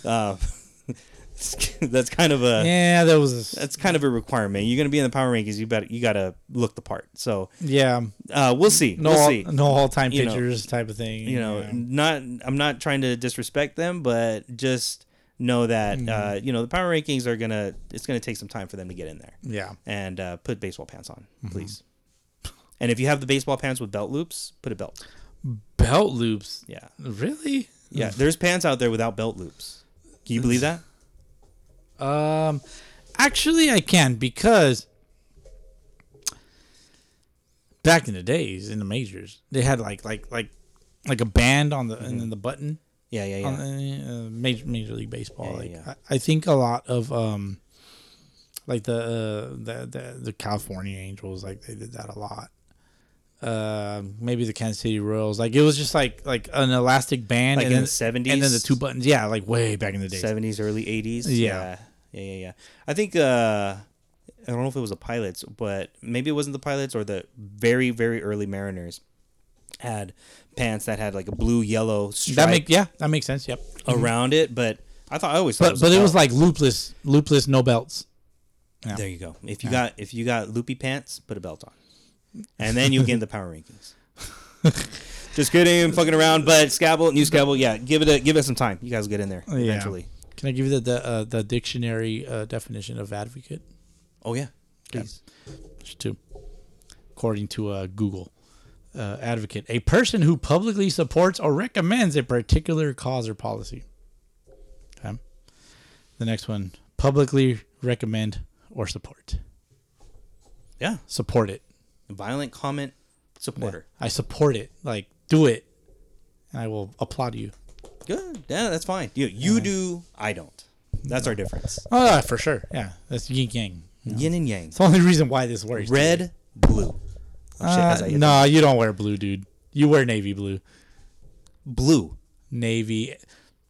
C: uh, that's kind of a
A: yeah, that was.
C: that's kind of a requirement. You're gonna be in the power rankings. You bet you gotta look the part. So
A: yeah,
C: uh, we'll see.
A: no,
C: we'll
A: all,
C: see
A: no all time
C: You know,
A: pitchers type of thing.
C: you know
A: yeah.
C: not i'm not trying to disrespect them but just know that
A: Mm-hmm.
C: uh, you know the power rankings are gonna it's gonna take some time for them to get in there
A: Yeah. Mm-hmm.
C: and uh, put baseball pants on please and if you have the baseball pants with belt loops put a belt
A: belt loops.
C: yeah
A: Really?
C: yeah there's pants out there without belt loops can you believe that
A: Um, actually, I can because back in the days in the majors, they had like like like like a band on the
C: Mm-hmm.
A: and then the button
C: yeah yeah yeah
A: on the, uh, major Major League Baseball.
C: Yeah,
A: like
C: yeah.
A: I, I think a lot of um, like the uh, the, the the California Angels, like they did that a lot. Uh, maybe the Kansas City Royals. Like it was just like like an elastic band,
C: Like
A: and
C: in
A: then,
C: the 70s?
A: and then the two buttons. Yeah, like way back in the days.
C: 70s early 80s
A: Yeah.
C: yeah yeah yeah, yeah. i think uh I don't know if it was the pilots, but maybe it wasn't the pilots or the very, very early Mariners had pants that had like a blue yellow stripe
A: That make yeah, that makes sense. Yep.
C: around it. But I thought I always thought,
A: but but it was
C: a
A: like loopless, loopless, no belts.
C: belt. there you go. If you got if you got loopy pants, put a belt on, and then you'll get in the power rankings. Just kidding, I'm fucking around. But Scabble, new Scabble, yeah, give it a give it some time. You guys will get in there eventually.
A: Can I give you the the, uh, the dictionary uh, definition of advocate?
C: Oh yeah, please.
A: There's two, according to uh, Google. Uh, advocate, a person who publicly supports or recommends a particular cause or policy. Okay. The next one, publicly recommend or support.
C: Yeah,
A: Support it.
C: violent comment supporter.
A: I support it. Like do it, and I will applaud you.
C: Good. Yeah, that's fine. You you do, I don't. That's our difference.
A: Oh, yeah, for sure. Yeah, that's yin yang.
C: Yin and yang.
A: It's the only reason why this works.
C: Red, blue. Oh, shit,
A: Uh,
C: as I
A: no,
C: hit that.
A: you don't wear blue, dude. You wear navy blue.
C: blue.
A: Navy.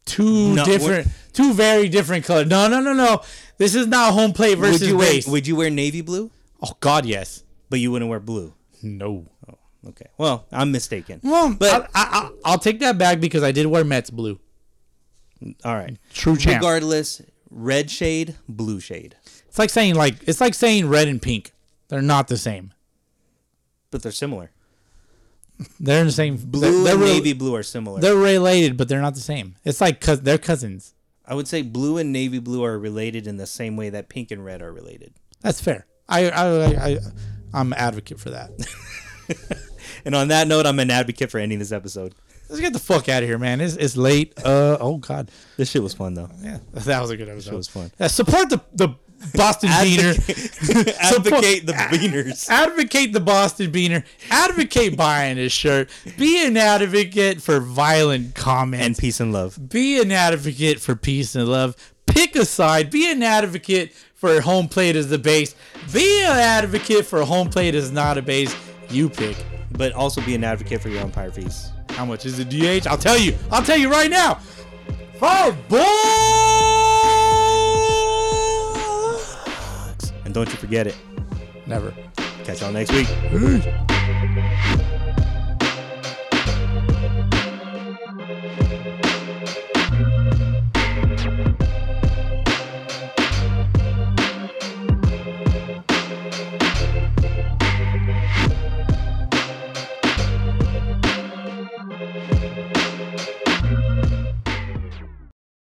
A: Two
C: No,
A: different, two very different colors. No, no, no, no. This is not home plate
C: Would
A: versus
C: you wear
A: base.
C: Would you wear navy blue?
A: oh God, yes.
C: But you wouldn't wear blue.
A: No.
C: Okay. Well, I'm mistaken.
A: Well,
C: but
A: but I, I, I'll- I'll take that back because I did wear Mets blue.
C: all right.
A: True champ.
C: Regardless, red shade, blue shade.
A: It's like saying like it's like saying red and pink. They're not the same.
C: but they're similar.
A: They're in the same
C: Blue
A: they're,
C: and
A: they're rel-
C: navy blue are similar.
A: They're related, but they're not the same. It's like cous- they're cousins.
C: I would say blue and navy blue are related in the same way that pink and red are related.
A: That's fair. I I I, I I'm an advocate for that.
C: And on that note, I'm an advocate for ending this episode.
A: Let's get the fuck out of here, man. It's it's late. Uh oh god.
C: This shit was fun though.
A: Yeah, that was a good episode. That
C: was fun.
A: Yeah, support the the Boston Beaner.
C: Advocate the beaners.
A: Advocate the Boston Beaner. Advocate buying his shirt. Be an advocate for violent
C: And
A: comments.
C: peace and love.
A: be an advocate for peace and love. Pick a side. Be an advocate for home plate is the base. Be an advocate for home plate is not a base. You pick.
C: But also be an advocate for your umpire fees.
A: How much is the DH? I'll tell you. I'll tell you right now. Five bucks.
C: And don't you forget it.
A: Never.
C: Catch y'all next week.
A: Peace.